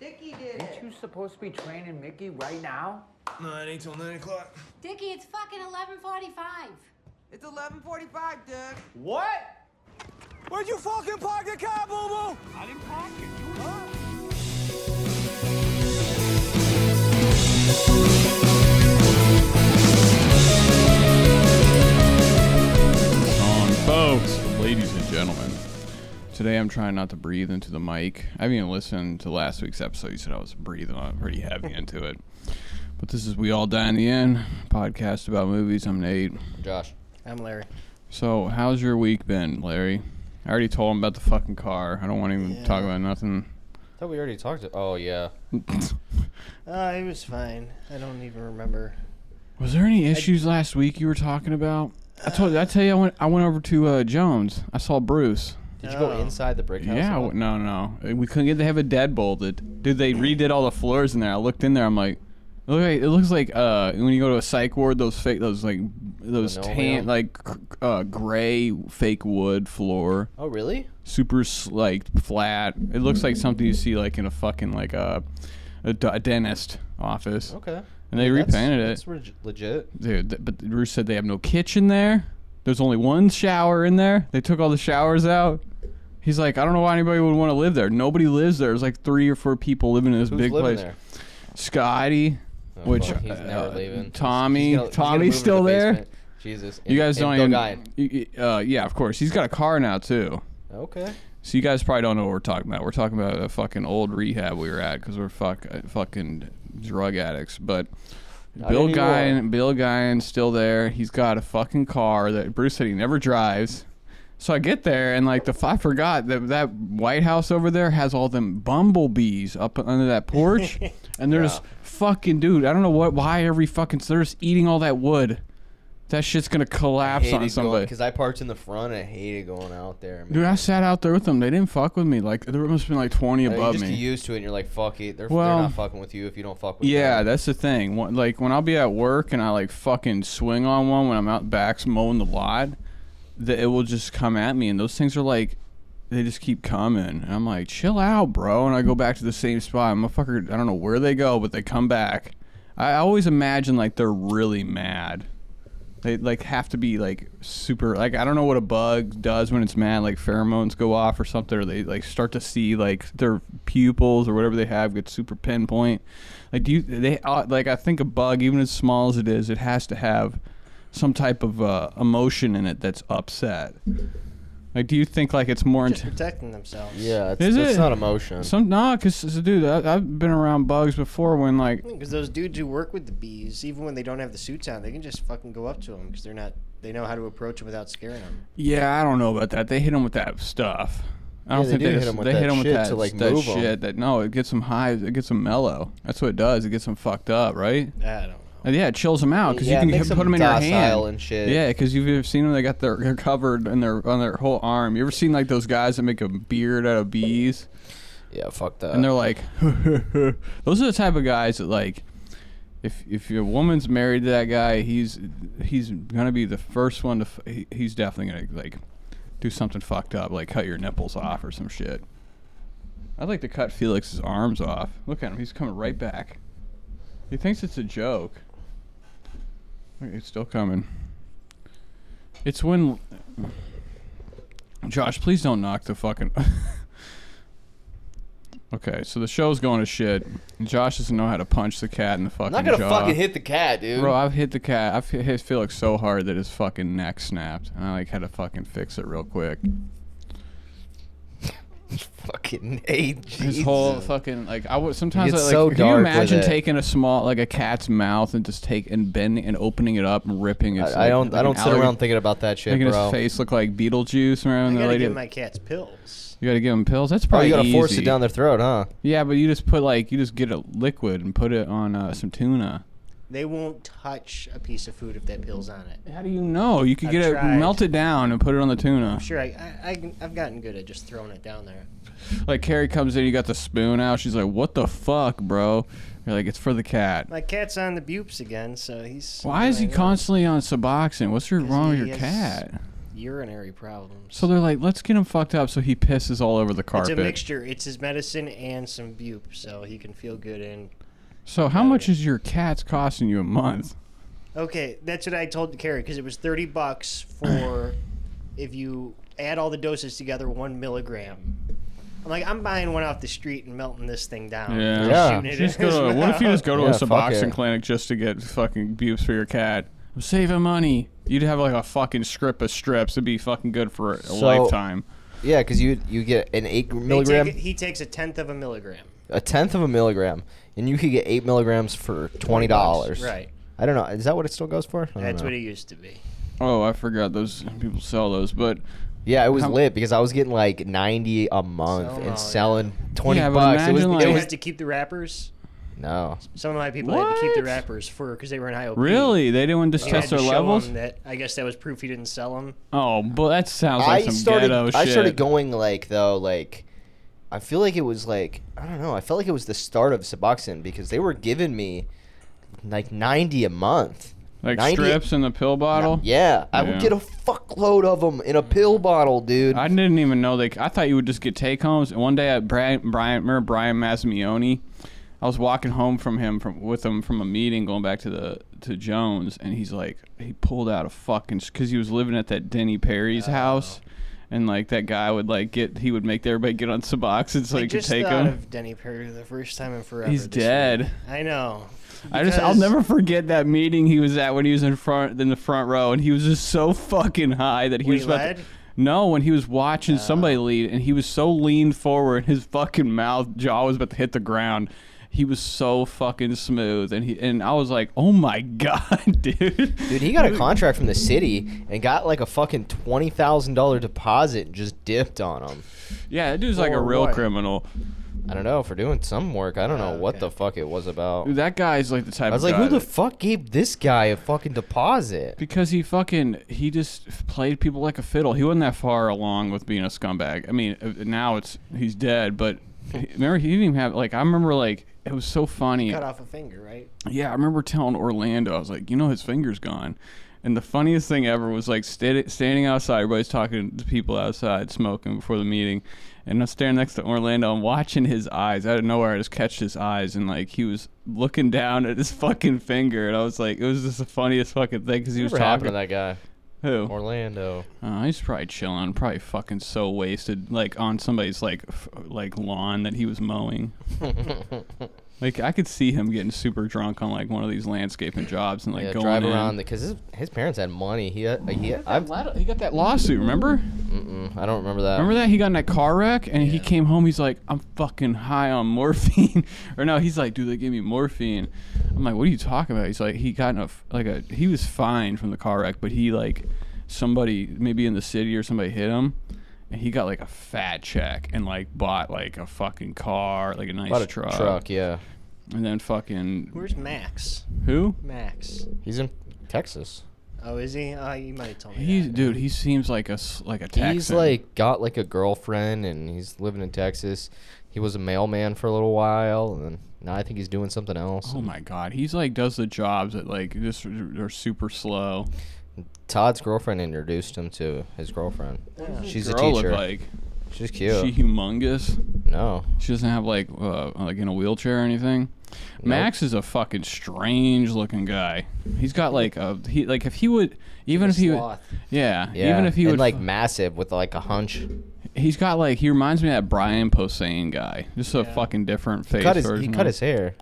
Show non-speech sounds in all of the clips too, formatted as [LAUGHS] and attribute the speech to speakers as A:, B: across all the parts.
A: Dickie did
B: Aren't
A: it.
B: you supposed to be training Mickey right now?
C: No, it ain't till 9 o'clock.
D: Dickie, it's fucking 11:45.
A: It's 11:45, Doug.
B: What?
C: Where'd you fucking park the car, boo boo?
E: on, folks, ladies and gentlemen. Today I'm trying not to breathe into the mic. I haven't even listened to last week's episode. You said I was breathing on pretty heavy into it. But this is We All Die in the End, podcast about movies. I'm Nate.
F: Josh.
G: I'm Larry.
E: So, how's your week been, Larry? I already told him about the fucking car. I don't want to even
G: Yeah.
E: talk about nothing.
F: I thought we already talked to. Oh, yeah.
G: [LAUGHS] Uh, it was fine. I don't even remember.
E: Was there any issues last week you were talking about? I told you. I tell you, I went. I went over to uh, Jones. I saw Bruce.
F: Did you go
G: Oh.
F: inside the brick house?
E: Yeah,
F: at all?
E: w- no, no. We couldn't get to have a dead bolted. Dude, they redid all the floors in there. I looked in there. I'm like, look, it looks like uh, when you go to a psych ward, those fake, those like, those tan,
F: Linoleum.
E: like, c- uh, gray fake wood floor,
F: Oh, really?
E: super s- like flat. It looks like something you see like in a fucking like uh, a, d- a dentist office.
F: Okay.
E: And they repainted it.
F: That's reg- legit.
E: Dude, th- but Bruce said they have no kitchen there. There's only one shower in there. They took all the showers out. He's like, I don't know why anybody would want to live there. Nobody lives there. There's like three or four people living in this
F: Who's
E: big
F: living
E: place.
F: there?
E: Scotty,
F: Oh,
E: which
F: fuck, he's
E: uh,
F: never leaving.
E: Tommy,
F: He's gonna- he's gonna move
E: Tommy's
F: into
E: still
F: the
E: there.
F: basement. Jesus.
E: You guys
F: and,
E: don't
F: and
E: even.
F: Bill Guyan.
E: y- y- uh, yeah, of course. He's got a car now too.
F: Okay.
E: So you guys probably don't know what we're talking about. We're talking about a fucking old rehab we were at because we're fuck, uh, fucking drug addicts. But Bill
F: anymore.
E: Guyan, Bill Guyan's still there. He's got a fucking car that Bruce said he never drives. So I get there and like the f- I forgot that that White House over there has all them bumblebees up under that porch, and there's fucking dude. I don't know what why every fucking they're just eating all that wood. That shit's gonna collapse on somebody.
F: Because I parked in the front and I hated going out there. Man.
E: Dude, I sat out there with them. They didn't fuck with me. Like there must have been like twenty
F: Like,
E: above
F: you just
E: me.
F: get used to it and you're like, fuck it. They're,
E: Well-
F: they're not fucking with you if you don't fuck with
E: Yeah,
F: them.
E: that's the thing. When, like when I'll be at work and I like fucking swing on one when I'm out back mowing the lot, that it will just come at me, and those things are like, they just keep coming, and I'm like, chill out, bro. And I go back to the same spot. I'm a fucker. I don't know where they go, but they come back. I always imagine like they're really mad. They like have to be like super like I don't know what a bug does when it's mad like pheromones go off or something or they like start to see like their pupils or whatever they have get super pinpoint. Like do you they uh, like I think a bug even as small as it is it has to have some type of uh, emotion in it that's upset. Like do you think like it's more
G: Just
E: into
G: protecting themselves.
F: Yeah, it's,
E: Is
F: it's
E: it?
F: not emotion.
E: some nah cuz dude I, I've been around bugs before when like
G: Because those dudes who work with the bees, even when they don't have the suits on, they can just fucking go up to them because they're not. They know how to approach them without scaring them.
E: Yeah, I don't know about that. They hit him with that stuff.
F: Yeah,
E: I don't
F: they
E: think
F: do
E: they
F: hit
E: just-
F: him with
E: they
F: that
E: hit him with
F: shit
E: that,
F: to, like,
E: that
F: move 'em.
E: shit. That no, it gets him high. It gets him mellow. That's what it does. It gets him fucked up, right?
G: I don't know.
E: And yeah, it chills him out because
F: Yeah, it
E: you can
F: makes
E: hit, put
F: them
E: him in your hand.
F: docile and shit.
E: Yeah, because you've seen them. They got their they're covered in their on their whole arm. You ever seen like those guys that make a beard out of bees?
F: Yeah, fuck that.
E: and they're like, [LAUGHS] those are the type of guys that like, if if your woman's married to that guy, he's he's gonna be the first one to. F- he, he's definitely gonna like do something fucked up, like cut your nipples off or some shit. I'd like to cut Felix's arms off. Look at him; he's coming right back. He thinks it's a joke. Look, It's still coming. It's when. Josh, please don't knock the fucking. [LAUGHS] okay, so the show's going to shit. Josh doesn't know how to punch the cat in the fucking
F: I'm not gonna
E: jaw.
F: fucking hit the cat, dude.
E: Bro, I've hit the cat. I've hit Felix so hard that his fucking neck snapped, and I like had to fucking fix it real quick.
G: [LAUGHS]
F: fucking hate.
E: His whole fucking like I would sometimes I,
F: gets
E: like
F: so
E: can
F: dark
E: you
F: with
E: imagine
F: it.
E: taking a small like a cat's mouth and just take and bending and opening it up and ripping it.
F: I, I don't. I don't sit around thinking about that shit,
E: making
F: bro.
E: his face look like Beetlejuice around
G: I
E: the
G: gotta
E: lady.
G: give my cats pills.
E: you gotta give him pills. That's
F: Oh,
E: probably
F: you gotta force
E: easy.
F: it down their throat, huh?
E: Yeah, but you just put like you just get a liquid and put it on uh, some tuna.
G: They won't touch a piece of food if that pill's on it.
E: How do you know? You could
G: I've
E: get it
G: tried.
E: melt it down and put it on the tuna.
G: Sure, I, I, I can- I've gotten good at just throwing it down there.
E: Like Carrie comes in, you got the spoon out. She's like, "What the fuck, bro?" You're like, "It's for the cat."
G: My cat's on the bupes again, so he's.
E: Why is he
G: doing
E: constantly on Suboxone? What's your-
G: 'Cause
E: wrong with
G: uh, he
E: your
G: has
E: cat?
G: Urinary problems.
E: So they're like, "Let's get him fucked up so he pisses all over the
G: it's a
E: carpet."
G: mixture. It's his medicine and some bupe, so he can feel good and
E: so how much is your cat's costing you a month?
G: Okay, that's what I told Carrie because it was thirty bucks
F: [CLEARS THROAT]
G: for if you add all the doses together, one milligram. I'm like, I'm buying one off the street and melting this thing down.
E: Yeah.
F: Yeah.
G: Shooting it
E: Just
G: in his
E: go to- what if you just go to
F: [LAUGHS] Yeah,
E: a
F: fuck
E: Suboxone
F: it.
E: clinic just to get fucking bubes for your cat? I'm saving money. You'd have like a fucking strip of strips. It'd be fucking good for a
F: So-
E: lifetime.
F: Yeah, because you you get an eight
G: They take
F: milligram,
G: it- he takes a tenth of a milligram.
F: a tenth of a milligram, and you could get eight milligrams for twenty dollars.
G: Right.
F: I don't know. Is that what it still goes for? I don't
G: That's
F: know.
G: what it used to be.
E: Oh, I forgot those people sell those, but
F: Yeah, it was
E: How-
F: lit because I was getting like ninety a month
G: So low, yeah.
F: and selling twenty
E: Yeah, but
F: bucks. It was, it
E: imagine,
G: They
E: like-
F: was
G: had to keep the wrappers.
F: no.
G: Some of my people had to keep the
E: What?
G: wrappers for because they were in IOP.
E: really, they didn't just
G: You
E: test
G: had
E: their
G: to show
E: levels.
G: 'em That I guess that was proof you didn't sell them.
E: Oh, but that sounds
F: I
E: like some
F: started.
E: ghetto shit.
F: I started going like though like. I feel like it was like I don't know. I felt like it was the start of Suboxone because they were giving me like ninety a month.
E: like
F: 90
E: strips in the pill bottle.
F: Yeah, I
E: Yeah.
F: would get a fuckload of them in a pill bottle, dude.
E: I didn't even know they. I thought you would just get take homes. And one day at Brian, Brian, remember Brian Masmioni? I was walking home from him from with him from a meeting, going back to the to Jones, and he's like, he pulled out a fucking because he was living at that Denny Perry's
G: Oh.
E: house, and like that guy would like get he would make everybody get on Suboxone so
G: I
E: he could
G: just
E: take
G: thought
E: him.
G: of Denny Perry the first time in forever.
E: He's
G: this week.
E: dead.
G: I know.
E: I just I'll
G: Because-
E: never forget that meeting he was at when he was in front in the front row and he was just so fucking high that he
G: When
E: was
G: he
E: about to-
G: led?
E: No, when he was
G: Oh.
E: watching somebody lead and he was so leaned forward his fucking mouth jaw was about to hit the ground. He was so fucking smooth and he and I was like, "Oh my [LAUGHS] god, dude."
F: Dude, he got
E: [LAUGHS]
F: a contract from the city and got like a fucking twenty thousand dollar deposit and just dipped on him.
E: Yeah, that dude's like a
G: Or
E: real
G: what?
E: criminal.
F: I don't know for doing some work. I don't know what the fuck it was about.
E: Dude, that guy's like the type
F: I was
E: of
F: like,
E: guy
F: who the
E: that-
F: fuck gave this guy a fucking deposit?
E: Because he fucking he just played people like a fiddle. He wasn't that far along with being a scumbag. I mean, uh, now it's he's dead, but he- remember he didn't even have like I remember like it was so funny.
G: cut off a finger, right?
E: Yeah, I remember telling Orlando I was like, you know, his finger's gone. And the funniest thing ever was like sta- standing outside, everybody's talking to people outside smoking before the meeting, and I'm standing next to Orlando. I'm watching his eyes out of nowhere. I just catch his eyes, and like he was looking down at his [LAUGHS] fucking finger, and I was like, it was just the funniest fucking thing because he was
F: Whatever happened
E: talking.
F: to that guy?
E: Who?
F: Orlando.
E: Uh, he's probably chilling, probably fucking so wasted, like on somebody's like f- like lawn that he
F: [LAUGHS]
E: was mowing. like I could see him getting super drunk on like one of these landscaping jobs and like
F: yeah,
E: going
F: drive
E: in.
F: around because his, his parents had money. He, had, he had, I've, Mm,
E: he got that lawsuit, remember?
F: I don't remember that.
E: Remember that he got in that car wreck and he came home. He's like, I'm fucking high on morphine, [LAUGHS] or no, he's like, dude, they gave me morphine. I'm like, what are you talking about? He's like, he got in a f- like a he was fine from the car wreck, but he like somebody maybe in the city or somebody hit him, and he got like a fat check and like bought like a fucking car, like a nice
F: Bought a
E: truck,
F: truck. Yeah,
E: and then fucking
G: Where's Max?
E: who?
G: Max.
F: he's in Texas.
G: Oh, is he? Oh, you might have told me.
E: He's
G: that.
E: dude. He seems like a s- like a Texan.
F: He's like got like a girlfriend and he's living in Texas. He was a mailman for a little while and then now I think he's doing something else.
E: Oh my god, he's like does the jobs that like just are are super slow.
F: Todd's girlfriend introduced him to his girlfriend. She's a
E: girl look
F: teacher.
E: like?
F: She's
E: Is
F: cute.
E: She humongous.
F: no.
E: She doesn't have like uh, like in a wheelchair or anything. Max is a fucking strange looking guy. He's got like a he like if he would even if he would,
G: Sloth.
E: yeah,
F: Yeah.
E: even if he
F: and
E: would
F: like massive with like a hunch.
E: he's got like he reminds me of that Brian Posehn guy. Just a fucking different face.
F: Cut his, he
E: version
F: cut
E: of-
F: his hair.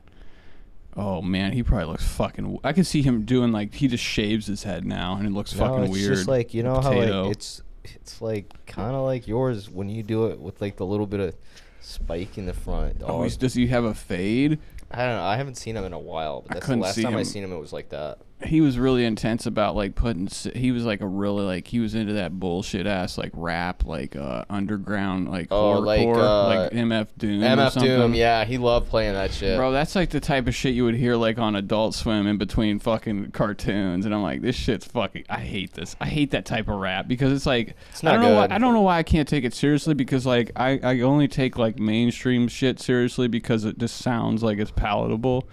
E: Oh man, he probably looks fucking. I could see him doing like he just shaves his head now and it looks
F: No,
E: fucking
F: it's
E: weird.
F: just like you know how
E: Potato.
F: like it's it's like kind of like yours when you do it with like the little bit of spike in the front.
E: oh,
F: dog.
E: he's, does he have a fade?
F: I don't know. I haven't seen him in a while, but that's the
E: couldn't
F: last
E: see
F: time I
E: him.
F: seen him. It was like that.
E: he was really intense about like putting s- he was like a really like he was into that bullshit ass like rap like uh underground like
F: Oh,
E: hardcore
F: like, uh,
E: like MF Doom or
F: MF
E: something.
F: Doom, yeah, he loved playing that shit.
E: Bro, that's like the type of shit you would hear like on Adult Swim in between fucking cartoons, and I'm like, this shit's fucking. I hate this. I hate that type of rap because it's like
F: not
E: I don't know. Why,
F: good.
E: I don't know why I can't take it seriously because like I, I only take like mainstream shit seriously because it just sounds like it's palatable,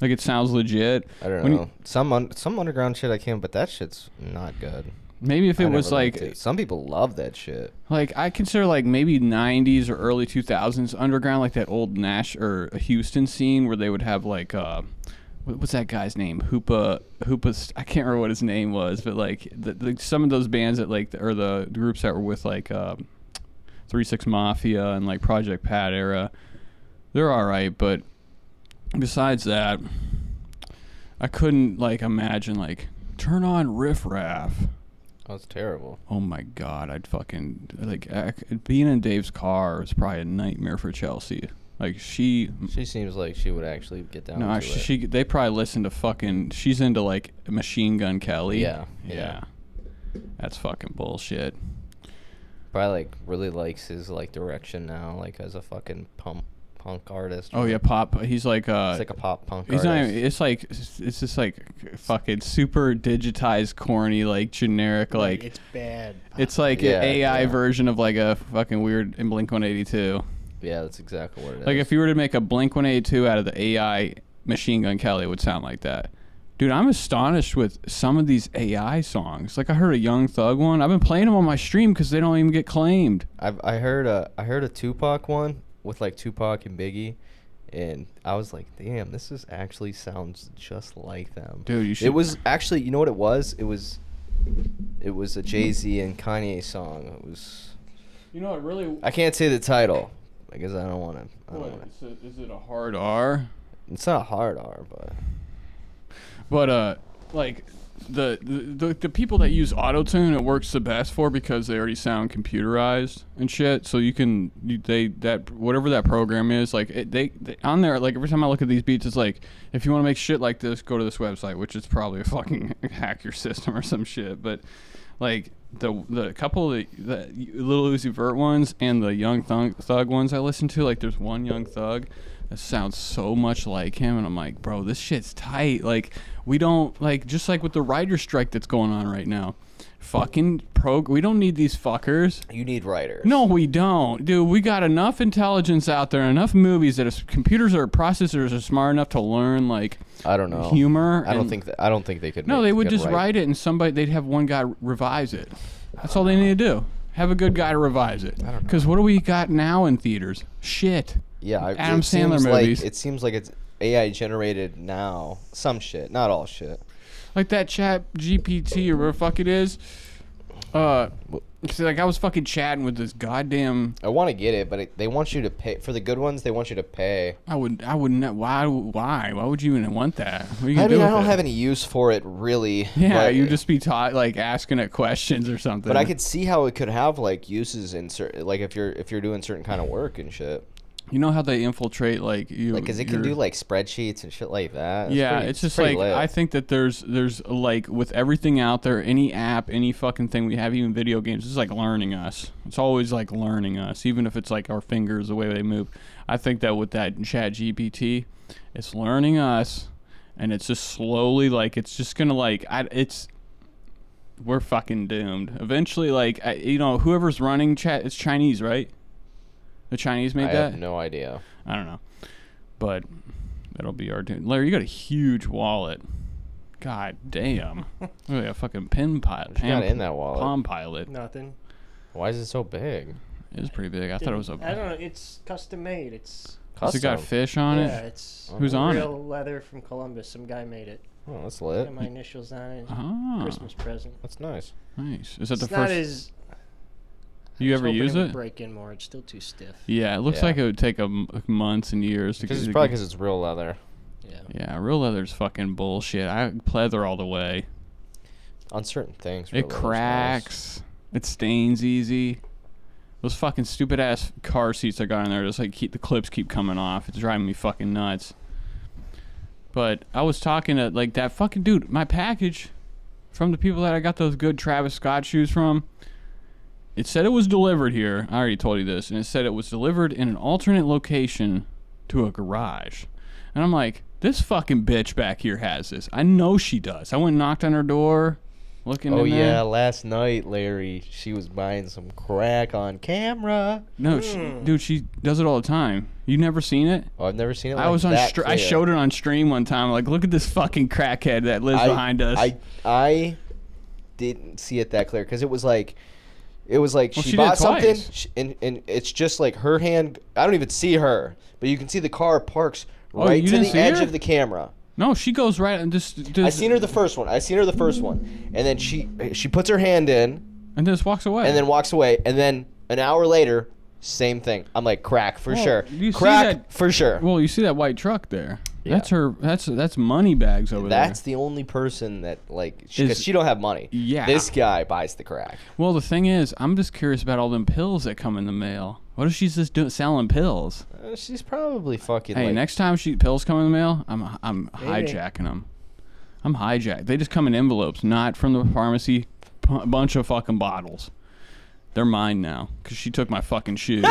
E: like it sounds legit.
F: I don't
E: When you-
F: know. some un- some underground shit I can, but that shit's not good.
E: maybe if
F: I
E: it
F: never
E: was
F: liked
E: like
F: it. some people love that shit.
E: Like I consider like maybe '90s or early 2000s underground, like that old Nash or Houston scene where they would have like uh, what- what's that guy's name? Hoopa Hoopa. I can't remember what his name was, but like the, the, some of those bands that like or the groups that were with like uh, Three Six Mafia and like Project Pat era, they're all right. But besides that, I couldn't like imagine like turn on riff raff.
F: Oh, it's terrible.
E: Oh my god, I'd fucking like I, c- being in Dave's car was probably a nightmare for Chelsea. Like she,
F: She seems like she would actually get down.
E: no,
F: to
E: actually,
F: it.
E: she they probably listen to fucking. She's into like Machine Gun Kelly.
F: Yeah, yeah.
E: That's fucking bullshit.
F: probably like really likes his like direction now, like as a fucking punk punk artist.
E: Oh yeah, pop. He's like uh,
F: it's like a pop punk. artist.
E: he's not. Even, it's like it's just like fucking super digitized, corny, like generic, like
G: it's bad.
E: it's like
F: Yeah,
E: an AI
F: yeah.
E: version of like a fucking weird in Blink One Eighty Two.
F: yeah, that's exactly what it is.
E: Like if you were to make a Blink 182 out of the AI Machine Gun Kelly, it would sound like that. Dude, I'm astonished with some of these AI songs. Like I heard a Young Thug one. I've been playing them on my stream because they don't even get claimed.
F: I've, I heard a I heard a Tupac one with like Tupac and Biggie, and I was like, damn, this is actually sounds just like them.
E: Dude, you should-
F: It was actually, you know what it was? It was, it was a Jay Z and Kanye song. It was.
E: You know, it really.
F: I can't say the title because I don't want to. I don't want to.
E: is it a hard R?
F: It's not a hard R, but
E: But uh, like the the, the, the people that use autotune, it works the best for because they already sound computerized and shit. So you can you, they that whatever that program is, like it, they, they on there. Like every time I look at these beats, it's like if you want to make shit like this, go to this website, which is probably a fucking [LAUGHS] hack your system or some shit. But like the the couple of the, the little Uzi Vert ones and the Young Thug, Thug ones I listen to, like there's one Young Thug that sounds so much like him, and I'm like, bro, this shit's tight. Like we don't like just like with the writer strike that's going on right now. Fucking pro, we don't need these fuckers.
F: you need writers.
E: No, we don't, dude. We got enough intelligence out there, enough movies that if computers or processors are smart enough to learn like
F: I don't know.
E: humor.
F: I don't
E: and-
F: think that, I don't think they could.
E: no,
F: make-
E: they would
F: could
E: just write. it and somebody they'd have one guy revise it. That's all they need to do. Have a good guy to revise it. Because what do we got now in theaters? Shit.
F: Yeah, I-
E: Adam
F: it
E: Sandler
F: seems
E: movies.
F: Like, it seems like it's AI generated now. Some shit, not all shit.
E: Like that chat GPT or whatever the fuck it is. Uh, see, like I was fucking chatting with this goddamn.
F: I want to get it, but it, they want you to pay for the good ones. They want you to pay.
E: I would. I would not. Why? Why? Why would you even want that? What are you gonna
F: I mean,
E: do
F: I
E: with
F: don't
E: it?
F: have any use for it really.
E: Yeah,
F: but,
E: you just be taught like asking it questions or something.
F: But I could see how it could have like uses in certain, like if you're if you're doing certain kind of work and shit,
E: You know how they infiltrate like you?
F: like because it can
E: your-
F: do like spreadsheets and shit like that.
E: yeah,
F: pretty-
E: it's just
F: pretty
E: like
F: lit.
E: I think that there's there's like with everything out there, any app, any fucking thing we have, even video games, it's like learning us. It's always like learning us, even if it's like our fingers, the way they move. I think that with that Chat GPT, it's learning us, and it's just slowly like it's just gonna like I, it's we're fucking doomed. Eventually, like I, you know, whoever's running Chat, it's Chinese, right? The Chinese
F: I
E: made that.
F: have no idea.
E: I don't know, but that'll be our turn. Larry, you got a huge wallet. God
G: [LAUGHS]
E: damn! Look at a fucking pin pilot.
F: you got in that wallet?
E: Palm pilot.
G: Nothing.
F: Why is it so big?
E: It was pretty big. I thought it was a.
G: I don't know. It's custom made. It's
E: Has it got
F: Custom.
E: fish on
G: yeah.
E: it?
G: It's
E: Who's on
G: real
E: it?
G: leather from Columbus. Some guy made it.
F: Oh, that's lit.
G: Got my initials on it.
E: Ah,
G: Christmas present.
F: That's nice.
E: nice. Is that
G: It's
E: the
G: not
E: first
G: as
E: you
G: I was
E: ever
G: hoping
E: use
G: would
E: it?
G: Break in more. It's still too stiff.
E: Yeah, it looks
F: Yeah.
E: like it would take a m- months and years to
F: Because
E: get.
F: it's probably because it's real leather.
G: Yeah.
E: yeah, real leather's fucking bullshit. I pleather all the way.
F: On certain things, real
E: It
F: leather's nice.
E: cracks. It stains easy. Those fucking stupid ass car seats I got in there, just like keep the clips keep coming off. It's driving me fucking nuts. But I was talking to like that fucking dude. My package from the people that I got those good Travis Scott shoes from. It said it was delivered here. I already told you this, and it said it was delivered in an alternate location to a garage. And I'm like, this fucking bitch back here has this. I know she does. I went and knocked on her door, looking.
F: Oh
E: in there.
F: yeah, last night Larry, she was buying some crack on camera.
E: No,
F: Hmm.
E: she, dude, she does it all the time. You never seen it?
F: Oh, I've never seen it. Like
E: I was on.
F: that
E: Str- I
F: clear.
E: showed it on stream one time. Like, look at this fucking crackhead that lives
F: I-
E: behind us.
F: I I didn't see it that clear because it was like it was like
E: Well,
F: she,
E: she did
F: bought
E: it
F: something
E: twice.
F: sh and and it's just like her hand. I don't even see her, but you can see the car parks
E: Oh,
F: right
E: you
F: to
E: didn't
F: the
E: see
F: edge
E: her?
F: of the camera.
E: no, she goes right and just. just
F: I seen her the first one. I seen her the first one, and then she she puts her hand in
E: and just walks away.
F: and then walks away, and then an hour later, same thing. I'm like crack for
E: Well,
F: sure,
E: you see
F: crack
E: that-
F: for sure.
E: well, you see that white truck there? That's her. That's that's money bags over
F: That's
E: there.
F: the only person that like because
E: Is-
F: she don't have money.
E: Yeah.
F: this guy buys the crack.
E: Well, the thing is, I'm just curious about all them pills that come in the mail. What if she's just doing selling pills?
F: Uh, she's probably fucking.
E: Hey,
F: like,
E: next time she pills come in the mail, I'm I'm hijacking them. I'm hijacked. They just come in envelopes, not from the pharmacy. P- bunch of fucking bottles. They're mine now because she took my fucking shoes.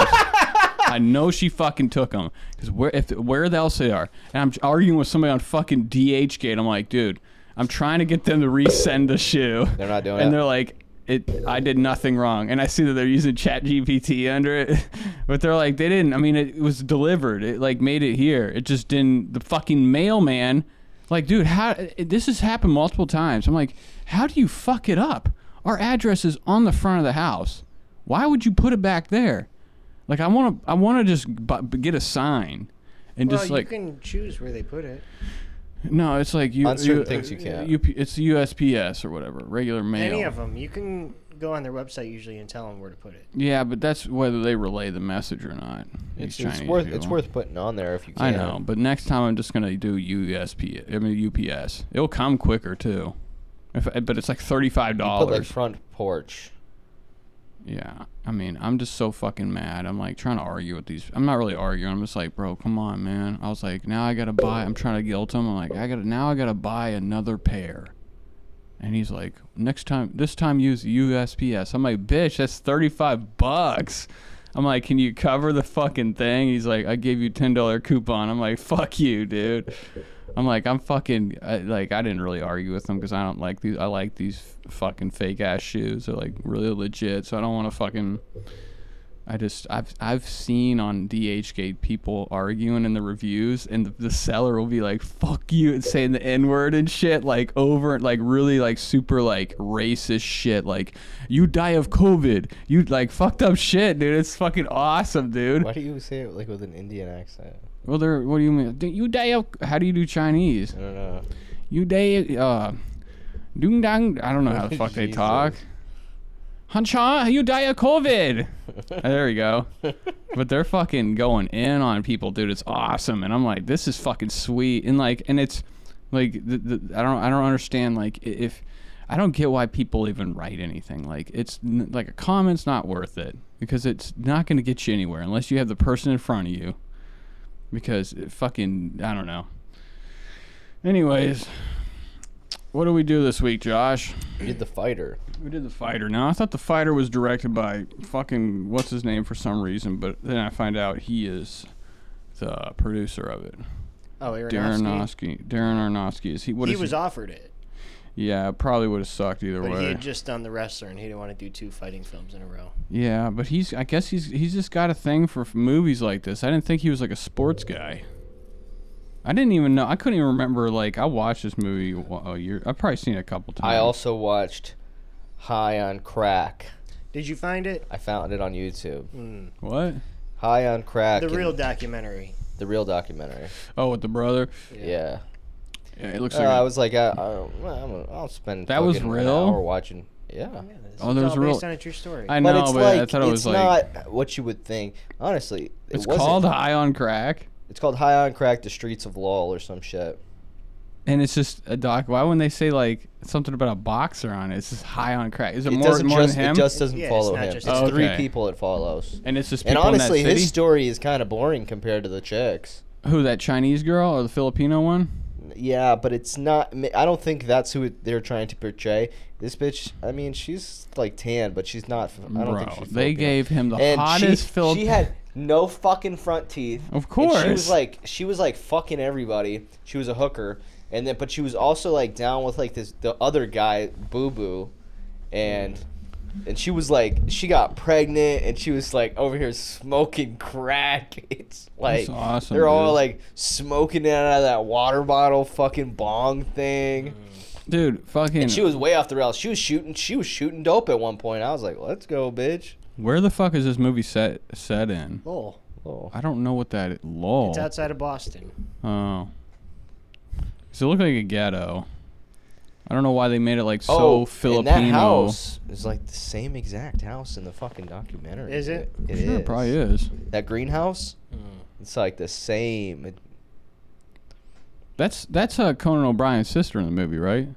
E: I know she fucking took them because where if where else they are, and I'm arguing with somebody on fucking DH gate. I'm like, dude, I'm trying to get them to resend the shoe.
F: They're not doing
E: and
F: it.
E: they're like. It, I did nothing wrong, and I see that they're using Chat GPT under it, [LAUGHS] but they're like they didn't. I mean, it was delivered. It like made it here. It just didn't. The fucking mailman, like, dude, how this has happened multiple times. I'm like, how do you fuck it up? Our address is on the front of the house. Why would you put it back there? Like I want to, I want to just bu- b- get a sign, and
G: Well,
E: just
G: you
E: like
G: can choose where they put it.
E: no, it's like you,
F: On certain
E: you-
F: things you can't.
E: UP it's USPS or whatever, regular mail.
G: Any of them. You can go on their website usually and tell them where to put it.
E: Yeah, but that's whether they relay the message or not.
F: It's,
E: These
F: it's
E: Chinese
F: worth it's
E: people.
F: worth putting on there if you can.
E: I know, but next time I'm just gonna do USP. I mean UPS. It'll come quicker too. If, but it's like thirty-five
F: Put like
E: dollars.
F: front porch.
E: yeah, I mean, I'm just so fucking mad. I'm like trying to argue with these. I'm not really arguing. I'm just like, bro, come on, man. I was like, now I gotta buy. I'm trying to guilt him. I'm like, I gotta now. I gotta buy another pair. And he's like, next time, this time use USPS. I'm like, bitch, that's 35 bucks. I'm like, can you cover the fucking thing? He's like, I gave you $10 coupon. I'm like, fuck you, dude. I'm like, I'm fucking, I, like, I didn't really argue with him because I don't like these. I like these fucking fake ass shoes. They're like really legit. So I don't want to fucking. I just I've I've seen on DHgate people arguing in the reviews, and the, the seller will be like "fuck you" and saying the N word and shit, like over like really like super like racist shit, like you die of COVID, you like fucked up shit, dude. It's fucking awesome, dude.
F: Why do you say it like with an Indian accent?
E: Well, there. What do you mean? "Do- You die of? How do you do Chinese?
F: I don't know.
E: You day uh ding dong I don't know how the fuck
F: [LAUGHS]
E: they
F: Jesus.
E: talk. Hancha, you die
F: [LAUGHS]
E: of COVID. Uh, there we go. But they're fucking going in on people, dude. It's awesome, and I'm like, this is fucking sweet, and like, and it's like, the, the, I don't, I don't understand like i- if I don't get why people even write anything. Like, it's n- like a comment's not worth it because it's not going to get you anywhere unless you have the person in front of you. Because it fucking, I don't know. Anyways, what do we do this week, Josh?
F: You did the fighter.
E: We did the fighter. Now I thought the fighter was directed by fucking what's his name for some reason, but then I find out he is the producer of it.
G: Oh, Aronofsky.
E: Darren Aronofsky. Darren Aronofsky is he? What
G: He
E: is
G: was offered it,
E: Yeah, probably would have sucked either
G: but
E: way.
G: he had just done The Wrestler, and he didn't want to do two fighting films in a row.
E: yeah, but he's. I guess he's. He's just got a thing for f- movies like this. I didn't think he was like a sports guy. I didn't even know. I couldn't even remember. Like I watched this movie wa- a year. I've probably seen it a couple times.
F: I also watched High on Crack.
G: Did you find it?
F: I found it on YouTube.
E: what?
F: High on Crack.
G: The
F: and
G: real documentary.
F: the real documentary.
E: Oh, with the brother.
F: Yeah.
E: Yeah, it looks
F: Uh,
E: like.
F: I
E: a-
F: was like, I, I, don't- well, I'm gonna- I'll spend.
E: That was
F: fucking
E: real?
F: An hour watching. Yeah.
G: Yeah, this
E: Oh,
G: is
E: there's
G: all
E: real-
G: based on a true story.
E: I
F: But
E: know,
F: it's
E: but
F: like
E: I thought it
F: it's
E: was like.
F: not what you would think. Honestly, it
E: It's
F: wasn't.
E: called High on Crack,
F: It's called High on Crack: The Streets of Lol or some shit.
E: and it's just a doc. Why wouldn't they say like something about a boxer on it? It's just High on Crack. Is it,
F: it
E: more
F: doesn't
E: more
F: just,
E: than him?
F: It just doesn't
G: Yeah, it's
F: follow
G: not
F: him.
G: just-
F: it's three
E: Okay.
F: people it follows.
E: and it's just
F: And
E: people
F: honestly,
E: in that
F: his
E: city.
F: story is kind of boring compared to the chicks.
E: Who that Chinese girl or the Filipino one?
F: Yeah, but it's not. I don't think that's who they're trying to portray. This bitch. I mean, she's like tan, but she's not. I don't
E: Bro,
F: think she's.
E: they
F: Filipino.
E: gave him the
F: and
E: hottest
F: she,
E: Filip-
F: She had no fucking front teeth.
E: Of
F: and she
E: course.
F: was like she was like fucking everybody. She was a hooker, and then but she was also like down with like this the other guy Boo Boo, and and she was like she got pregnant and she was like over here smoking crack. [LAUGHS] It's like
E: awesome,
F: they're all
E: dude.
F: like smoking it out of that water bottle fucking bong thing.
E: dude. Fucking.
F: And she was way off the rails. She was shooting she was shooting dope at one point. I was like, let's go, bitch.
E: where the fuck is this movie set set in?
G: Oh,
F: Oh.
E: I don't know what that is. lol.
G: it's outside of Boston.
E: Oh. Does it look like a ghetto? I don't know why they made it like so Filipino.
F: And Oh, that house is like the same exact house in the fucking documentary.
G: Is it? Mm.
F: It
E: Sure,
F: is.
E: it probably is.
F: That greenhouse, it's like the same. It-
E: That's that's uh, Conan O'Brien's sister in the movie, right?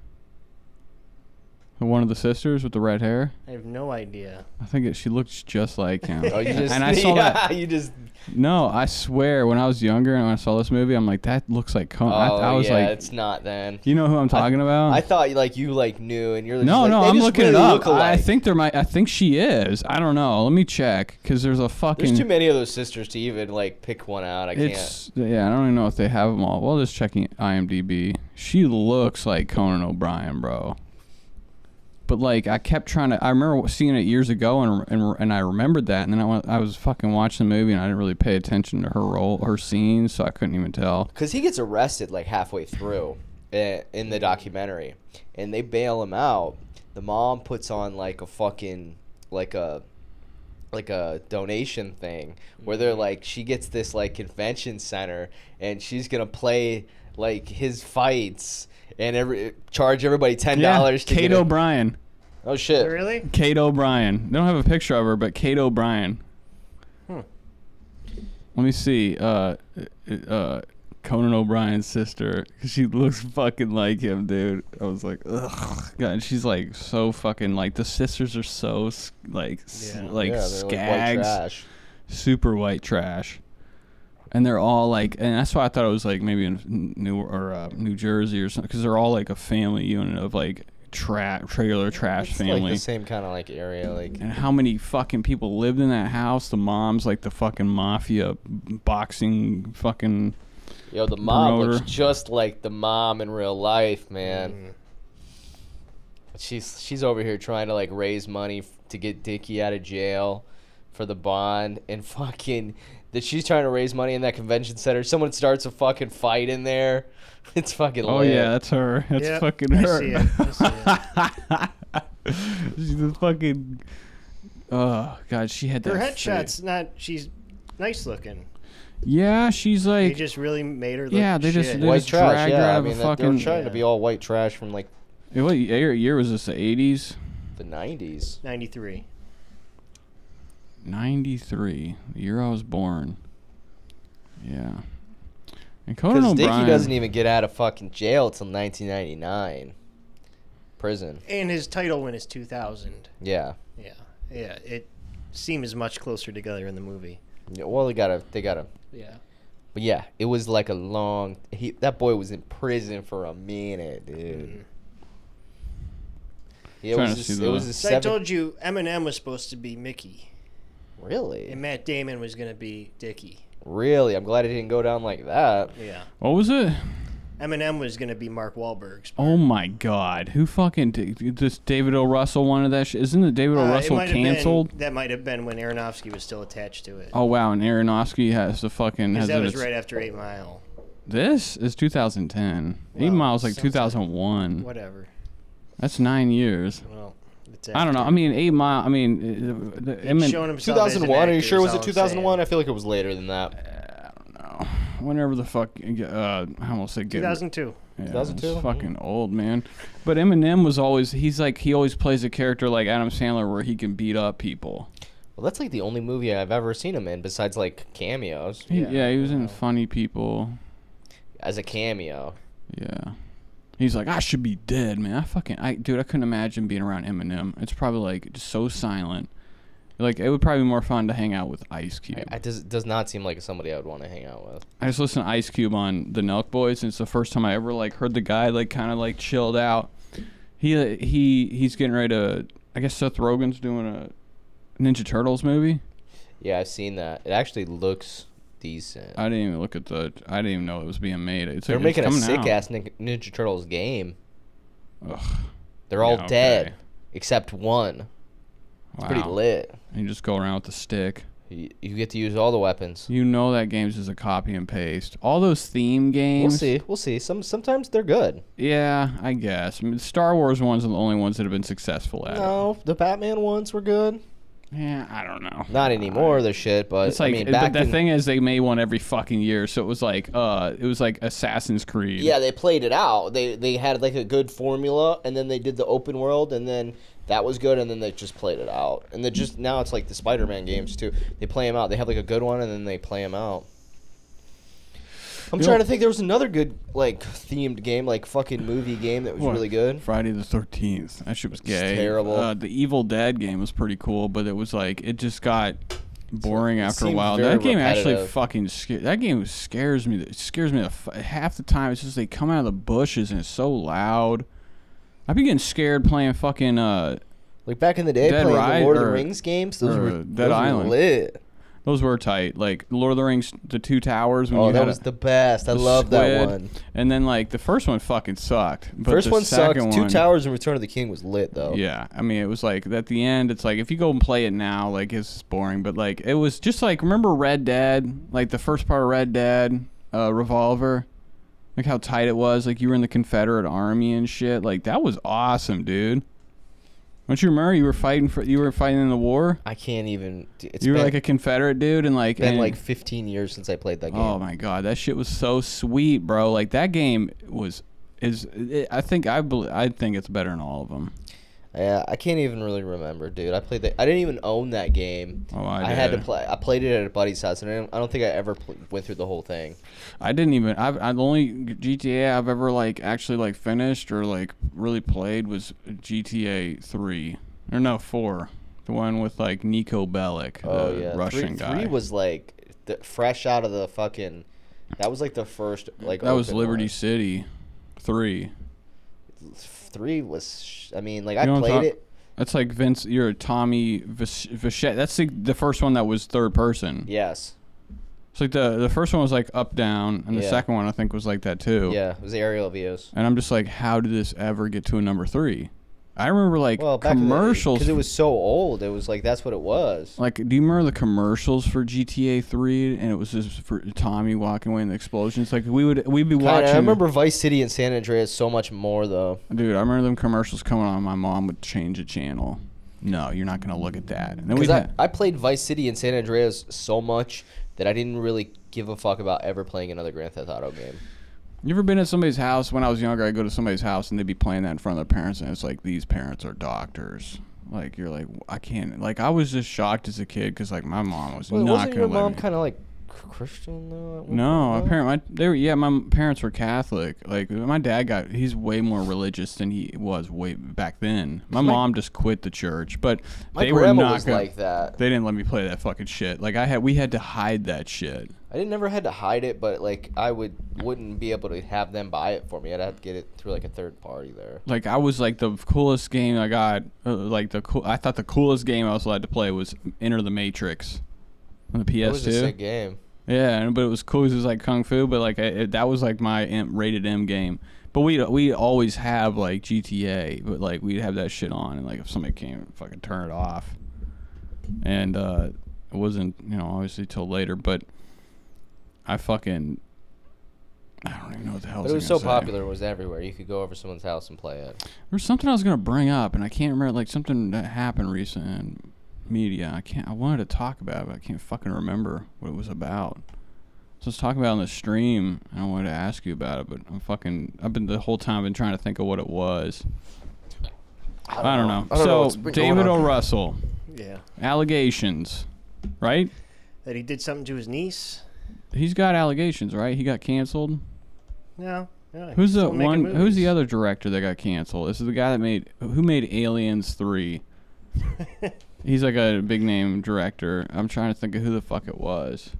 E: One of the sisters with the red hair.
G: I have no idea.
E: I think it, she looks just like him.
F: [LAUGHS] Oh, you just,
E: and I saw
F: yeah,
E: that.
F: You just.
E: No, I swear, when I was younger and when I saw this movie, I'm like, that looks like Conan.
F: Oh,
E: I, I was
F: yeah,
E: like,
F: it's not then.
E: you know who I'm talking about?
F: I thought like you like knew, and you're.
E: no,
F: just like,
E: no,
F: they
E: I'm
F: just
E: looking
F: really
E: it up.
F: look alike.
E: I think there might. I think she is. I don't know. Let me check because there's a fucking.
F: there's too many of those sisters to even like pick one out. I can't.
E: It's yeah. I don't even know if they have them all. Well, just checking IMDb. She looks like Conan O'Brien, bro. But like, I kept trying to. I remember seeing it years ago, and and, and I remembered that, and then I went, I was fucking watching the movie, and I didn't really pay attention to her role, her scenes, so I couldn't even tell.
F: Because he gets arrested like halfway through eh, in the documentary, and they bail him out. The mom puts on like a fucking like a like a donation thing where they're like she gets this like convention center and she's gonna play like his fights and every charge everybody ten dollars to
E: Kate
F: get in.
E: O'Brien.
F: oh shit
G: Really?
E: Kate O'Brien. They don't have a picture of her, but Kate O'Brien.
F: Hmm.
E: Let me see. Uh, uh, Conan O'Brien's sister. 'Cause She looks fucking like him, dude. I was like, ugh. God, and she's like so fucking like the sisters are so s- like s-
G: Yeah.
E: like
F: yeah, they're, like, white
E: skags,
F: trash.
E: super white trash. And they're all like, and that's why I thought it was like maybe in New or uh, New Jersey or something, because they're all like a family unit of like tra- trailer trash
F: It's
E: family
F: like the same kind of like area like
E: and how many fucking people lived in that house. The mom's like the fucking mafia boxing fucking.
F: Yo, the mom
E: Promoter.
F: looks just like the mom in real life, man. She's she's over here trying to like raise money f- to get Dickie out of jail for the bond, and [LAUGHS] fucking that she's trying to raise money in that convention center. Someone starts a fucking fight in there. [LAUGHS] It's fucking.
E: Oh
F: lit.
E: yeah, that's her. [LAUGHS] That's
G: Yep,
E: fucking
G: I
E: her.
G: see it. I
E: [LAUGHS] She's a fucking. Oh god, she had that.
G: Her
E: face.
G: headshot's not. She's nice looking.
E: Yeah, she's
G: They
E: like.
G: just really made her look.
E: Yeah, they just-
G: shit.
E: they-
F: White trash,
E: dragged her
F: yeah.
E: out
F: I
E: of a
F: mean, that- they were
E: fucking-
F: trying to be all white trash from like
E: What year, year was this? The eighties.
F: the '90s.
G: ninety-three.
E: 93, the year I was born. Yeah. And Conan
F: Because
E: O'Brien.
F: Dickie doesn't e- even get out of fucking jail till 1999. Prison.
G: And his title win is two thousand.
F: Yeah.
G: Yeah, yeah. It seems much closer together in the movie.
F: Yeah, Well, they gotta, they gotta
G: Yeah.
F: But yeah, it was like a long. He, that boy was in prison for a minute, dude. Yeah, it
E: Trying
F: was.
E: to
F: Just,
E: see
F: it
E: the-
F: was his
G: So I
F: seven-
G: told you Eminem was supposed to be Mickey, and
F: Really,
G: Matt Damon was gonna be Dickie.
F: really. I'm glad it didn't go down like that.
G: Yeah.
E: What was it?
G: Eminem was gonna be Mark Wahlberg's.
E: Oh my God! Who fucking did this? David O. Russell wanted that shit. Isn't it David O.
G: Uh, it
E: Russell
G: might have been-
E: canceled?
G: that might have been when Aronofsky was still attached to it.
E: Oh wow! And Aronofsky has the fucking has
G: Because that
E: it-
G: was
E: it's-
G: right after Eight Mile.
E: This is 2010. Eight
G: Wow,
E: Miles like
G: sounds like-
E: 2001.
G: Whatever.
E: That's nine years.
G: Well, it's
E: I don't know. I mean, Eight Mile. I mean, uh, the, I mean,
G: showing himself as an
F: 2001. Are you
G: actor
F: sure
G: is
F: was it
G: all I'm saying.
F: 2001? I feel like it was later than that.
E: whenever the fuck. Uh, I almost said get
G: 2002.
E: Yeah,
F: 2002?
E: It's fucking
G: Mm-hmm.
E: old, man. But Eminem was always he's like he always plays a character like Adam Sandler where he can beat up people.
F: Well, that's like the only movie I've ever seen him in, besides like cameos.
E: He, yeah, he was in Funny People.
F: As a cameo,
E: Yeah. He's like, I should be dead, man. I fucking, I, dude, I couldn't imagine being around Eminem. It's probably like just so silent. Like it would probably be more fun to hang out with Ice Cube.
F: It does does not seem like somebody I would want to hang out with.
E: I just listened to Ice Cube on the Nelk Boys, and it's the first time I ever like heard the guy like kind of like chilled out. He uh, he he's getting ready to. I guess Seth Rogen's doing a Ninja Turtles movie.
F: Yeah, I've seen that. It actually looks decent.
E: I didn't even look at the. I didn't even know it was being made. It's
F: They're
E: it's
F: making a
E: coming
F: sick
E: out.
F: ass Nin- Ninja Turtles game.
E: Ugh,
F: They're all
E: Yeah, okay.
F: dead except one. It's pretty
E: wow.
F: lit.
E: And you just go around with the stick.
F: You, you get to use all the weapons.
E: You know that game's just a copy and paste. All those theme games.
F: We'll see. We'll see. Some sometimes they're good.
E: Yeah, I guess. I mean, Star Wars ones are the only ones that have been successful at. it.
F: No, the Batman ones were good.
E: Yeah, I don't know.
F: Not anymore. They're shit. But
E: It's like
F: I mean,
E: but
F: back
E: the
F: in-
E: thing is they made one every fucking year, so it was like uh it was like Assassin's Creed.
F: Yeah, they played it out. They they had like a good formula, and then they did the open world, and then that was good, and then they just played it out. And they just now it's like the Spider-Man games too. They play them out. They have like a good one, and then they play them out. I'm
E: You
F: trying
E: know-
F: to think. There was another good like themed game, like fucking movie game that was
E: What?
F: really good.
E: Friday the Thirteenth. That shit was gay.
F: terrible.
E: Uh, the Evil Dead game was pretty cool, but it was like it just got boring
F: It
E: after a
F: seemed
E: while.
F: very
E: That game actually
F: repetitive.
E: fucking scares. That game scares me. It scares me the f- half the time. It's just they come out of the bushes and it's so loud. I be getting scared playing fucking uh
F: Like back in the day,
E: Dead
F: playing
E: Ri-
F: the Lord of
E: or-
F: the Rings games. Those
E: or
F: were
E: Dead
F: those were
E: Island.
F: lit.
E: those were tight like Lord of the Rings, the Two Towers. When
F: Oh,
E: you
F: that
E: had
F: was
E: a-
F: the best. I
E: the
F: love that
E: squid.
F: one.
E: And then like the first one fucking sucked. But
F: First
E: the
F: one sucked.
E: second
F: Two
E: one-
F: Towers and Return of the King was lit though.
E: Yeah, I mean, it was like at the end, it's like if you go and play it now, like it's just boring. But like it was just like remember Red Dead, like the first part of Red Dead, uh, Revolver, like how tight it was. Like you were in the Confederate Army and shit. Like that was awesome, dude. Don't you remember you were fighting for you were fighting in the war?
F: I can't even. It's
E: you were
F: been-
E: like a Confederate dude, and like
F: been
E: and-
F: like 15 years since I played that game.
E: Oh my god, that shit was so sweet, bro. Like that game was is it, I think I bel I think it's better than all of them.
F: Yeah, I can't even really remember, dude. I played that. I didn't even own that game.
E: Oh, I
F: had to
E: did.
F: play. I played it at a buddy's house, and I don't, I don't think I ever pl- went through the whole thing.
E: I didn't even I've, i the only GTA I've ever like actually like finished or like really played was GTA 3 or no 4. The one with like Nico Bellic,
F: Oh
E: the
F: yeah,
E: Russian
F: three,
E: guy.
F: Three was like the, fresh out of the fucking. That was like the first like.
E: that was
F: open
E: Liberty
F: one.
E: City 3.
F: Three was. Sh- I mean, like I
E: know what I'm
F: played
E: talk-
F: it.
E: That's like Vince you're Tommy Vis- Vachette. That's the, the first one that was third person.
F: Yes.
E: It's like the the first one was like up down, and the
F: Yeah.
E: second one I think was like that too.
F: Yeah, it was aerial views.
E: And I'm just like, how did this ever get to a number three? I remember like
F: Well, back
E: commercials.
F: because it was so old. It was like that's what it was.
E: like, do you remember the commercials for GTA Three? And it was just for Tommy walking away in the explosions. Like we would we'd be
F: God,
E: watching.
F: I remember Vice City and San Andreas so much more though.
E: dude. I remember them commercials coming on. My mom would change the channel. No, you're not gonna look at that. And then we
F: Because I,
E: had,
F: I played Vice City and San Andreas so much that I didn't really give a fuck about ever playing another Grand Theft Auto game.
E: You ever been at somebody's house? When I was younger, I'd go to somebody's house and they'd be playing that in front of their parents, and it's like these parents are doctors. Like you're like I can't. Like I was just shocked as a kid because like my mom was
F: Wait,
E: not
F: wasn't
E: gonna
F: your
E: let
F: mom
E: me.
F: kind of like c- Christian though?
E: no, apparently my they were yeah. My m- parents were Catholic. Like my dad got he's way more religious than he was way back then. My mom just quit the church, but
F: My
E: they were
F: grandma
E: not
F: was
E: gonna,
F: like that.
E: They didn't let me play that fucking shit. Like I had we had to hide that shit.
F: I didn't never had to hide it, but like I would wouldn't be able to have them buy it for me. I'd have to get it through like a third party there.
E: like I was like the coolest game I got. Uh, like the cool, I thought the coolest game I was allowed to play was Enter the Matrix on the
F: It was a sick
E: PS2.
F: game.
E: Yeah, and- but it was cool. 'cause It was like kung fu, but like I, it, that was like my M, rated M game. But we we always have like GTA, but like we'd have that shit on, and like if somebody came, fucking turn it off. And uh, it wasn't you know obviously till later, but I fucking I don't even know what the hell.
F: But
E: was
F: it
E: I
F: was so
E: gonna say.
F: popular, it was everywhere. You could go over someone's house and play it.
E: There's something I was gonna bring up, and I can't remember. Like something that happened recent in media. I can't. I wanted to talk about, it, but I can't fucking remember what it was about. So I was talking about it on the stream, and I wanted to ask you about it, but I'm fucking. I've been the whole time I've been trying to think of what it was. I don't, know.
F: I don't know what's
E: so
F: been going
E: David O.
F: on.
E: Russell
G: Yeah.
E: allegations, right?
G: That he did something to his niece?
E: He's got allegations, right? He got canceled.
G: No. no
E: Who's
G: he's
E: the
G: still making
E: one? Who's the
G: movies. [LAUGHS]
E: other director that got canceled? This is the guy that made who made Aliens three. He's like a big name director. I'm trying to think of who the fuck it was.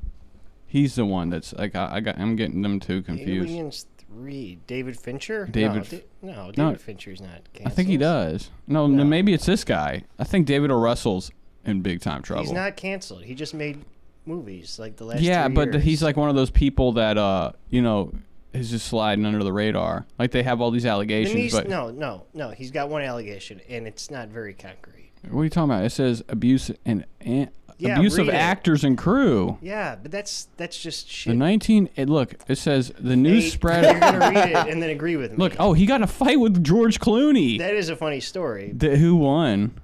E: He's the one that's like I, I got. I'm getting them two confused.
G: Aliens Three. David Fincher.
E: David
G: No,
E: F-
G: Da- no David
E: no.
G: Fincher's not. Canceled.
E: I think he does. No, no,
G: No.
E: maybe it's this guy. I think David O. Russell's in big time trouble.
G: He's not canceled. He just made movies like the last.
E: yeah,
G: three
E: but
G: years.
E: he's like one of those people that uh, you know, is just sliding under the radar. Like they have all these
G: Then
E: allegations,
G: he's-
E: but
G: no, no, no. He's got one allegation, and it's not very concrete.
E: what are you talking about? It says abuse and, and
G: Yeah,
E: abuse of
G: read it.
E: actors and crew.
G: Yeah, but that's that's just shit.
E: The 19 it, look, it says the news
G: Nate,
E: spread
G: [LAUGHS] You're gonna read it and then agree with me.
E: Look, oh, he got in a fight with George Clooney.
G: that is a funny story.
E: Th- who won?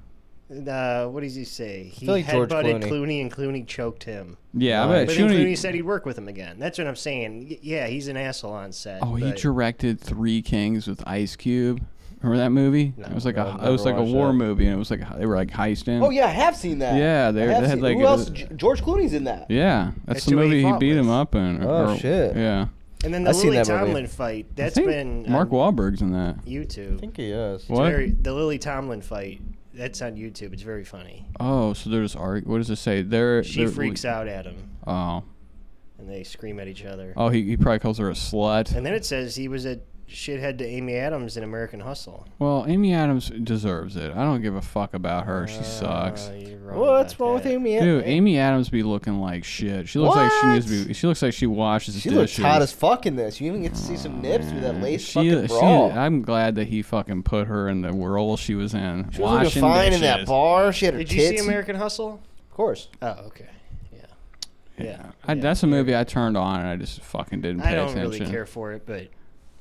G: Uh, what does he say? He
F: feel like George
G: headbutted
F: Clooney.
G: Clooney. and Clooney choked him.
E: Yeah, I bet
G: But then Clooney
E: Clooney.
G: said he'd work with him again. That's what I'm saying. Y- Yeah, he's an asshole on set.
E: Oh, he
G: but-
E: directed Three Kings with Ice Cube. Remember that movie? it was like
F: no,
E: a
F: I've
E: it was like
F: never
E: a
F: watched
E: war
F: that.
E: movie, and it was like they were like heisting.
F: Oh yeah, I have seen that.
E: Yeah, they-
F: I have
E: they had,
F: seen-
E: like,
F: who else?
E: uh,
F: G- George Clooney's in that.
E: Yeah, that's,
G: That's
E: the
G: who he
E: movie he
G: fought
E: beat him
G: with.
E: up in.
F: Oh, shit.
E: Yeah,
G: And then the
F: I've seen
G: Lily
F: that movie.
G: Tomlin fight.
E: I
G: That's
E: think
G: been um,
E: Mark
G: on
E: Wahlberg's in that.
G: YouTube.
F: I think he is.
E: What?
G: Very, the Lily Tomlin fight. That's on YouTube. It's very funny.
E: Oh, so they're just argu- What does it say? They're
G: She freaks out at him,
E: out. Oh,
G: and they scream at each other.
E: oh, he, he probably calls her a slut.
G: And then it says he was a shithead to Amy Adams in American Hustle.
E: Well, Amy Adams deserves it. I don't give a fuck about her. She sucks.
G: Uh, you're wrong
F: What's
G: about
F: wrong with
G: that.
F: Amy?
E: Dude, Amy Adams be looking like shit. She looks like she needs to be. She looks like she washes
F: She looks
E: dishes.
F: hot as fuck in this. You even get to see some nips with that lace
E: She-
F: fucking
E: she-
F: bra.
E: I'm glad that he fucking put her in the role she was in.
F: she was looking fine in that bar. She had her
G: Did you
F: tits.
G: see American Hustle?
F: Of course.
G: Oh, okay. Yeah. Yeah.
E: I, that's a movie I turned on and I just fucking didn't pay
G: I don't
E: attention.
G: really care for it, but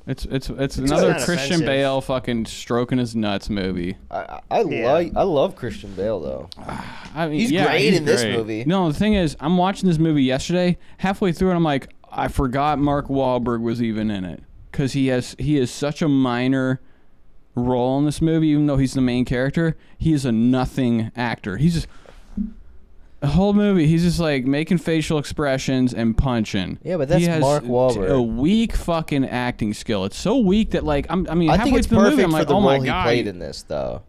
E: It's it's it's another
G: not
E: Christian
G: offensive.
E: Bale fucking stroking his nuts movie.
F: I I, I
G: Yeah.
F: like I love Christian Bale though.
E: I mean,
F: He's
E: yeah,
F: great
E: he's
F: in this
E: great.
F: movie.
E: No, the thing is, I'm watching this movie yesterday. Halfway through it, I'm like, I forgot Mark Wahlberg was even in it because he has he is such a minor role in this movie. Even though he's the main character, he is a nothing actor. He's just the whole movie. He's just like making facial expressions and punching.
F: Yeah, but that's
E: he has
F: Mark
E: t-
F: Wahlberg.
E: A weak fucking acting skill. It's so weak that like I'm. I mean,
F: I
E: halfway
F: think it's
E: through the
F: perfect
E: movie, I'm
F: for
E: like,
F: the
E: oh my
F: role he
E: god,
F: played in this though.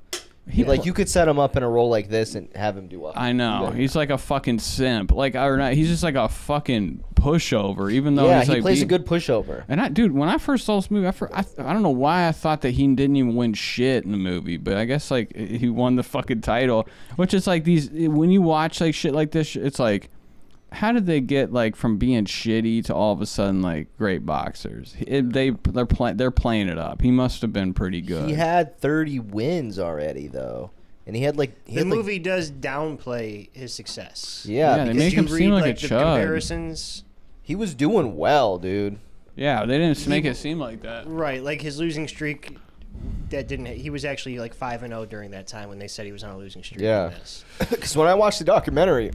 E: he
F: like you could set him up in a role like this and have him do well.
E: I know.
F: Yeah.
E: He's like a fucking simp. Like or not, he's just like a fucking pushover. Even though
F: yeah,
E: he's
F: he
E: like
F: plays
E: be-
F: a good pushover.
E: And I, dude, when I first saw this movie, I, fir- I, I don't know why I thought that he didn't even win shit in the movie, but I guess like he won the fucking title, which is like these when you watch like shit like this, it's like, how did they get like from being shitty to all of a sudden like great boxers? It, they they're playing they're playing it up. He must have been pretty good.
F: He had 30 wins already though, and he had like he
G: the
F: had, like-
G: movie does downplay his success.
F: yeah,
E: Yeah, they
F: because
E: make
G: Did you
E: him seem
G: read,
E: like a
G: the
E: chud.
G: comparisons?
F: he was doing well, dude.
E: yeah, they didn't make it seem like that.
G: Right, like his losing streak. That didn't. He was actually like five and zero during that time when they said he was on a losing streak. in
F: Yeah.
G: this.
E: [LAUGHS]
F: Because when I watched the documentary,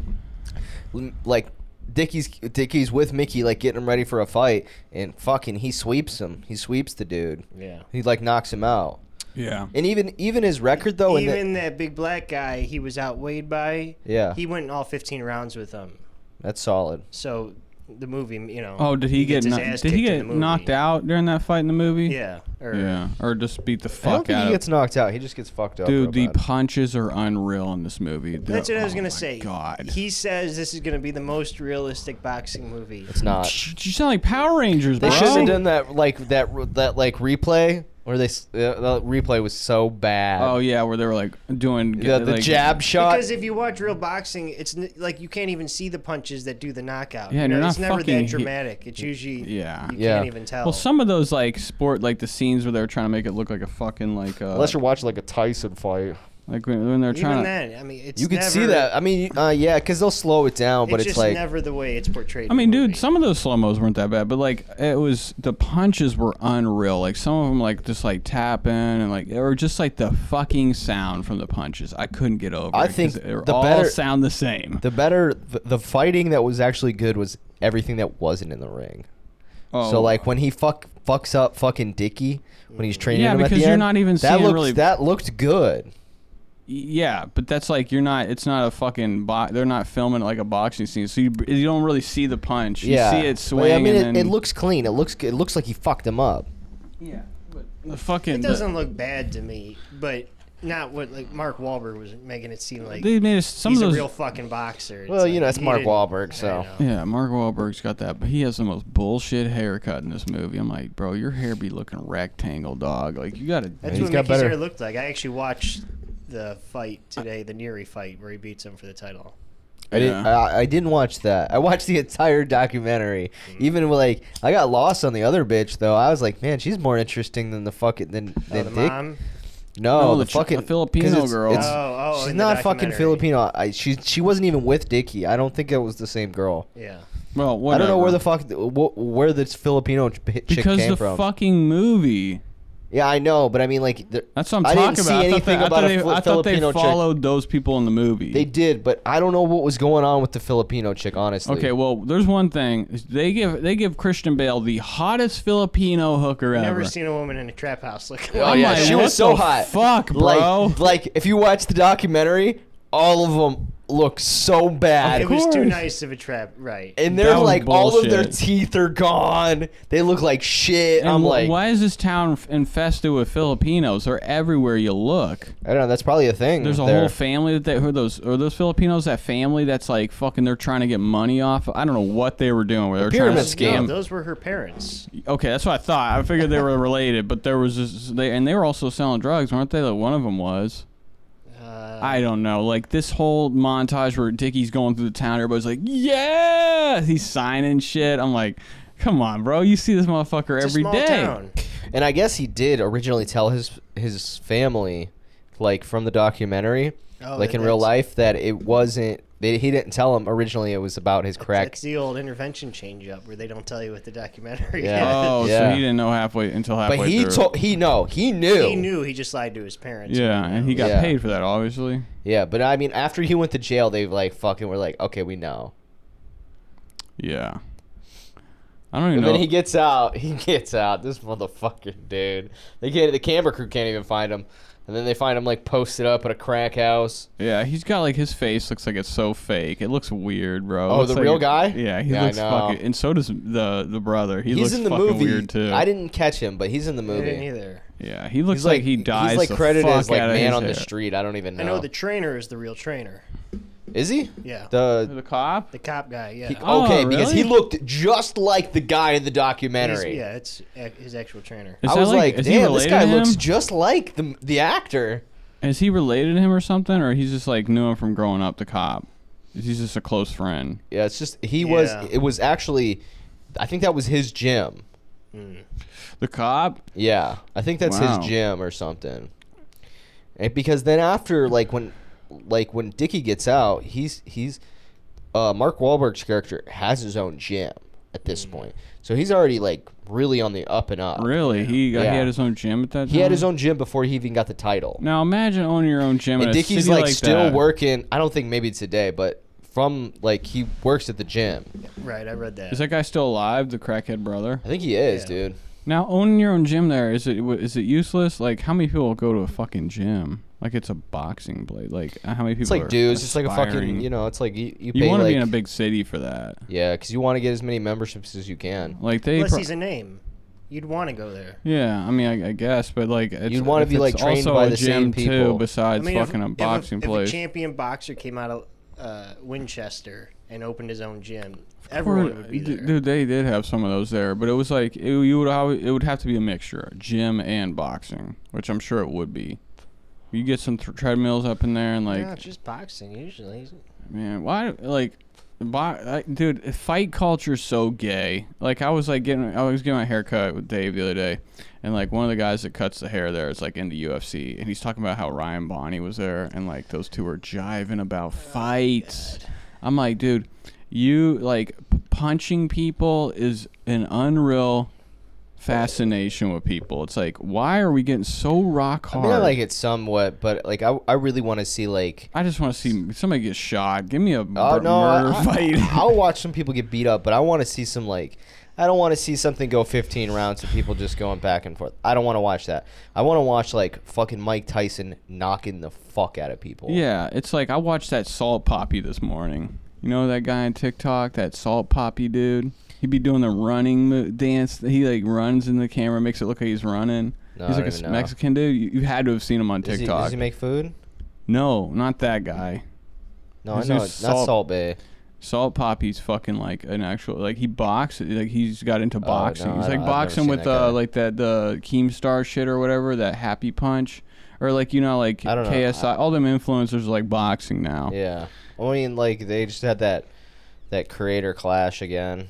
F: l- like Dickie's Dickie's with Mickey, like getting him ready for a fight, and fucking he sweeps him. He sweeps the dude.
G: Yeah.
F: He like knocks him out.
E: Yeah.
F: And even even his record
E: Oh,
F: though, in the-
G: Even that big black guy he was outweighed by.
F: Yeah.
G: He went in all 15 rounds with um, him.
F: that's solid.
G: So the movie, you know.
E: Oh, did he, get
G: gets his
E: knocked?
G: ass
E: Did he
G: kicked in
E: get
G: the movie.
E: knocked out during that fight in the movie?
G: Yeah. Or,
E: Yeah, or just beat the
F: I don't
E: fuck
F: think
E: out
F: he
E: of.
F: gets knocked out. He just gets fucked up. real
E: Dude, the
F: bad.
E: punches are unreal in this movie. The-
G: That's what I was
E: oh
G: gonna
E: my
G: say.
E: God,
G: He says this is gonna be the most realistic boxing movie.
F: it's not.
E: Sh- you sound like Power Rangers,
F: They
E: bro.
F: should have done that like that r- that like replay where they s- uh, the replay was so bad.
E: Oh yeah, where they were like doing
F: the, the
E: like-
F: jab shot.
G: Because if you watch real boxing, it's n- like you can't even see the punches that do the knockout.
E: Yeah,
G: you
E: and
G: know,
E: you're
G: it's
E: not
G: never
E: fucking-
G: that dramatic. It's usually
E: Yeah.
G: you
F: Yeah.
G: can't even tell.
E: Well, some of those like sport, like the scenes where they were trying to make it look like a fucking like uh,
F: Unless you're watching like a Tyson fight,
E: like when, when they're trying
G: even
E: to.
G: then, I mean, it's
F: you can see
G: never-
F: that. I mean, uh, yeah, because they'll slow it down,
G: It's
F: but it's,
G: just
F: like
G: never the way it's portrayed.
E: I
G: in
E: mean,
G: the
E: dude,
G: movie.
E: some of those slow mos weren't that bad, but like it was the punches were unreal. Like some of them, like just like tapping and like or just like the fucking sound from the punches. I couldn't get over.
F: I
E: it 'cause
F: think
E: they were
F: the
E: all
F: better-
E: sound the same.
F: the better the, the fighting that was actually good was everything that wasn't in the ring.
E: Oh.
F: So like when he fuck fucks up fucking Dicky when he's training
E: Yeah,
F: him at
E: because
F: the
E: you're
F: end,
E: not even
F: that
E: seeing
F: looked
E: really-
F: that looked good.
E: yeah, but that's like you're not. It's not a fucking. Bo- they're not filming like a boxing scene, so you, you don't really see the punch.
F: yeah,
E: you see it
F: But,
E: swing.
F: I mean,
E: and
F: it,
E: then
F: it looks clean. It looks it looks like he fucked him up.
E: the fucking.
G: it doesn't look bad to me, but not what like Mark Wahlberg was making it seem like.
E: They made us, some
G: he's
E: of
G: a
E: those.
G: real fucking boxer.
F: Well, you know, it's
G: he
F: Mark
G: didn't-
F: Wahlberg,
G: I
F: so.
G: know.
E: yeah, Mark Wahlberg's got that, but he has the most bullshit haircut in this movie. I'm like, bro, your hair be looking rectangle, dog. Like you gotta.
G: That's
H: he's
G: what
H: got
G: Mickey's
H: better-
G: hair looked like. I actually watched the fight today, the Neri fight, where he beats him for the title.
F: I didn't.
E: Yeah.
F: I, I didn't watch that. I watched the entire documentary. Even with, like, I got lost on the other bitch though. I was like, man, she's more interesting than the fucking than
G: Oh,
F: than
G: the
F: Dick.
G: mom.
F: No,
E: No,
F: the,
E: the ch- the
F: fucking 'cause
E: Filipino
F: it's-
E: girl.
F: it's-
G: Oh, oh,
F: she's
G: in the
F: not fucking
G: documentary.
F: Filipino. I, she she wasn't even with Dickie. I don't think it was the same girl.
G: Yeah.
E: Well, whatever.
F: I don't know where the fuck wh- where this Filipino ch- chick
E: because
F: came
E: the
F: from.
E: fucking movie.
F: yeah, I know, but I mean, like, the-
E: That's what I'm
F: I
E: talking
F: didn't see
E: about. I thought
F: anything
E: they, I
F: about
E: thought
F: a
E: they,
F: Fil-
E: I thought they
F: Filipino chick.
E: followed those people in the movie.
F: They did, but I don't know what was going on with the Filipino chick. Honestly,
E: Okay, well, there's one thing. They give they give Christian Bale the hottest Filipino hooker
G: I've
E: ever.
G: never seen a woman in a trap house look.
F: Oh
E: I'm
F: yeah,
E: like,
F: she
E: what
F: was so
E: the
F: hot.
E: fuck, bro?
F: Like, like if you watch the documentary, all of them look so bad.
G: it was too nice of a trap, right?
F: And
E: That
F: they're
E: was
F: like, all of their
E: bullshit.
F: teeth are gone. They look like shit.
E: And
F: I'm
E: wh-
F: like,
E: why is this town f- infested with Filipinos? They're everywhere you look.
F: I don't know. That's probably a thing.
E: There's a
F: there.
E: whole family that they, who are those are those Filipinos that family that's like fucking. They're trying to get money off. I don't know what they were doing. Where they were trying to
F: pyramid
E: scam.
F: scheme.
G: No, those were her parents.
E: Okay, that's what I thought. I
F: [LAUGHS]
E: figured they were related, but there was this, they and they were also selling drugs, weren't they? Like one of them was.
G: Uh,
E: I don't know. Like this whole montage where Dickie's going through the town, everybody's like, "Yeah!" He's signing shit. I'm like, "Come on, bro! You see this motherfucker
G: it's a
E: every
G: small
E: day."
G: town.
F: And I guess he did originally tell his his family, like from the documentary,
G: Oh,
F: like
G: that-
F: in real
G: that's-
F: life, that it wasn't. They, he didn't tell him originally. It was about his crack.
G: That's the old intervention change up where they don't tell you what the documentary
F: Yeah.
E: Oh, so
F: Yeah.
E: he didn't know halfway until halfway
F: But he
E: through.
F: told he no he knew
G: is. He knew he just lied to his parents.
E: yeah, and he got
F: Yeah.
E: paid for that, obviously.
F: Yeah, but I mean, after he went to jail, they like fucking were like, okay, we know.
E: Yeah. I don't even
F: And
E: know.
F: then he gets out. [LAUGHS] He gets out. This motherfucking dude. They can't. The camera crew can't even find him. And then they find him like posted up at a crack house.
E: yeah, he's got like his face looks like it's so fake. It looks weird, bro. It
F: Oh,
E: looks
F: the
E: like-
F: real guy?
E: Yeah, he
F: Yeah, I
E: looks
F: know.
E: fucking. And so does the the brother. He
F: he's
E: looks
F: in the
E: fucking
F: movie.
E: weird too.
F: I didn't catch him, but he's in the
G: I
F: movie.
G: didn't either.
E: Yeah, he looks
F: He's
E: like, he dies.
F: He's like
E: the
F: credited
E: fuck
F: as like
E: out of
F: man
E: his
F: on the
E: hair.
F: street. I don't even know.
G: I know the trainer is the real trainer.
F: Is he?
G: Yeah. The,
F: The
E: The cop.
G: cop guy. Yeah.
F: he-
E: Oh,
F: okay because he
E: really?
F: looked just like the guy in the
G: He's-
F: documentary.
G: yeah, it's ac- his actual trainer.
E: Is
F: I
E: that
F: was like,
E: is he
F: damn, this
E: related
F: guy
E: to
F: looks
E: him?
F: just like the the actor.
E: Is he related to him or something, or he's just like knew him from growing up? The cop. He's just a close friend.
F: Yeah, it's just he was.
G: Yeah.
F: It was actually, I think that was his gym.
E: The cop.
F: Yeah, I think that's
E: Wow.
F: his gym or something. And because then after like when, like when Dickie gets out, he's he's, uh, Mark Wahlberg's character has his own gym at this point, so he's already like really on the up and up.
E: Mm. Really? Mm. He got,
F: Yeah.
E: he had his own gym at that. time?
F: He had his own gym before he even got the title.
E: Now imagine owning your own gym.
F: and
E: in Mm, a
F: Dickie's
E: city
F: like,
E: like
F: still
E: that.
F: working. I don't think maybe today, but from like he works at the gym.
G: Right, I read that.
E: Is that guy still alive? The crackhead brother.
F: I think he is,
G: Yeah.
F: dude.
E: Now owning your own gym there is it is it useless? Like how many people go to a fucking gym? Like it's a boxing blade. Like uh, how many people?
F: It's like
E: are
F: dudes. It's like a
E: aspiring?
F: fucking. You know, it's like you you,
E: You
F: pay
E: want to
F: like
E: be in a big city for that.
F: yeah, because you want to get as many memberships as you can.
E: Like they.
G: Plus,
E: pro-
G: he's a name. You'd want to go there.
E: Yeah, I mean, I, I guess, but like, it's,
F: You'd wanna
E: if
F: be, like,
E: it's
F: trained
E: also
F: by
E: a
F: the
E: gym
F: same people.
E: too, besides
G: if-
E: fucking a
G: if
E: boxing
G: if,
E: place.
G: a champion boxer came out of uh, Winchester and opened his own gym,
E: Or-
G: everyone would be
E: d-
G: there.
E: dude, they did have some of those there, but it was like it, you would alwa- it would have to be a mixture, gym and boxing, which I'm sure it would be. You get some th- treadmills up in there, and like,
G: no, it's just boxing usually.
E: man, why like. bo- I, dude, fight culture's so gay. Like I was like getting, I was getting my hair cut with Dave the other day, and like one of the guys that cuts the hair there is like into UFC, and he's talking about how Ryan Bonnie was there, and like those two were jiving about fights. I'm like, dude, you like p- punching people is an unreal fascination with people. It's like, why are we getting so rock
F: I
E: hard?
F: mean, I like it somewhat, but like I, I really want to see like.
E: I just want to see somebody get shot. Give me a bur-
F: Oh no! I,
E: murder fight.
F: will watch some people get beat up, but I want to see some like. I don't want to see something go 15 rounds of people just going back and forth. I don't want to watch that. I want to watch like fucking Mike Tyson knocking the fuck out of people.
E: Yeah, it's like I watched that Salt Poppy this morning. You know that guy on TikTok, that Salt Poppy dude. He be doing the running mo- dance. He like runs in the camera, makes it look like he's running.
F: No,
E: He's
F: I don't
E: like a
F: even know.
E: Mexican dude. You, you had to have seen him on
F: Does he,
E: TikTok.
F: does he make food?
E: no, not that guy.
F: No, I
E: Is
F: know.
E: he
F: Not
E: salt-
F: Salt Bay.
E: Salt Poppy's fucking like an actual like he box like he's got into boxing.
F: Oh, no, I
E: he's
F: don't-
E: like
F: I've never
E: boxing
F: seen
E: with
F: that guy.
E: uh like that the Keemstar shit or whatever that Happy Punch or like you know like
F: I don't know.
E: KSI. All them influencers are like boxing now.
F: Yeah. I mean, like they just had that that creator clash again.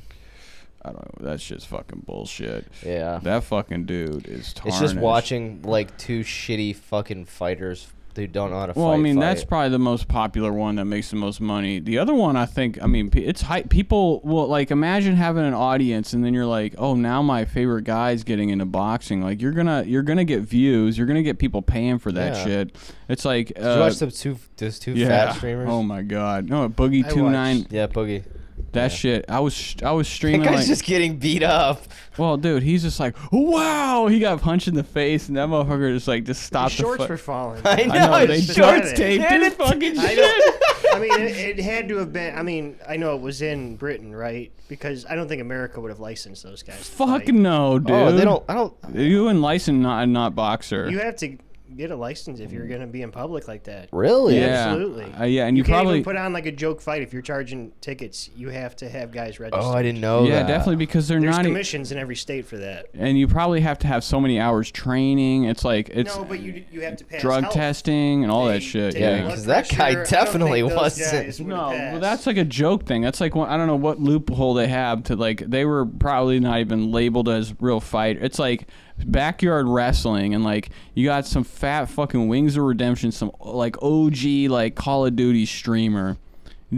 E: I don't know. That shit's fucking bullshit.
F: Yeah.
E: That fucking dude is
F: it's
E: tarnished.
F: just watching like two shitty fucking fighters who don't know how to fight.
E: Well, I mean,
F: fight.
E: that's probably the most popular one that makes the most money. The other one, I think, I mean, pe- it's hype. People will like imagine having an audience, and then you're like, oh, now my favorite guy's getting into boxing. Like, you're gonna, you're gonna get views. You're gonna get people paying for that
F: Yeah.
E: shit. It's like,
F: Did you
E: uh,
F: watch those two those two
E: yeah.
F: fat streamers?
E: Oh my god, no, boogie
G: I
E: two
G: watched.
E: nine.
F: Yeah, Boogie.
E: That shit. I was, I was
F: That
E: streaming.
F: guy's
E: like,
F: just getting beat up.
E: well, dude, he's just like, wow, he got punched in the face, and that motherfucker just like just stopped. the
G: Shorts
E: fu-
G: were falling.
F: I know.
E: I know they
F: it's
G: just-
E: shorts
G: shorts.
E: taped
F: And
E: his
F: it-
E: fucking
G: I
E: shit.
G: don't.
E: [LAUGHS]
G: I mean, it, it had to have been. I mean, I know it was in Britain, right? Because I don't think America would have licensed those guys. to
E: Fuck
G: fight.
E: no, dude.
F: oh, they don't. I don't.
E: You and license not not boxer.
G: You have to get a license if you're going to be in public like that.
F: Really?
E: Yeah.
G: Absolutely.
E: Uh, yeah, and you
G: can't
E: probably-
G: even put on like a joke fight if you're charging tickets. You have to have guys registered.
F: Oh, I didn't know
E: yeah,
F: that.
E: definitely because they're
G: There's
E: not. e-,
G: commissions in every state for that.
E: and you probably have to have so many hours training. It's like it's
G: No, but you you have to pass
E: drug
G: health.
E: testing and all
G: They
E: that shit.
G: take
E: Yeah.
G: blood
F: 'cause that guy
G: pressure. I don't
F: definitely
G: think those
F: wasn't.
G: guys would
E: No, well,
G: pass.
E: that's like a joke thing. That's like one, I don't know what loophole they have to like. They were probably not even labeled as real fight. It's like backyard wrestling, and like you got some fat fucking Wings of Redemption, some like OG like Call of Duty streamer.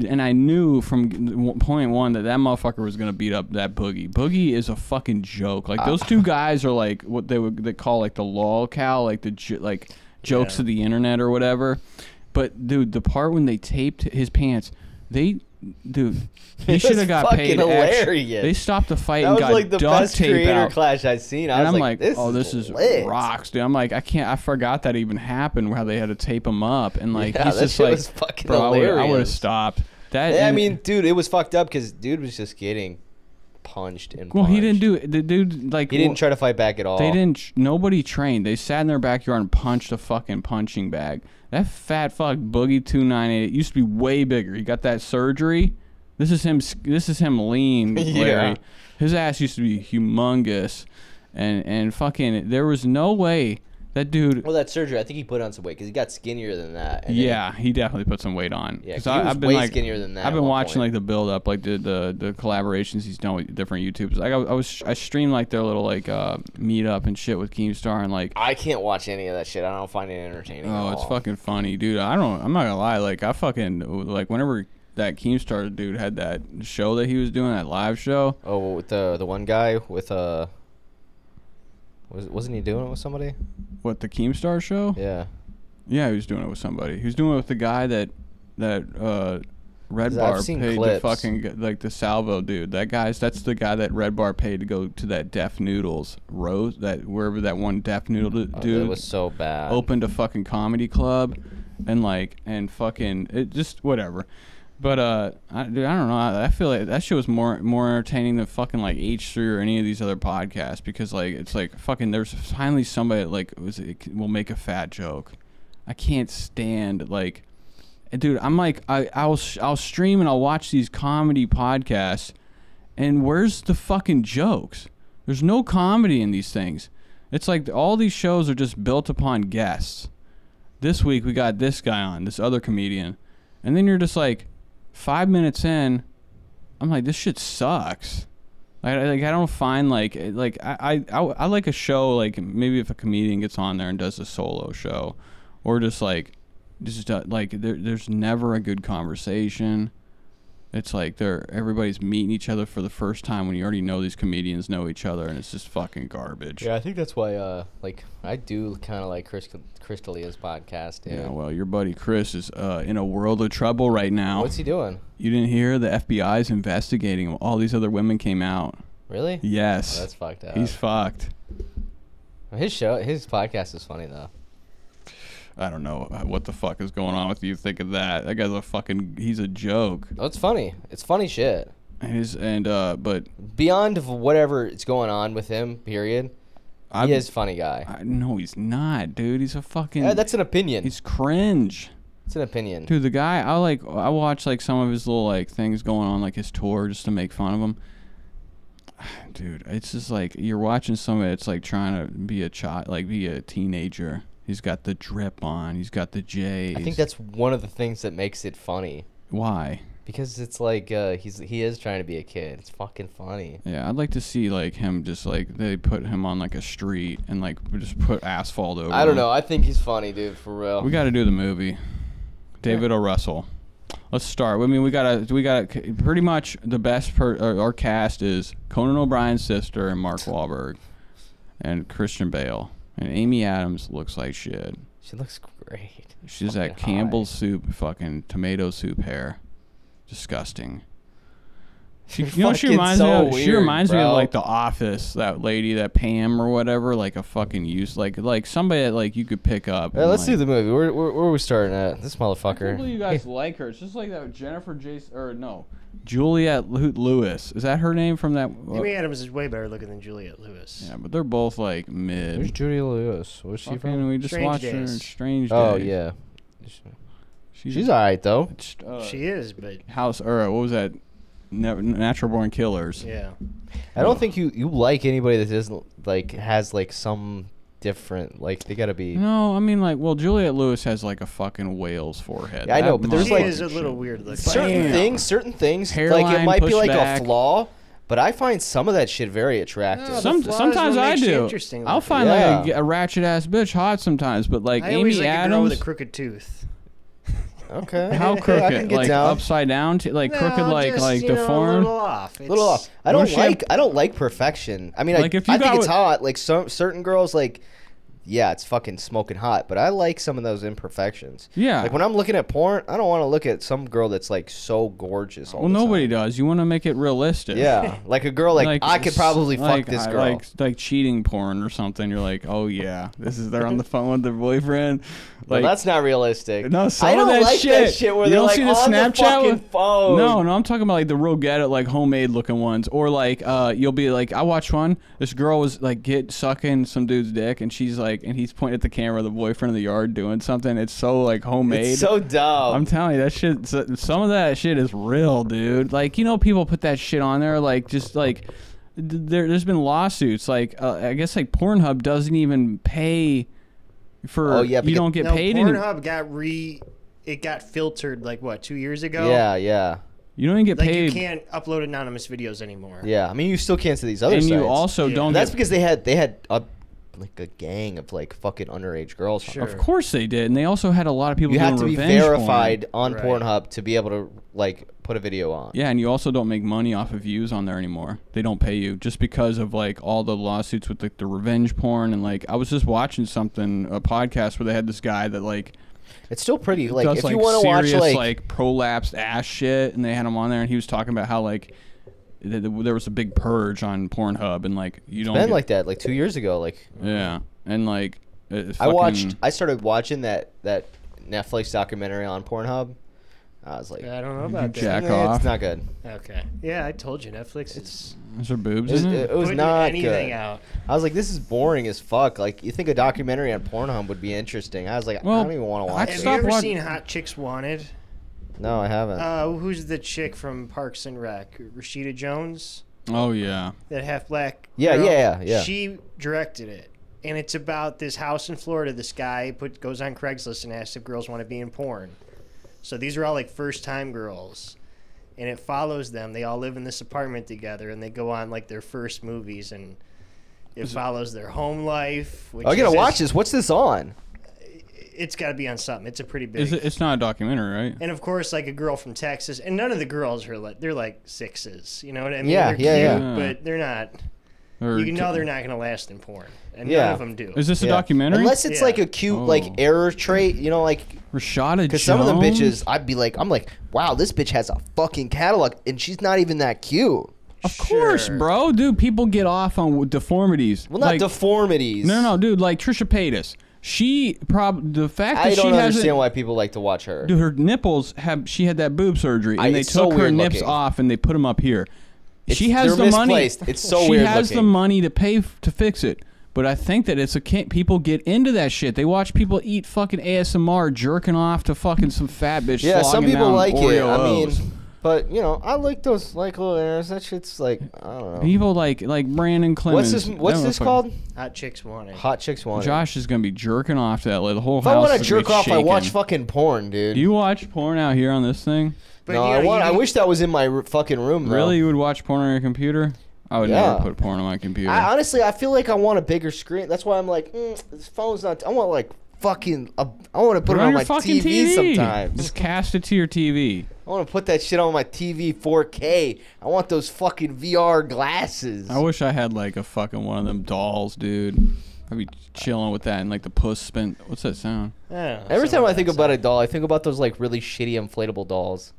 E: And I knew from g- point one that that motherfucker was gonna beat up that boogie. Boogie is a fucking joke. Like those two guys are like what they would they call like the lol cow, like the j- like jokes of the internet or whatever. But dude, the part when they taped his pants, they
F: [LAUGHS]
E: dude, he
F: It
E: should
F: was
E: have got
F: fucking
E: paid. extra.
F: hilarious.
E: They stopped the fight
F: That
E: and
F: was
E: got
F: like the
E: duct
F: best
E: tape
F: creator
E: out.
F: clash I've seen. I
E: and
F: was
E: I'm
F: like,
E: like,
F: this
E: oh,
F: is
E: this is
F: lit.
E: rocks, dude. I'm like, I can't, I forgot that even happened. How they had to tape him up, and like,
F: Yeah,
E: he's
F: that
E: just
F: shit
E: like,
F: was fucking
E: bro, I would've- I would have
F: hilarious."
E: stopped. That,
F: Yeah, I
E: and-
F: mean, dude, it was fucked up because dude was just getting punched and.
E: Well, he didn't
F: punched.
E: do the dude like
F: He didn't
E: well,
F: try to fight back at all.
E: They didn't. tr- Nobody trained. They sat in their backyard and punched a fucking punching bag. That fat fuck boogie two nine eight used to be way bigger. He got that surgery. This is him. s- This is
F: [LAUGHS]
E: him lean.
F: Yeah.
E: Larry. His ass used to be humongous, and and fucking. There was no way that dude.
F: Well, that surgery, I think he put on some weight because he got skinnier than that. and then
E: Yeah, he definitely put some weight on.
F: Yeah, 'cause
E: 'Cause
F: he
E: I-
F: was
E: I've been
F: way
E: like,
F: skinnier than that
E: I've
F: at
E: been
F: one
E: watching
F: point.
E: like the build up, like the, the the collaborations he's done with different YouTubers. Like I, I was I streamed like their little like uh meet up and shit with Keemstar and like
F: I can't watch any of that shit. I don't find it entertaining.
E: oh
F: at
E: it's
F: all.
E: fucking funny, dude. I don't I'm not gonna lie, like I fucking like whenever that Keemstar dude had that show that he was doing that live show.
F: Oh, with the the one guy with uh, was wasn't he doing it with somebody?
E: What the Keemstar show?
F: Yeah.
E: Yeah, he was doing it with somebody. He was doing it with the guy that that uh, Red
F: 'Cause I've
E: Bar
F: seen
E: paid to
F: clips.
E: fucking g- like the Salvo dude. That guy's that's the guy that Red Bar paid to go to that Deaf Noodles Rose that wherever that one Deaf Noodle d-
F: Oh,
E: dude
F: that was so bad.
E: opened a fucking comedy club, and like and fucking it just whatever. But uh, I, dude, I don't know. I, I feel like that shit was more more entertaining than fucking like H three or any of these other podcasts because like it's like fucking there's finally somebody that, like was it will make a fat joke. I can't stand like, eh, dude. I'm like I I'll s- I'll stream and I'll watch these comedy podcasts, and where's the fucking jokes? There's no comedy in these things. It's like all these shows are just built upon guests. This week we got this guy on, this other comedian. And then you're just like, five minutes in, I'm like, this shit sucks. Like, I, like I don't find like it- like I, I, I I like a show like maybe if a comedian gets on there and does a solo show, or just like just uh, like there, there's never a good conversation. It's like they're everybody's meeting each other for the first time when you already know these comedians know each other and it's just fucking garbage.
F: Yeah, I think that's why. Uh, like I do kind of like Chris Chris D'Elia's podcast. Dude.
E: Yeah, well, your buddy Chris is uh, in a world of trouble right now.
F: What's he doing?
E: you didn't hear the FBI's investigating him. All these other women came out.
F: Really?
E: Yes,
F: Oh, that's fucked up.
E: he's fucked.
F: His show, his podcast is funny though.
E: I don't know uh, what the fuck is going on with you. Think of that. That guy's a fucking. He's a joke.
F: Oh, it's funny. It's funny shit.
E: And He's and uh, but
F: Beyond of whatever is going on with him, period.
E: I,
F: he is a funny guy.
E: I no, he's not, dude. He's a fucking.
F: Yeah, that's an opinion.
E: he's cringe.
F: It's an opinion.
E: Dude, the guy, I like, I watch like some of his little like things going on, like his tour, just to make fun of him. [SIGHS] Dude, it's just like you're watching some of it, it's like trying to be a child, like be a teenager. He's got the drip on. He's got the J's.
F: I think that's one of the things that makes it funny
E: why.
F: because it's like uh, he's he is trying to be a kid. It's fucking funny.
E: Yeah, I'd like to see like him just like they put him on like a street and like just put asphalt over.
F: I don't
E: him.
F: know. I think he's funny, dude, for real.
E: We got to do the movie. David O. Russell. Let's start. I mean, we got to we got to pretty much the best per uh, our, our cast is Conan O'Brien's sister and Mark Wahlberg, and Christian Bale and Amy Adams looks like shit.
F: she looks great.
E: She's
F: Fucking
E: that
F: hot.
E: Campbell's soup, fucking tomato soup hair, disgusting. She, you know, what she
F: Fucking
E: reminds
F: so
E: me. Of, she
F: weird,
E: reminds me of
F: bro.
E: like The Office, that lady, that Pam or whatever, like a fucking use, like like somebody that like you could pick up.
F: All right,
E: and,
F: let's
E: like-
F: do the movie. Where, where, where are we starting at? This
E: can't believe
F: motherfucker.
E: you guys like her. It's just like that Jennifer Jason or no, Juliette Lu- Lewis. Is that her name from that?
G: Amy Adams is way better looking than Juliet Lewis.
E: yeah, but they're both like mid.
F: Where's Judy Lewis? Where's she
E: Fucking,
F: from?
E: we just
G: Strange
E: watched her in
G: Days.
E: Strange Days.
F: Oh yeah,
E: she's,
F: she's all right though.
E: a uh,
G: She is, but
E: house or uh, what was that? Ne- Natural Born Killers.
G: yeah.
F: I don't think you you like anybody that isn't like has like some different like they gotta be.
E: No, I mean like, well, Juliette Lewis has like a fucking whale's forehead.
F: Yeah, I know, but there's,
G: She
F: like-
G: is a little weird looking.
F: certain
E: Bam.
F: things, certain things, like
E: Hairline
F: it might be like
E: pushback.
F: a flaw, but I find some of that shit very attractive.
G: Some-
E: Some,
G: flaws
E: sometimes
G: what
E: I
G: makes you
E: do.
G: interesting
E: I'll
G: looking.
E: find like
F: Yeah.
E: a, ratchet ass bitch hot sometimes, but like
G: I always
E: Amy
G: like a girl
E: Adams
G: with a crooked tooth.
F: okay, [LAUGHS] I
E: How
F: can
E: crooked?
F: get
E: Like
F: down.
E: upside down? T- like crooked?
G: No,
E: Like
G: just,
E: like
G: you know, a
E: deformed?
G: little off. It's,
F: little off. I don't
E: Once you have-
F: like. I don't like perfection. I mean,
E: Like,
F: I,
E: if you
F: I think
E: got
F: it's
E: what-
F: hot. Like some certain girls, like yeah, it's fucking smoking hot. But I like some of those imperfections.
E: Yeah.
F: Like when I'm looking at porn, I don't want to look at some girl that's like so gorgeous. All
E: well,
F: the time.
E: nobody does. You want to make it realistic. [LAUGHS]
F: Yeah, like a girl like, I could
E: s-
F: probably fuck
E: like,
F: this
E: I-
F: girl.
E: Like like cheating porn or something. You're like, oh yeah, this is they're on the phone with their boyfriend.
F: Well,
E: Like
F: that's not realistic.
E: no, some
F: I
E: of
F: don't
E: that
F: like
E: shit.
F: that shit where
E: you
F: they're
E: don't
F: like
E: see the
F: on
E: Snapchat
F: the fucking
E: with-
F: phone.
E: No, no, I'm talking about like the real get it, like homemade looking ones, or like uh, you'll be like, I watched one. This girl was like get sucking some dude's dick, and she's like, and he's pointing at the camera, the boyfriend in the yard doing something. It's so like homemade.
F: it's so dumb.
E: I'm telling you, that shit. so- Some of that shit is real, dude. Like you know, people put that shit on there, like just like th- there, there's been lawsuits. Like uh, I guess like Pornhub doesn't even pay for.
F: Oh, yeah,
E: you
F: because-
E: don't get
G: No,
E: paid. Any,
G: Pornhub got re. It got filtered like what two years ago.
F: yeah, yeah,
E: you don't even get
G: Like you
E: paid,
G: can't upload anonymous videos anymore.
F: yeah. I mean, you still can't see these other.
E: and you
F: sites.
E: also
G: Yeah.
E: don't.
F: That's
E: get,
F: because they had they had a like a gang of like fucking underage girls. on
G: Sure.
E: of course they did, and they also had a lot of people.
F: You have
E: doing
F: to be
E: revenge porn.
F: verified on
G: Right.
F: Pornhub to be able to like put a video on.
E: Yeah, and you also don't make money off of views on there anymore. They don't pay you just because of like all the lawsuits with like the revenge porn and like I was just watching something a podcast where they had this guy that like
F: It's still pretty. Like
E: does
F: if
E: like
F: you want to watch
E: serious
F: like,
E: like, prolapsed ass shit, and they had him on there, and he was talking about how like th- th- there was a big purge on Pornhub, and like you don't
F: been
E: get-
F: like that like two years ago. Like
E: yeah, and like it
F: I watched.
E: fucking-
F: I started watching that that Netflix documentary on Pornhub. I was like,
G: I don't know about that.
E: jack
F: "Eh,
E: off.
F: it's not good.
G: Okay. Yeah, I told you Netflix is
E: Is there
F: It
E: boobs
F: was,
E: in
F: it,
E: it?
F: was
G: putting
F: not
G: anything
F: good.
G: out.
F: I was like, this is boring as fuck. Like you think a documentary on Pornhub would be interesting? I was like,
E: Well,
F: I don't even want
E: I
F: to watch.
G: Have
F: it.
E: Stop
G: you ever
E: watch-
G: seen Hot Chicks Wanted?
F: No, I haven't.
G: Uh, who's the chick from Parks and Rec? Rashida Jones,
E: oh yeah,
G: that half black.
F: Yeah,
G: girl?
F: yeah, yeah, yeah.
G: She directed it, and it's about this house in Florida. This guy put goes on Craigslist and asks if girls want to be in porn. So these are all like first time girls, and it follows them. They all live in this apartment together, and they go on like their first movies, and it follows their home life. Which
F: Oh, I gotta
G: is-
F: watch this. What's this on?
G: It's got to be on something. It's a pretty big.
E: is it, it's not a documentary, right?
G: and of course like a girl from Texas, and none of the girls are like they're like sixes. You know what I mean?
F: Yeah,
G: they're
F: yeah,
G: cute,
E: yeah.
G: But they're not.
E: Or
G: You know
E: d-
G: they're not going to last in porn, and none
F: Yeah.
G: of them do.
E: Is this a
F: Yeah.
E: documentary?
F: Unless it's
G: Yeah.
F: like a cute
E: Oh.
F: like error trait, you know, like
E: Rashada Jones.
F: Because some of them bitches, I'd be like, I'm like, wow, this bitch has a fucking catalog, and she's not even that cute.
E: Of course,
G: Sure.
E: bro. Dude, people get off on w- deformities.
F: Well, not
E: like,
F: deformities.
E: No, no, dude. Like Trisha Paytas. She prob the fact that
F: I don't
E: she
F: understand
E: hasn't.
F: why people like to watch her.
E: Dude, her nipples have. She had that boob surgery, and
F: I-
E: they took
F: it's so
E: her
F: weird
E: nips
F: looking.
E: off and they put them up here.
F: It's-
E: she has
F: they're
E: the money.
F: misplaced. It's so
E: she
F: weird
E: has the
F: looking.
E: money to pay f- to fix it, But I think that it's a can people get into that shit. They watch people eat fucking ASMR, jerking off to fucking some fat bitch.
F: Yeah, some
E: slogging
F: people
E: down
F: like it.
E: Oreo
F: I mean,
E: O's.
F: but you know, I like those like little errors. That shit's like I don't know.
E: people like like Brandon
F: What's
E: Clemens.
F: this? What's
E: That
F: this
E: motherfucker-
F: called?
G: Hot chicks want it.
F: Hot chicks want. It.
E: Josh is gonna be jerking off to that. like, The whole
F: If
E: house.
F: I want
E: is
F: to
E: gonna be
F: jerk off, I watch
E: shaking.
F: fucking porn, dude.
E: Do you watch porn out here on this thing?
G: But
F: no,
G: you know,
F: I want.
G: you
F: I
G: need-
F: wish that was in my r- fucking room. though.
E: Really, you would watch porn on your computer? I would
F: Yeah.
E: never put porn on my computer.
F: I honestly, I feel like I want a bigger screen. That's why I'm like, mm, this phone's not. I want like fucking. A, I want to put,
E: Put
F: it
E: on
F: on
E: your
F: my
E: fucking
F: TV,
E: TV.
F: sometimes.
E: Just cast it to your TV.
F: I want to put that shit on my TV 4K. I want those fucking VR glasses.
E: I wish I had like a fucking one of them dolls, dude. I'd be chilling with that and like the puss spin. What's that sound?
G: Yeah,
F: Every
G: something
F: time I
G: like
F: think
G: that.
F: about a doll, I think about those like really shitty inflatable dolls.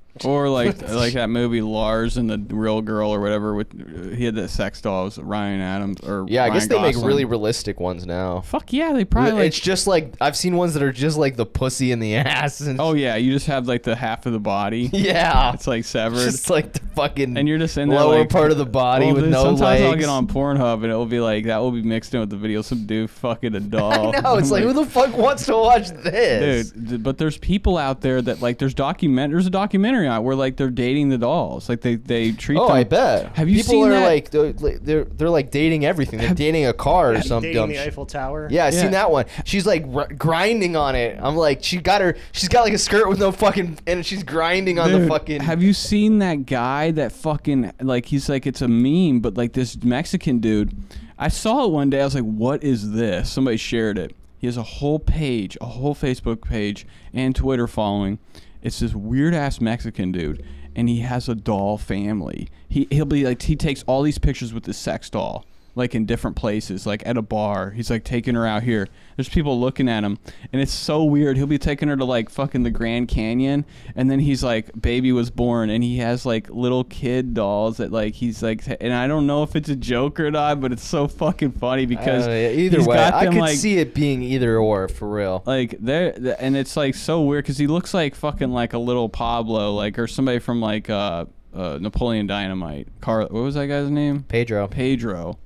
F: [LAUGHS]
E: Or like like that movie Lars and the Real Girl or whatever. With he had that sex doll. It was Ryan Adams or
F: Yeah, I guess
E: Ryan
F: they make
E: Gosling.
F: really realistic ones now.
E: Fuck yeah, they probably like.
F: it's just like I've seen ones that are just like the pussy in the [LAUGHS] ass. And
E: oh yeah, you just have like the half of the body.
F: [LAUGHS] yeah,
E: It's like severed.
F: just like the fucking
E: and you're just in there
F: lower
E: like,
F: part of the body
E: Well,
F: with
E: dude,
F: no
E: sometimes
F: legs.
E: I'll get on Pornhub and it'll be like that will be mixed in with the video. Some dude fucking a doll.
F: [LAUGHS] I know. It's like,
E: I'm
F: who the fuck wants to watch this?
E: Dude, th- but there's people out there that like there's document there's a documentary out where like they're dating the dolls. Like they they treat
F: Oh,
E: them.
F: I bet.
E: Have you
F: People
E: seen
F: are
E: that?
F: like they're, they're they're like dating everything. They're dating a car or some
G: dating
F: dumb.
G: the
F: shit.
G: Eiffel Tower.
F: Yeah, I
E: Yeah.
F: seen that one. She's like r- grinding on it. I'm like, she got her. She's got like a skirt with no fucking, and she's grinding on the
E: Dude,
F: fucking.
E: Have you seen that guy that fucking like he's like it's a meme, but like this Mexican dude. I saw it one day. I was like, "What is this?" Somebody shared it. He has a whole page, a whole Facebook page and Twitter following. It's this weird ass Mexican dude, and he has a doll family. He he'll be like he takes all these pictures with his sex doll like in different places, like at a bar. He's like taking her out here. There's people looking at him, and it's so weird. He'll be taking her to like fucking the Grand Canyon, and then he's like, "Baby was born," and he has like little kid dolls that like he's like, and I don't know if it's a joke or not, but it's so fucking funny because
F: Uh, either
E: he's
F: way,
E: got
F: I
E: them,
F: could
E: like,
F: see it being either or for real.
E: like there th- and it's like so weird because he looks like fucking like a little Pablo, like or somebody from like uh, uh Napoleon Dynamite. Carl, what was that guy's name?
F: Pedro.
E: Pedro,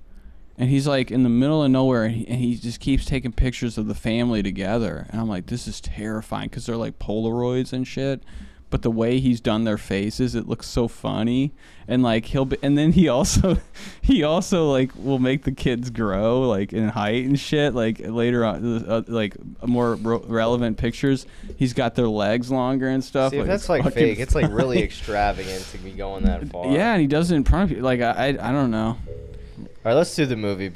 E: and he's like in the middle of nowhere, and he, and he just keeps taking pictures of the family together. And I'm like, this is terrifying because they're like Polaroids and shit. But the way he's done their faces, it looks so funny. And like he'll, be, and then he also, [LAUGHS] he also like will make the kids grow like in height and shit. Like later on, uh, like more ro- relevant pictures, he's got their legs longer and stuff.
F: See, if
E: it's
F: that's like
E: fucking
F: fake. It's like really
E: funny.
F: extravagant to be going that far.
E: [LAUGHS] Yeah, and he does it in front of you. Like I, I, I don't know.
F: All right, let's do the movie.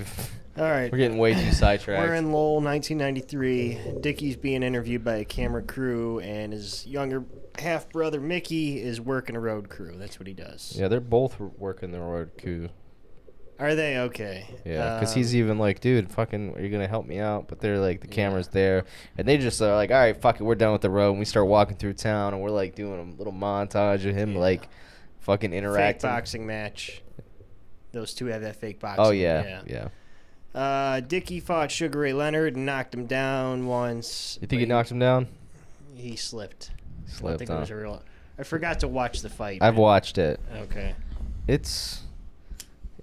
G: All right.
F: We're getting way too sidetracked.
G: We're in Lowell, 1993. Dickie's being interviewed by a camera crew, and his younger half brother Mickey is working a road crew. That's what he does.
F: yeah, they're both working the road coup.
G: Are they okay?
F: Yeah, because
G: Um,
F: he's even like, dude, fucking, are you gonna help me out? But they're like, the camera's there, and they just are like, all right, fuck it, we're done with the road. And we start walking through town, and we're like doing a little montage of him like, fucking
G: fake
F: interacting.
G: boxing match. Those two have that fake boxing.
F: oh yeah, yeah.
G: Uh, Dickie fought Sugar Ray Leonard and knocked him down once.
F: You think he
G: but
F: knocked him down?
G: He slipped. I don't
F: Slipped
G: think it was a
F: on.
G: real. I forgot to watch the fight.
F: uh, I've
G: but-
F: watched it.
G: Okay.
F: It's,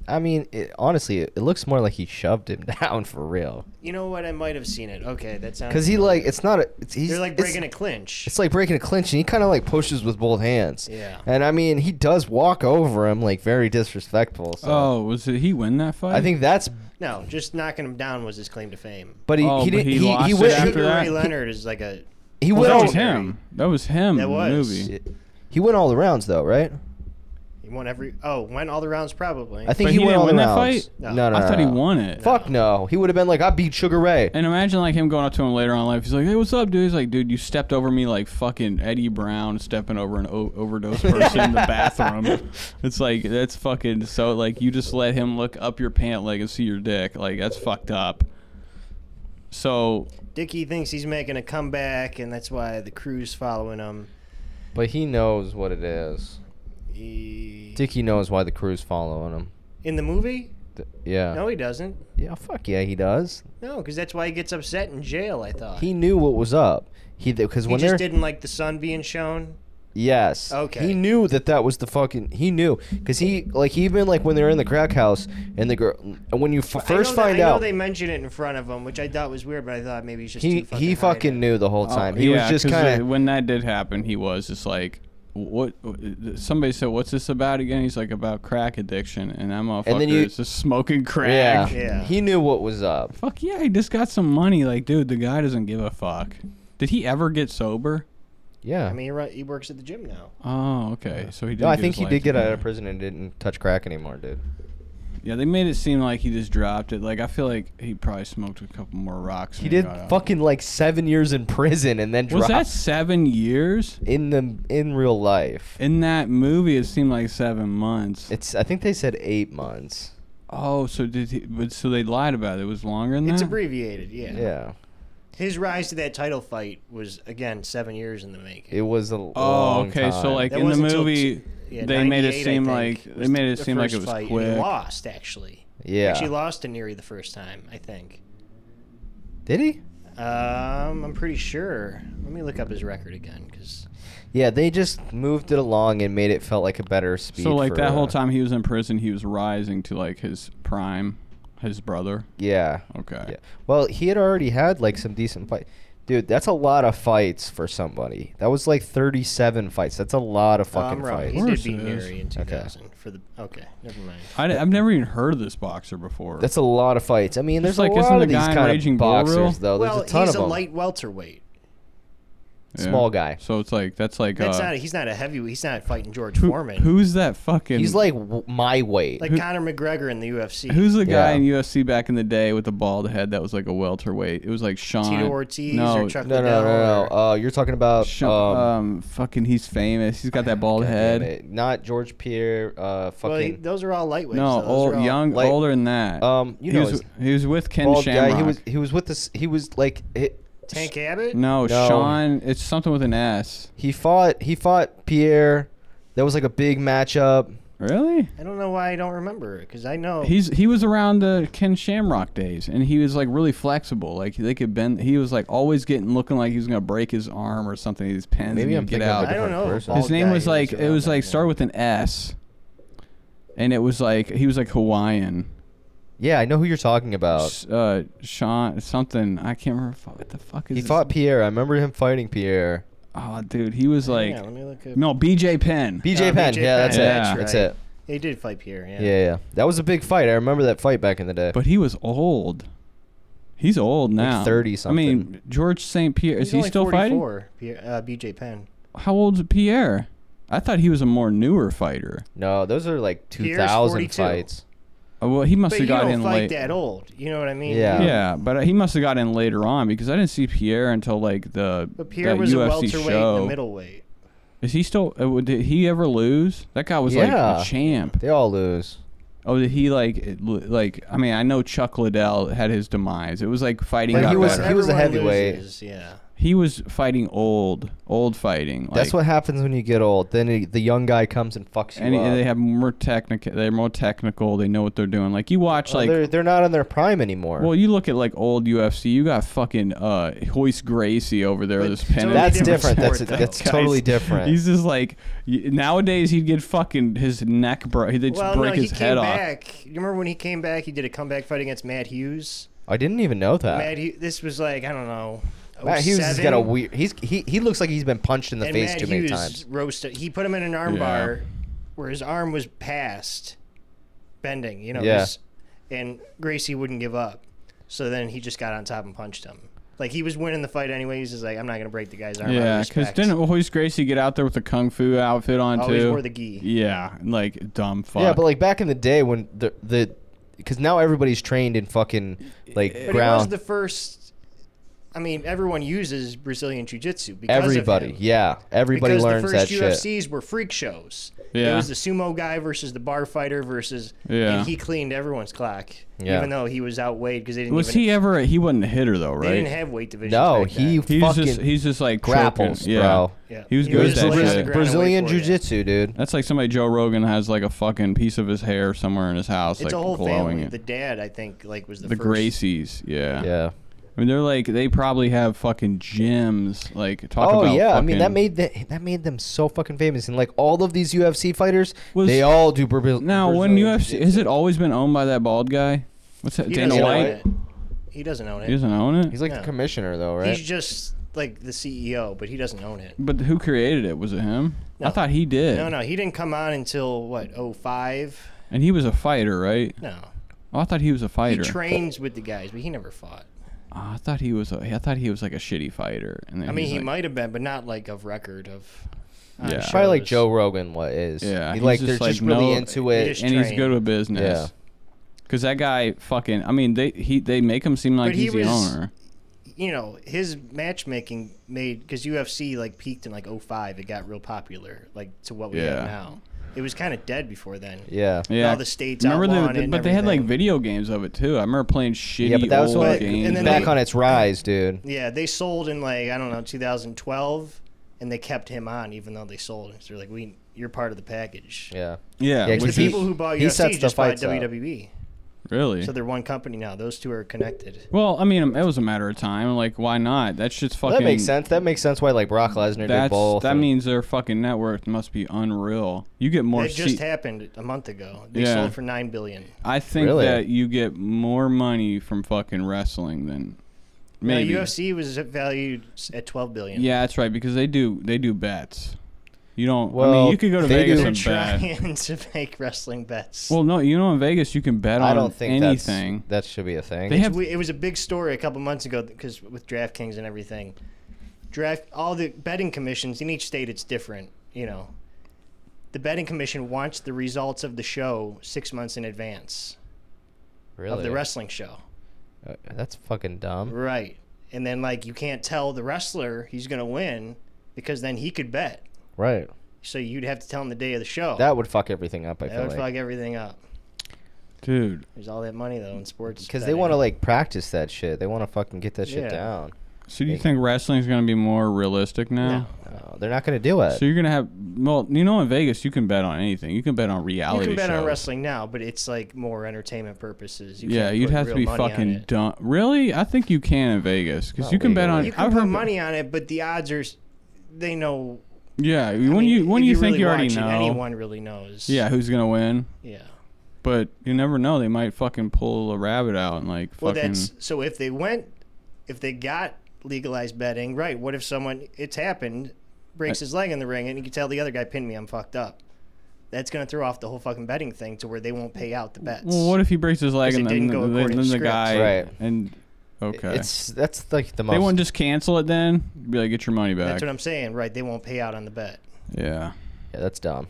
F: I mean, it, honestly, it, it looks more like he shoved him [LAUGHS] down for real.
G: You know what? I might have seen it. Okay, that sounds.
F: Cause he like, it's not a. It's, he's
G: they're like
F: it's-
G: breaking a clinch.
F: It's like breaking a clinch, and he kind of like pushes with both hands.
G: Yeah.
F: And I mean, he does walk over him like very disrespectful. So.
E: Oh, was it he win that fight?
F: I think that's.
G: No, just knocking him down was his claim to fame.
F: But he
E: Oh,
F: he
E: but
F: didn't. He,
E: he
F: he,
E: lost it
F: went.
E: after
G: Sugar
E: that?
G: Ray Leonard is like a
F: He, he
E: Well,
F: went.
E: that
F: all,
E: was him. That was him
G: That
E: in
G: was.
E: the movie.
F: He went all the rounds though, right?
G: he won every oh went all the rounds probably.
F: I think
E: But
F: he,
E: he
F: went
E: didn't
F: all the
E: win that
F: rounds.
E: fight?
F: No,
G: No.
F: no, no.
E: I thought he
F: no.
E: won it.
F: Fuck no. He would have been like, I beat Sugar Ray.
E: And imagine like him going up to him later on in life. He's like, "Hey, what's up, dude?" He's like, "Dude, you stepped over me like fucking Eddie Brown stepping over an o- overdose person in the bathroom." It's like that's fucking so like you just let him look up your pant leg and see your dick. Like that's fucked up. So
G: Dickie thinks he's making a comeback and that's why the crew's following him.
F: But he knows what it is.
G: He...
F: Dickie knows why the crew's following him.
G: In the movie?
F: Th- Yeah.
G: No, he doesn't.
F: Yeah. Fuck yeah, he does.
G: No, because that's why he gets upset in jail. I thought he,
F: He knew what was up. He because when
G: just
F: they're
G: didn't like the sun being shown.
F: Yes.
G: Okay.
F: He knew that that was the fucking. He knew because he like even like when they're in the crack house and the girl and when you f-
G: I know
F: first
G: that-
F: find
G: I know
F: out
G: they mentioned it in front of him, which I thought was weird, but I thought maybe he's just
F: he
G: too fucking
F: he
G: high
F: fucking
G: now.
F: knew the whole time. he
E: Oh, Yeah,
F: was just
E: 'cause, uh,
F: kind of
E: when that did happen, he was just like, "What?" uh, Somebody said, "What's this about again?" He's like, "About crack addiction," and that motherfucker
F: then you-
E: is just smoking
F: yeah.
E: crack.
G: Yeah.
F: He knew what was up.
E: Fuck yeah, he just got some money. Like, dude, the guy doesn't give a fuck. Did he ever get sober?
F: Yeah.
G: I mean, he, run, he works at the gym now.
E: Oh, okay. So he did.
F: no, I
E: get
F: think
E: his
F: he
E: life
F: did get out
E: together.
F: of prison and didn't touch crack anymore, dude.
E: Yeah, they made it seem like he just dropped it. Like I feel like he probably smoked a couple more rocks.
F: He
E: when
F: did
E: got out.
F: fucking like seven years in prison and then
E: Was
F: dropped
E: that seven years?
F: in the in real life.
E: In that movie, it seemed like seven months.
F: It's I think they said eight months.
E: oh, so did he? But so they lied about it. It was longer than
G: It's
E: that.
G: abbreviated, yeah.
F: Yeah,
G: His rise to that title fight was again seven years in the making.
F: it was a
E: oh,
F: long
E: okay.
F: time.
E: So like
G: That
E: in the
G: wasn't till
E: movie,
G: t- Yeah,
E: they made it
G: 98, I
E: seem
G: think,
E: like
G: was
E: they made it
G: the
E: seem like
G: first
E: it was
G: fight, and He
E: quick.
G: lost actually.
F: yeah,
G: Actually lost to Neri the first time, I think.
F: did he?
G: Um, I'm pretty sure. Let me look up his record again, because
F: Yeah, they just moved it along and made it felt like a better speed.
E: So like
F: for,
E: that whole
F: uh,
E: time he was in prison, he was rising to like his prime, his brother.
F: Yeah,
E: Okay.
F: yeah. Well, he had already had like some decent fight. Dude, that's a lot of fights for somebody. That was like 37 fights. That's a lot of fucking
G: I'm wrong.
F: fights.
G: He
E: Of course
G: did beat
E: it is.
G: Neri in
F: Okay.
G: 2000 for the. Okay, never mind.
E: I, have never even heard of this boxer before.
F: That's a lot of fights. I mean,
E: Just
F: there's
E: like,
F: a
E: isn't
F: lot
E: the
F: of these
E: guy in
F: kind
E: Raging
F: of
E: Bull
F: boxers,
E: real?
F: though. There's
G: well,
F: a ton
G: he's
F: of
G: a
F: them.
G: light welterweight.
E: Yeah.
F: small guy.
E: So it's like that's like
G: That's
E: uh,
G: not. He's not a heavyweight. He's not fighting George
E: who-
G: Foreman.
E: who's that fucking?
F: He's like w- my weight.
G: like Conor McGregor in the UFC.
E: Who's the guy
F: Yeah.
E: in UFC back in the day with the bald head that was like a welterweight? It was like Sean
G: Tito Ortiz
E: no,
G: or Chuck
F: no, no,
G: Liddell
F: no,
G: or-
F: no. Uh, you're talking about
E: Sean,
F: um,
E: um, fucking, he's famous. He's got that bald
F: damn
E: head.
F: it, not George Pierre. Uh, fucking.
G: well, he- those are all lightweights.
E: No,
G: though. Those are
E: old,
G: all-
E: young,
F: like-
E: older than that.
F: um, you
E: he
F: know
E: was,
F: his
E: he was with Ken
F: bald
E: Shamrock.
F: guy. He was he was with this. He was like he,
G: Tank Abbott.
E: no,
F: No.
E: Sean. It's something with an S.
F: he fought he fought Pierre. That was like a big matchup.
E: Really?
G: I don't know why I don't remember because I know
E: He's he was around the Ken Shamrock days, and he was like really flexible. Like they could bend. He was like always getting looking like he was gonna break his arm or something. These pins.
F: Maybe
E: and he'd
F: I'm
E: get
F: thinking of
E: out.
F: a
G: I don't
F: different
G: know.
F: person.
E: His
G: Bald
E: name
G: guy
E: was
G: who
E: like
G: was
E: it was
G: around
E: like
G: back
E: started with an S, and it was like he was like Hawaiian.
F: Yeah, I know who you're talking about.
E: S- Uh, Sean something I can't remember fu- what the fuck is.
F: He
E: his-
F: fought Pierre. I remember him fighting Pierre.
E: Oh, dude, he was like
G: yeah, let me look up. Oh,
E: no BJ Penn.
F: BJ
G: Uh,
F: Penn.
G: BJ
F: Yeah, that's
E: Penn.
F: it.
E: Yeah.
F: That's
G: Right.
F: it.
G: He did fight Pierre. Yeah.
F: Yeah, yeah. That was a big fight. I remember that fight back in the day.
E: but he was old. He's old now.
F: 30
E: I mean,
F: something.
E: George St. Pierre
G: He's
E: is he
G: only
E: still
G: 44, Pierre, uh, BJ
E: fighting?
G: Penn.
E: How old's Pierre? I thought he was a more newer fighter.
F: no, those are like
G: Pierre's
F: 2000
G: 42.
F: fights.
E: Oh, well, he must
G: But
E: have
G: you
E: got
G: don't
E: in
G: fight
E: late.
G: that old. You know what I mean?
F: Yeah.
G: You-
E: Yeah, but uh, he must have got in later on because I didn't see Pierre until like the
G: But Pierre
E: that
G: was a
E: UFC
G: welterweight
E: show.
G: and a middleweight.
E: Is he still? uh, w- Did he ever lose? That guy was like
F: Yeah.
E: a champ.
F: They all lose.
E: Oh, did he like it- like? I mean, I know Chuck Liddell had his demise. It was like fighting.
F: But
E: got
F: he was-
E: better.
F: he was a
G: Everyone
F: heavyweight.
G: loses, yeah.
E: he was fighting old, old fighting. Like,
F: That's what happens when you get old. Then he- the young guy comes and fucks you
E: And
F: up.
E: they have more technical. They're more technical. They know what they're doing. Like you watch
F: Well,
E: like.
F: they're they're not in their prime anymore.
E: well, you look at like old UFC. You got fucking uh, Hoist Gracie over there.
G: But
E: This
G: totally
E: pen.
F: that's different.
G: different
F: That's
G: sport, though.
F: that's
E: Guys,
F: totally different.
E: He's just like y- nowadays he'd get fucking his neck bro. He'd just
G: Well,
E: break
G: no,
E: his
G: he
E: head
G: came
E: off.
G: back. You remember when he came back? He did a comeback fight against Matt Hughes.
F: I didn't even know
E: Uh,
F: that.
G: Matt, Hughes, this was like I don't know.
F: Matt Hughes has
G: 07?
F: got a weird. He's he, he looks like he's been punched in the
G: and
F: face
G: Matt
F: too many
G: Hughes
F: times.
G: roasted. He put him in an armbar
E: Yeah.
G: where his arm was past bending. You know,
F: Yeah.
G: his- and Gracie wouldn't give up, so then he just got on top and punched him. Like he was winning the fight anyways. He's like, I'm not gonna break the guy's arm.
E: Yeah, because didn't Hoist Gracie get out there with the kung fu outfit on
G: always
E: too?
G: Oh, wore the gi.
E: yeah, like dumb fuck.
F: Yeah, but like back in the day when the the because now everybody's trained in fucking like
G: But he was
F: ground.
G: the first. I mean, everyone uses Brazilian jiu-jitsu because of
F: everybody,
G: him.
F: yeah, everybody
G: because
F: learns
G: the first
F: that
G: UFCs
F: shit.
G: were freak shows.
E: Yeah.
G: It was the sumo guy versus the bar fighter versus
E: Yeah.
G: and he cleaned everyone's clock.
F: Yeah.
G: Even though he was outweighed because they didn't
E: was
G: even,
E: he ever? He wasn't a hitter though,
G: they
E: right?
G: didn't have weight divisions.
F: No,
G: back
F: he
G: then.
E: he's
F: fucking
E: just he's just like choking.
F: grapples,
E: yeah.
F: bro.
G: Yeah.
E: He was
G: He
E: good
G: was
E: at
G: just
E: that
G: laying on the
E: shit.
G: ground.
F: Brazilian
G: wait for you.
F: jiu-jitsu, dude.
E: That's like somebody Joe Rogan has like a fucking piece of his hair somewhere in his house,
G: it's
E: like
G: a whole
E: glowing
G: family.
E: it.
G: The dad I think like was the,
E: The
G: first
E: Gracies, yeah.
F: Yeah.
E: I mean, they're like they probably have fucking gyms. Like talk
F: Oh
E: about.
F: yeah, I mean that
E: fucking-
F: made the, that made them so fucking famous, and like all of these UFC fighters,
E: Was-
F: they all do Brazil.
E: Now, when UFC has it always been owned by that bald guy? What's that?
G: He
E: Dana
G: doesn't own
E: White.
G: it. He doesn't own
E: He
G: it.
E: doesn't own it.
F: He's like
G: Yeah.
F: the commissioner though, right?
G: He's just like the CEO, but he doesn't own it.
E: But who created it? Was it him? I
G: No.
E: thought he did.
G: No, no, he didn't come on until what 05?
E: And he was a fighter, right?
G: No,
E: Oh, I thought he was a
G: he
E: fighter.
G: trains with the guys, but he never fought.
E: Oh, I thought he was. A, I thought he was like a shitty fighter. And then
G: I mean,
E: he's
G: he
E: like-
G: might have been, but not like of record of. on
E: Yeah.
F: Probably like
G: shows.
F: Joe Rogan what is.
E: Yeah,
F: He
E: he's
F: like
E: just
F: they're
E: like,
F: just really
E: no-
F: into
G: He
F: it.
G: just
E: And he's
G: trained.
E: good with business.
F: Yeah.
E: Cause that guy, fucking. I mean, they he they make him seem like
G: But he
E: he's the
G: was-
E: owner.
G: You know, his matchmaking made because UFC like peaked in like 05. It got real popular, like to what we
E: Yeah.
G: have now. It was kind of dead before then.
F: Yeah.
E: Yeah.
G: all the states
E: Remember
G: outlawed
E: the,
G: it and
E: But they had like
G: everything.
E: video games of it too. I remember playing shitty
F: Yeah, but that was
E: old
F: when
G: like-
E: games.
G: and then
F: back
G: they-
F: on its rise, dude.
G: Yeah, they sold in like I don't know 2012, and they kept him on even though they sold. So they're like, we, you're part of the package.
F: Yeah.
E: yeah,
F: Yeah,
E: which
G: The
E: is-
F: he-
G: people who bought
F: he sets
G: UFC
F: the
G: just bought
F: fights up.
G: WWE,
E: really.
G: so they're one company now. Those two are connected.
E: well, I mean, it was a matter of time. Like, why not? That shit's fucking.
F: that makes sense. That makes sense why like Brock Lesnar did
E: That's,
F: both.
E: that
F: and-
E: means their fucking net worth must be unreal. You get more.
G: It just
E: seat-
G: happened a month ago. They
E: Yeah.
G: sold for nine billion.
E: I think
F: Really?
E: that you get more money from fucking wrestling than
G: No,
E: maybe.
G: UFC was valued s- at twelve billion.
E: Yeah, that's right because they do they do bets. You don't. I mean,
F: Well,
E: you could go to
F: they
E: Vegas
F: do-
G: they're
E: and bet.
G: [LAUGHS] trying [LAUGHS] to make wrestling bets.
E: Well, no, you know in Vegas you can bet
F: I
E: on
F: don't think
E: anything.
F: that's that should be a thing.
E: They have
G: we, it was a big story a couple months ago because with DraftKings and everything, draft all the betting commissions in each state it's different. You know, the betting commission wants the results of the show six months in advance
F: really?
G: of the wrestling show,
F: Uh, That's fucking dumb.
G: right? And then like you can't tell the wrestler he's gonna win because then he could bet.
F: Right.
G: So you'd have to tell him the day of the show.
F: That would fuck everything up. I
G: That
F: feel
G: would
F: like.
G: fuck everything up.
E: dude.
G: There's all that money though in sports
F: because they
G: betting.
F: want to like practice that shit. They want to fucking get that shit
G: Yeah.
F: down.
E: So do you think wrestling's gonna be more realistic now?
F: No, they're not gonna do it.
E: So you're gonna have well, you know, in Vegas you can bet on anything. You can bet on
G: You
E: reality
G: can bet
E: shows.
G: on wrestling now, but it's like more entertainment purposes. You
E: Yeah,
G: can't
E: you'd
G: put
E: have to
G: real
E: be
G: money on
E: fucking
G: it.
E: dumb. Really, I think you can in Vegas because
F: Not
E: you can bet on.
F: legally.
G: You can
E: I've
G: put
E: heard
G: money on it, but the odds are, s- they know.
E: Yeah, when
G: I mean,
E: you when
G: if
E: you, think
G: really
E: you already
G: watch it,
E: know,
G: anyone really knows.
E: yeah, who's gonna win?
G: yeah.
E: But you never know. They might fucking pull a rabbit out and like
G: Well,
E: fucking.
G: that's so. If they went, if they got legalized betting, right? What if someone? It's happened, breaks his leg in the ring, and you can tell the other guy pinned me. I'm fucked up. That's gonna throw off the whole fucking betting thing to where they won't pay out the bets.
E: well, what if he breaks his leg
G: 'Cause
E: and
G: it
E: then,
G: didn't go
E: then-
G: according
E: then
G: to
E: the
G: script.
E: guy
F: Right.
E: and okay,
F: It's that's like the most.
E: they won't just cancel it then. Be like, get your money back.
G: That's what I'm saying, right? They won't pay out on the bet.
E: yeah,
F: yeah, that's dumb.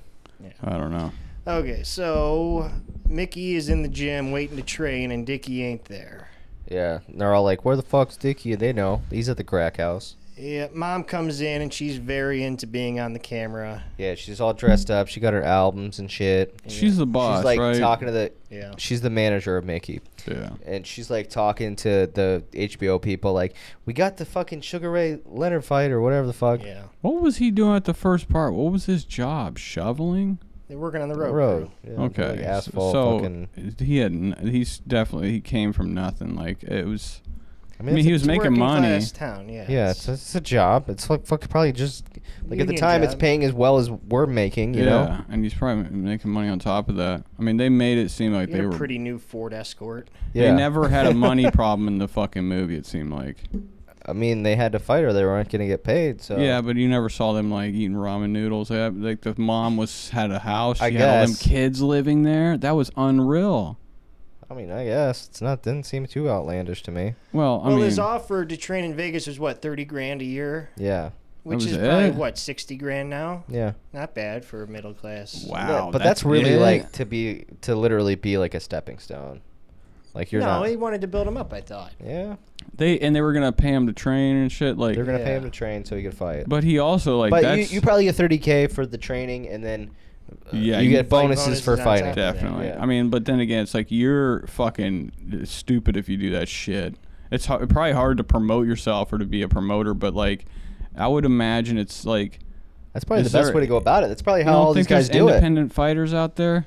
E: I don't know.
G: Okay, so Mickey is in the gym waiting to train, and Dickie ain't there.
F: Yeah, and they're all like, "Where the fuck's Dickie?" And they know he's at the crack house.
G: Yeah, mom comes in and she's very into being on the camera.
F: Yeah, she's all dressed up. She got her albums and shit.
E: She's the boss,
F: she's like
E: right?
F: talking to the.
G: Yeah.
F: She's the manager of Mickey,
E: yeah,
F: and she's like talking to the HBO people, like, "We got the fucking Sugar Ray Leonard fight or whatever the fuck."
G: Yeah.
E: what was he doing at the first part? What was his job? Shoveling.
G: They're working on the road.
F: road.
G: road.
F: Yeah,
E: Okay,
F: like
E: s-
F: asphalt.
E: so
F: fucking,
E: he had n- he's definitely he came from nothing. Like it was.
F: I
E: I mean,
F: it's
E: he
F: a-
E: was making money.
G: town, yeah.
F: Yeah, it's, it's a job. It's like fuck, probably just like at the
G: Union
F: time, it's
G: job.
F: paying as well as we're making. You
E: yeah,
F: know.
E: and he's probably making money on top of that. I mean, they made it seem like
G: You
E: they
G: had a
E: were
G: pretty new Ford Escort.
E: They never had
F: [LAUGHS]
E: a money problem in the fucking movie. It seemed like.
F: I mean, they had to fight or they weren't gonna get paid. So
E: Yeah, but you never saw them like eating ramen noodles. They had- Like the mom was had a house. She
F: I
E: had all them
F: guess.
E: kids living there. That was unreal.
F: I mean, I guess it's not. Didn't seem too outlandish to me.
E: Well, I
G: well,
E: mean,
G: his offer to train in Vegas was what thirty grand a year,
F: Yeah,
G: which
E: was
G: is probably
E: it?
G: what sixty grand now.
F: yeah.
G: Not bad for a middle class.
E: wow.
F: but that's, really
E: it?
F: like to be to literally be like a stepping stone. Like you're
G: no,
F: not.
G: he wanted to build him up. I thought.
F: Yeah,
E: they and they were gonna pay him to train and shit. Like,
F: they're gonna pay
G: Yeah.
F: him to train so he could fight.
E: but he also like
F: But you,
E: that's
F: you probably get 30k for the training and then uh,
E: Yeah,
F: you,
E: you-
F: get
E: Like
F: bonuses,
G: bonuses
F: for
G: on top
F: fighting.
G: of that.
E: definitely.
F: Yeah.
E: I mean, but then again, it's like you're fucking stupid if you do that shit. It's ho- probably hard to promote yourself or to be a promoter, but like, I would imagine it's like
F: That's probably
E: Is
F: the best
E: there-
F: way to go about it. That's probably
E: I
F: how
E: don't
F: all these
E: think
F: guys
E: there's
F: do it.
E: independent fighters out there.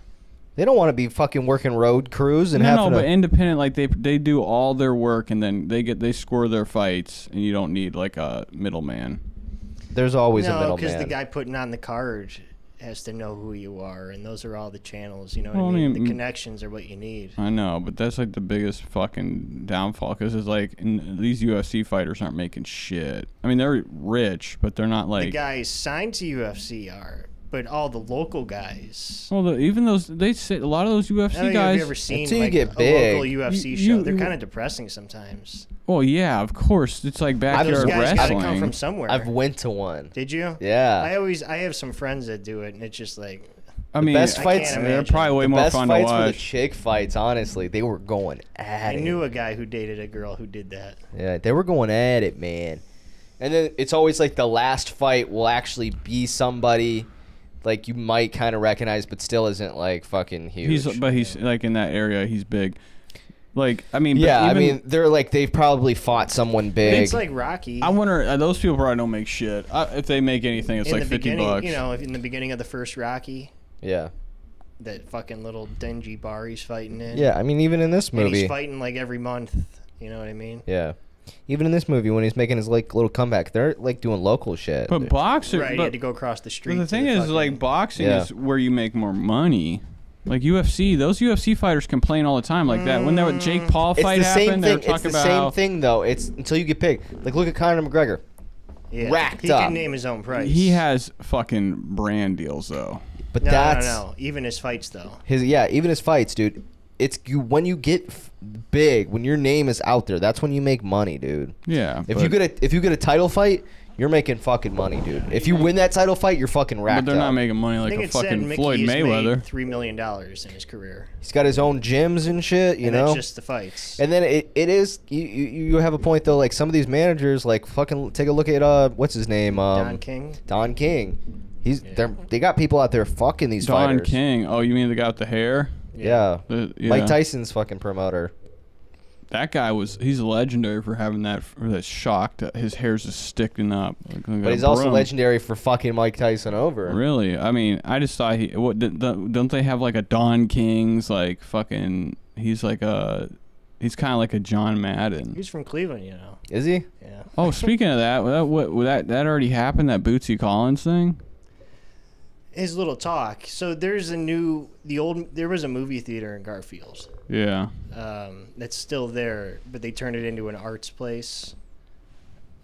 F: They don't want to be fucking working road crews and
E: No, no,
F: having
E: but
F: to.
E: independent, like they they do all their work and then they get they score their fights, and you don't need like a middleman.
F: there's always a
G: No, because
F: middleman.
G: the guy putting on the card has to know who you are, and those are all the channels. You know what
E: Well, I
G: I mean?
E: mean, mm.
G: The connections are what you need.
E: I know, but that's like the biggest fucking downfall because it's like n these UFC fighters aren't making shit. I mean, they're rich, but they're not
G: The
E: like.
G: guys signed to UFC are, but all the local guys.
E: Well, the, even those they say a lot of those
G: I
E: UFC
G: don't know if
E: guys.
G: you've ever seen
F: Until you
G: like,
F: get
G: a
F: big,
G: local UFC
E: you-
G: show.
E: you-
G: They're kind of depressing sometimes.
E: Well, yeah, of course, it's like
G: Those
E: backyard
G: guys got to come
E: wrestling.
G: from somewhere.
F: I've went to one.
G: Did you?
F: Yeah.
G: I always I have some friends that do it, and it's just like
E: I mean,
F: best
E: I-
F: fights-
E: they're probably way
F: the
E: more
F: best
E: fun to
F: fights were the
E: watch.
F: chick fights. Honestly, they were going
G: I
F: at it.
G: knew a guy who dated a girl who did that.
F: Yeah, they were going at it, man. And then it's always like the last fight will actually be somebody like you might kind of recognize, but still isn't like fucking huge.
E: He's but he's like in that area, he's big. Like I mean, but
F: yeah, I
E: even-
F: mean they're like they've probably fought someone big.
G: It's like Rocky.
E: I wonder uh, those people probably don't make shit. Uh, if they make anything, it's
G: in
E: like
G: the
E: fifty
G: beginning,
E: bucks.
G: you know, in the beginning of the first Rocky,
F: yeah,
G: that fucking little dingy bar he's fighting in.
F: yeah. I mean even in this
G: And
F: movie,
G: he's fighting like every month. You know what I mean?
F: yeah, even in this movie when he's making his like little comeback, they're like doing local shit.
E: but boxing,
G: right. he
E: but,
G: had to go across the
E: but
G: street.
E: the
G: to
E: thing is, like
G: fucking-
E: boxing
F: Yeah.
E: is where you make more money. Like UFC, those UFC fighters complain all the time like that. When
G: Mm.
E: that Jake Paul
F: it's
E: fight
F: the
E: happened,
F: same
E: they were
F: thing.
E: talking
F: It's the
E: about how
F: same thing though. It's until you get big. Like look at Conor McGregor.
G: yeah,
F: racked
G: he
F: up.
G: can name his own price.
E: he has fucking brand deals though.
F: But
G: No,
F: that's
G: no, no. Even his fights, though.
F: His yeah, even his fights, dude. It's you when you get f- big, when your name is out there, that's when you make money, dude.
E: Yeah,
F: If
E: but,
F: you get a if you get a title fight, you're making fucking money, dude. If you win that title fight, you're fucking racked
E: but they're not
F: up.
E: making money
G: I
E: like
G: think
E: a
G: it said
E: fucking
G: Mickey
E: Floyd
G: has made
E: Mayweather.
G: three million dollars in his career.
F: He's got his own gyms and shit, you
G: and
F: know.
G: that's just the fights.
F: and then it, it is you, you you have a point though. Like some of these managers, like fucking take a look at uh what's his name um
G: Don King.
F: Don King. He's they're they got people out there fucking these
E: Don
F: fighters.
E: King. Oh, you mean the guy with the hair?
F: Yeah.
E: The- yeah.
F: Mike Tyson's fucking promoter.
E: That guy was he's legendary for having that for that shock that his hair's just sticking up. like- like a
F: But he's also
E: broom.
F: legendary for fucking Mike Tyson over.
E: Really? I mean, I just thought he what the, the, don't they have like a Don King's like fucking he's like a he's kind of like a John Madden.
G: He's from Cleveland, you know.
F: Is he?
G: Yeah.
E: Oh, speaking of that, that what that that already happened that Bootsy Collins thing?
G: His little talk. So there's a new, the old, there was a movie theater in Garfield
E: Yeah.
G: um, that's still there, but they turned it into an arts place.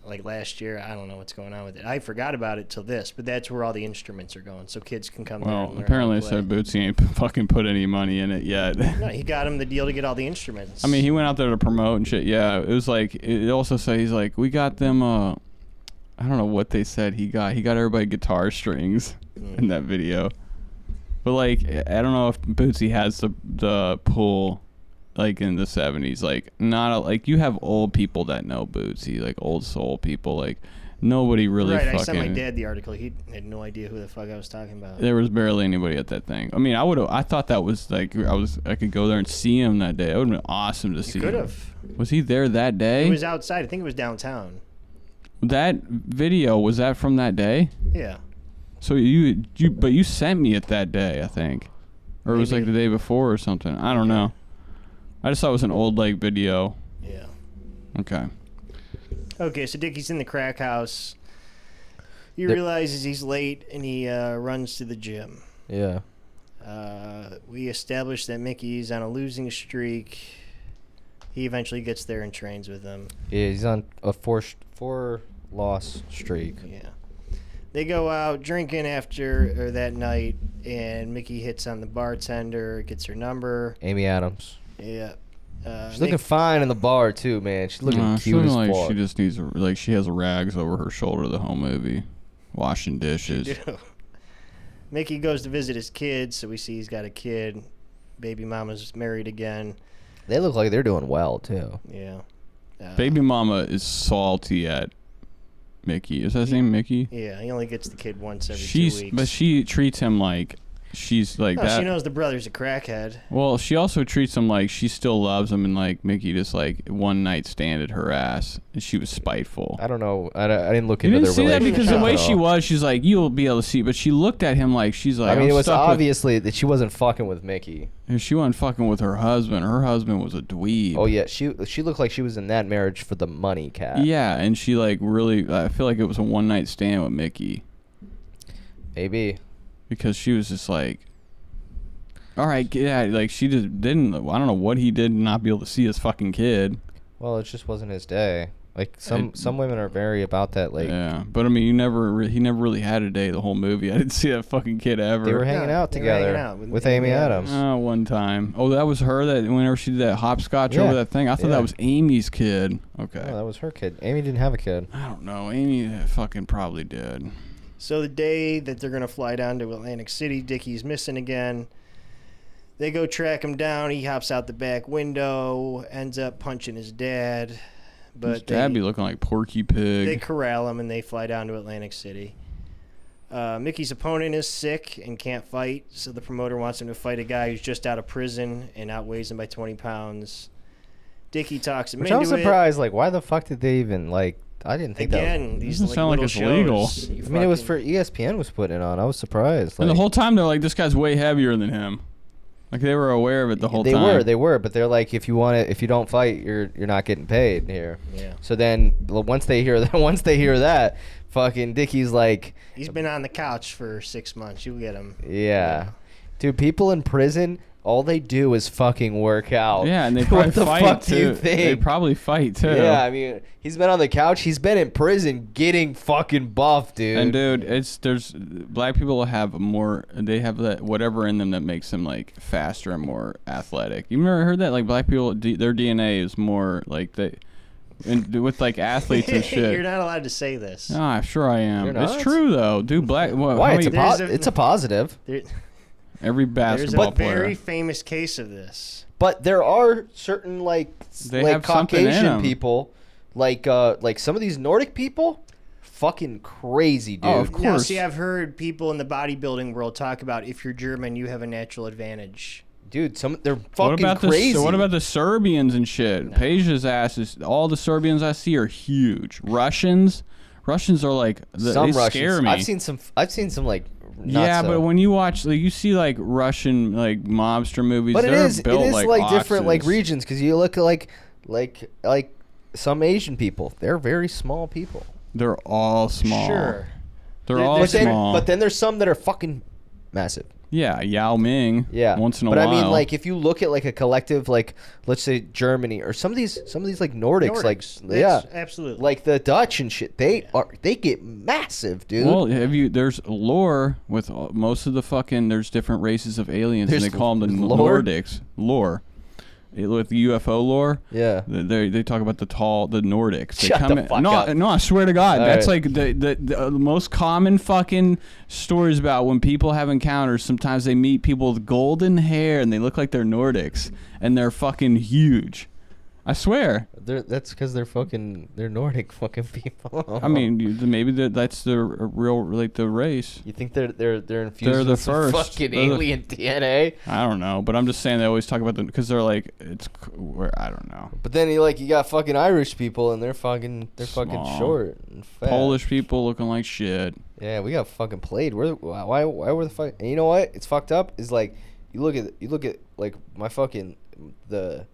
G: Like last year, I don't know what's going on with it. I forgot about it till this, but that's where all the instruments are going, so kids can come. there
E: Well,
G: and learn how to
E: apparently I
G: play.
E: said Bootsy ain't [LAUGHS] fucking put any money in it yet.
G: [LAUGHS] No, he got him the deal to get all the instruments.
E: I mean, he went out there to promote and shit. Yeah, it was like it also said he's like we got them. uh I don't know what they said. He got he got everybody guitar strings
G: Mm-hmm.
E: in that video, but like I I don't know if Bootsy has the the pull like in the seventies. Like not a, like you have old people that know Bootsy, like old soul people. Like nobody really
G: right?
E: fucking.
G: I sent my dad the article. He had no idea who the fuck I was talking about.
E: There was barely anybody at that thing. I mean, I would have. I thought that was like I was. I could go there and see him that day. It would have been awesome to see.
G: Could
E: him.
G: have.
E: Was he there that day?
G: It was outside. I think it was downtown.
E: That video was that from that day?
G: Yeah.
E: So you you but you sent me it that day, I think. Or it was like the day before or something. I don't know. I just thought it was an old like video.
G: Yeah.
E: Okay.
G: Okay, so Dickie's in the crack house. He
F: There-
G: realizes he's late and he uh, runs to the gym.
F: Yeah.
G: Uh, we establish that Mickey's on a losing streak. He eventually gets there and trains with them.
F: Yeah, he's on a four sh- four loss streak.
G: Yeah. They go out drinking after or that night, and Mickey hits on the bartender, gets her number.
F: Amy Adams.
G: Yeah. Uh,
F: She's looking fine in the bar too, man. She's looking
E: Uh, she's
F: cute as
E: looking like
F: fuck.
E: she just needs like she has rags over her shoulder the whole movie, washing dishes.
G: [LAUGHS] Mickey goes to visit his kids, so we see he's got a kid. Baby mama's married again.
F: They look like they're doing well too.
G: Yeah. Uh,
E: Baby mama is salty at Mickey. Is that his name Mickey?
G: Yeah, he only gets the kid once every
E: She's
G: two weeks.
E: but she treats him like she's like
G: No,
E: that.
G: she knows the brother's a crackhead.
E: well, she also treats him like she still loves him, and like Mickey just like one night standed her ass, and she was spiteful.
F: I don't know. I, don't- I didn't look
E: You
F: into
E: didn't
F: their
E: see that
F: relationship.
E: because the way
F: at
E: she
F: all.
E: was, she's like, you'll be able to see. But she looked at him like she's like,
F: I mean,
E: am
F: it was
E: stuck with-
F: obviously that she wasn't fucking with Mickey.
E: And she wasn't fucking with her husband. Her husband was a dweeb.
F: Oh yeah, she she looked like she was in that marriage for the money, cat.
E: Yeah, and she like really. I feel like it was a one night stand with Mickey
F: Maybe.
E: because she was just like, "All right, yeah." Like she just didn't. I don't know what he did to not be able to see his fucking kid.
F: Well, it just wasn't his day. Like some
E: It-
F: some women are very about that. Like
E: yeah, but I mean, you never. Re- he never really had a day the whole movie. [LAUGHS] I didn't see that fucking kid ever.
F: they were hanging
G: Yeah,
F: out
G: they were hanging
F: together
G: out
F: with,
G: with
F: Amy
G: Amy
F: Adams.
E: Uh, one time. Oh, that was her. That whenever she did that hopscotch
F: Yeah,
E: over that thing, I thought
F: yeah.
E: that was Amy's kid. Okay.
F: Oh, that was her kid. Amy didn't have a kid.
E: I don't know. Amy eh, fucking probably did.
G: So the day that they're gonna fly down to Atlantic City, Dickie's missing again. They go track him down. He hops out the back window, ends up punching his dad.
E: His
G: But
E: dad
G: they-
E: be looking like Porky
G: they
E: Pig.
G: corral him and they fly down to Atlantic City. Uh, Mickey's opponent is sick and can't fight, so the promoter wants him to fight a guy who's just out of prison and outweighs him by 20 pounds. Dickie talks him
F: Which
G: into
F: I was
G: it.
F: surprised. Like, why the fuck did they even like? I didn't think
G: Again, these
E: Doesn't
G: like,
E: sound like
G: little
E: it's legal.
G: shows. you
F: that. I mean, it was
G: fucking-
F: for E ESPN was putting it on. I was surprised. Like,
E: and the whole time they're like, this guy's way heavier than him. Like they were aware of it the whole
F: they
E: time.
F: were, they were, but they're like, if you want it, if you don't fight, you're you're not getting paid here.
G: Yeah.
F: So then l- once they hear that, [LAUGHS] once they hear that, fucking Dickie's like,
G: He's been on the couch for six months. You'll get him.
F: yeah, dude, people in prison, all they do is fucking work out.
E: yeah, and they
F: [LAUGHS]
E: probably
F: what the
E: fight
F: fuck
E: too.
F: do you think?
E: They probably fight too.
F: Yeah, I mean, he's been on the couch. He's been in prison getting fucking buff, dude.
E: and uh, dude, it's there's black people have more. They have that whatever in them that makes them like faster and more athletic. You ever heard that? Like black people, D, their DNA is more like they, and with like athletes
F: [LAUGHS]
E: and shit.
G: [LAUGHS] You're not allowed to say this.
E: Ah, sure I am.
F: You're
E: It's
F: not?
E: true though, dude. Black. What,
F: Why?
E: how
F: It's a,
E: many-
F: po-
G: There's a-
F: it's a positive.
G: There-
E: every
G: there's
E: basketball
G: a
E: player.
G: very famous case of this.
F: but there are certain like s-
E: They
F: like
E: have something in
F: Caucasian
E: 'em.
F: people, like uh like some of these Nordic people, fucking crazy dude.
E: Oh, of
G: Now,
E: course.
G: see, I've heard people in the bodybuilding world talk about if you're German, you have a natural advantage.
F: Dude, some they're fucking
E: what about
F: crazy.
E: the what about the Serbians and shit? Peja's ass is all the Serbians I see are huge. Russians, Russians are like the,
F: some
E: they
F: Russians?
E: scare me.
F: I've seen some. I've seen some like. not
E: yeah,
F: so-
E: but when you watch, like, you see like Russian like mobster movies,
F: but it
E: they're
F: is it
E: built
F: is
E: like,
F: like, different like
E: oxes.
F: regions because you look at like like like some Asian people. They're very small people.
E: They're all small.
F: Sure.
E: They're all
F: but, then,
E: small.
F: but then there's some that are fucking massive.
E: yeah, Yao Ming.
F: Yeah.
E: Once in a
F: but
E: while.
F: I mean, like, if you look at like a collective, like let's say Germany or some of these, some of these like Nordics,
G: Nordics.
F: like
G: That's-
F: yeah,
G: absolutely.
F: like the Dutch and shit. They are they get massive, dude.
E: Well, have you? There's lore with all- most of the fucking. There's different races of aliens,
F: There's
E: and they call them the
F: lore?
E: Nordics. Lore, It- with UFO lore.
F: Yeah.
E: th- they, they talk about the tall the Nordics. They
F: Shut
E: come
F: the
E: in-
F: fuck
E: no,
F: up.
E: no, I swear to God,
F: All
E: that's
F: right.
E: like the, the the uh, most common fucking stories about when people have encounters. Sometimes they meet people with golden hair and they look like they're Nordics and they're fucking huge. I swear.
F: They're, that's because they're fucking they're Nordic [LAUGHS] fucking people.
E: I mean, you- maybe that- that's the r- real like the race.
F: you think they're they're they're infused
E: They're the
F: with some
E: first.
F: fucking
E: They're the-
F: alien DNA?
E: I don't know, but I'm just saying they always talk about them because they're like it's. c- Where I don't know.
F: But then you like you got fucking Irish people and they're fucking they're fucking
E: Small.
F: short and fat.
E: Polish people looking like shit.
F: Yeah, we got fucking played. We're why why why were the fuck? And you know what? It's fucked up. Is like you look at you look at like my fucking the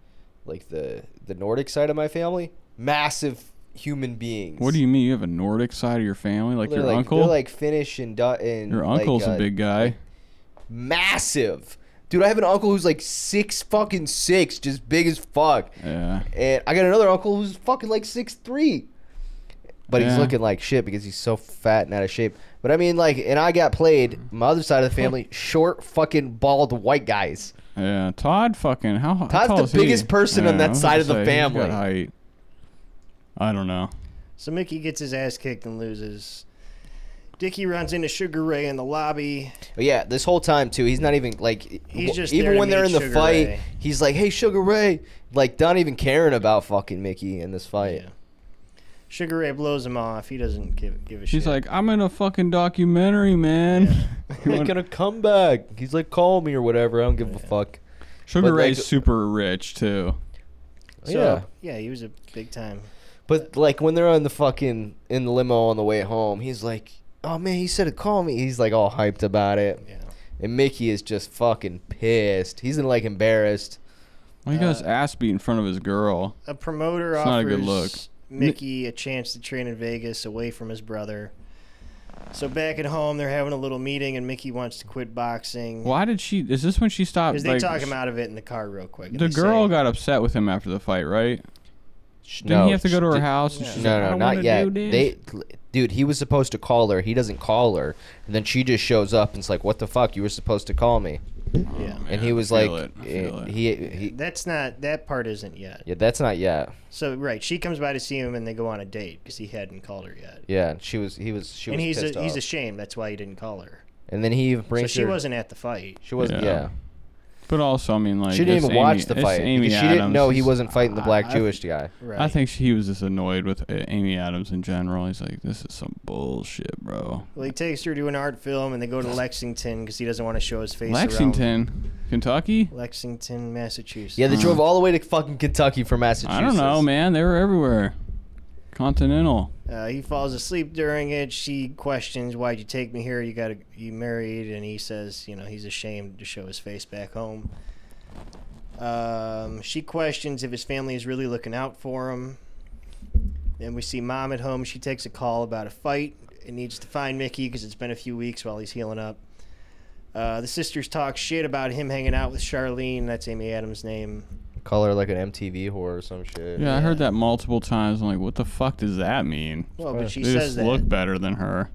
F: like the the Nordic side of my family, massive human beings.
E: What do you mean? You have a Nordic side of your family, like
F: They're
E: your
F: like,
E: uncle?
F: They're like Finnish and Du- and
E: your
F: like,
E: uncle's
F: uh,
E: a big guy.
F: massive. Dude, I have an uncle who's like six fucking six, just big as fuck,
E: Yeah.
F: and I got another uncle who's fucking like six three. But he's
E: Yeah.
F: looking like shit because he's so fat and out of shape. But I mean, like, and I got played. My other side of the family, short, fucking bald white guys.
E: Yeah, Todd fucking how how
F: Todd's
E: tall
F: the
E: is he?
F: biggest person on
E: Yeah,
F: that
E: I was
F: side
E: gonna
F: of the
E: say, he's
F: family.
E: got height. I don't know.
G: So Mickey gets his ass kicked and loses. Dickie runs into Sugar Ray in the lobby.
F: But yeah, this whole time too, he's not even like. w-
G: just
F: even
G: there to
F: when they're
G: meet
F: in the
G: Sugar
F: fight,
G: Ray.
F: [LAUGHS] he's like, "Hey, Sugar Ray," like not even caring about fucking Mickey in this fight.
G: Yeah. Sugar Ray blows him off. He doesn't give give a shit.
E: She's like, I'm in a fucking documentary, man. You want-
F: Making a comeback. He's like, call me or whatever. I don't give a fuck.
E: [LAUGHS] Sugar
F: But, like-
E: Ray's super rich too.
G: so,
F: yeah.
G: yeah, he was a big time.
F: But like when they're on the fucking in the limo on the way home, he's like, "Oh man, he said to call me." He's like all hyped about it,
G: Yeah,
F: and Mickey is just fucking pissed. He's like embarrassed.
E: Well, he got
F: Uh,
E: his ass beat in front of his girl.
G: a promoter
E: It's
G: offers
E: not a good look.
G: Mickey a chance to train in Vegas away from his brother. So back at home, they're having a little meeting, and Mickey wants to quit boxing.
E: Why did she? Is this when she stopped?
G: Because they
E: like,
G: talk him out of it in the car real quick. and
E: The
G: they
E: girl
G: say-
E: got upset with him after the fight, right? Didn't
F: No,
E: he have to go to her
F: she-
E: house? And she's
F: No,
E: like, I
F: no,
E: don't
F: not
E: wanna
F: yet.
E: do this.
F: They, dude, he was supposed to call her. He doesn't call her, and then she just shows up and it's like, "What the fuck? You were supposed to call me."
G: Yeah.
E: Man,
F: And he
E: I
F: was like,
E: feel it. I feel
F: eh,
E: it.
F: "He, he,
G: That's not that part isn't yet.
F: yeah, that's not yet."
G: So right, she comes by to see him, and they go on a date because he hadn't called her yet.
F: Yeah, and she was, he was, she
G: and
F: was
G: he's
F: pissed
G: a, he's
F: off.
G: ashamed. That's why he didn't call her.
F: and then he even
G: So
F: brings
G: she
F: her.
G: wasn't at the fight.
F: she wasn't.
E: Yeah.
F: yeah.
E: But also, I mean, like,
F: she didn't
E: it's
F: even
E: Amy,
F: watch the
E: it's
F: fight.
E: Amy
F: because she didn't
E: Adams.
F: know he
E: It's-
F: wasn't fighting the black
E: I-
F: Jewish guy.
G: Right.
E: I think he was just annoyed with uh, Amy Adams in general. He's like, this is some bullshit, bro.
G: Well, he takes her to an art film, and they go to Lexington because he doesn't want to show his face. around
E: Lexington, Kentucky.
G: Lexington, Massachusetts.
F: Yeah, they drove all the way to fucking Kentucky from Massachusetts.
E: Hmm. I don't know, man. They were everywhere. Continental.
G: Uh, he falls asleep during it. She questions, "Why'd you take me here? You got to you married?" And he says, "You know, he's ashamed to show his face back home." Um, she questions if his family is really looking out for him. Then we see mom at home. She takes a call about a fight and needs to find Mickey because it's been a few weeks while he's healing up. Uh, the sisters talk shit about him hanging out with Charlene. That's Amy Adams' name.
F: Call her like an MTV whore or some shit.
E: Yeah, I heard that multiple times. I'm like, what the fuck does that mean?
G: Well, but she
E: they
G: says
E: just
G: that.
E: look better than her.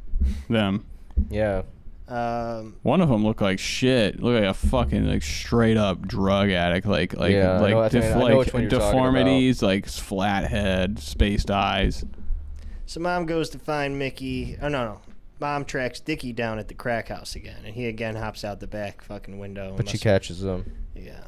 E: Them.
F: Yeah.
G: Um,
E: One of them looked like shit. Look like a fucking like straight up drug addict. Like like
F: Yeah, I know- I
E: like,
F: think-
E: def-
F: I know which one
E: like
F: you're talking
E: deformities, like s- flat head, spaced eyes.
G: So mom goes to find Mickey. Oh no, no. Mom tracks Dickie down at the crack house again, and he again hops out the back fucking window. and
F: But she
G: must-
F: catches him.
G: Yeah.